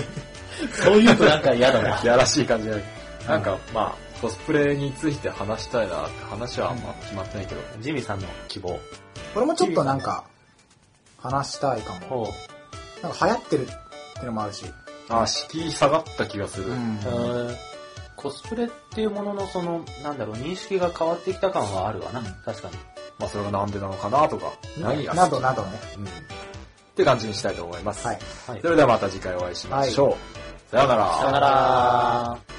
S2: そういうとなんか嫌だな。
S1: やらしい感じじゃない。なんか、まあ、コスプレについて話したいなって話はあんま決まってないけど。
S2: ジミーさんの希望。
S3: 俺もちょっとなんか、話したいかも。
S2: ほ
S3: なんか流行ってるってのもあるし。
S1: あ、敷居下がった気がする。
S3: ん
S2: う。うんコスプレっていうもののその、なんだろう、認識が変わってきた感はあるわな。確かに。
S1: まあ、それがなんでなのかなとか、何が好き
S3: などなどね。
S1: うん。って感じにしたいと思います。
S3: はい。
S2: はい
S1: そ。れではまた次回お会いしましょう。さようなら。
S2: さよなら。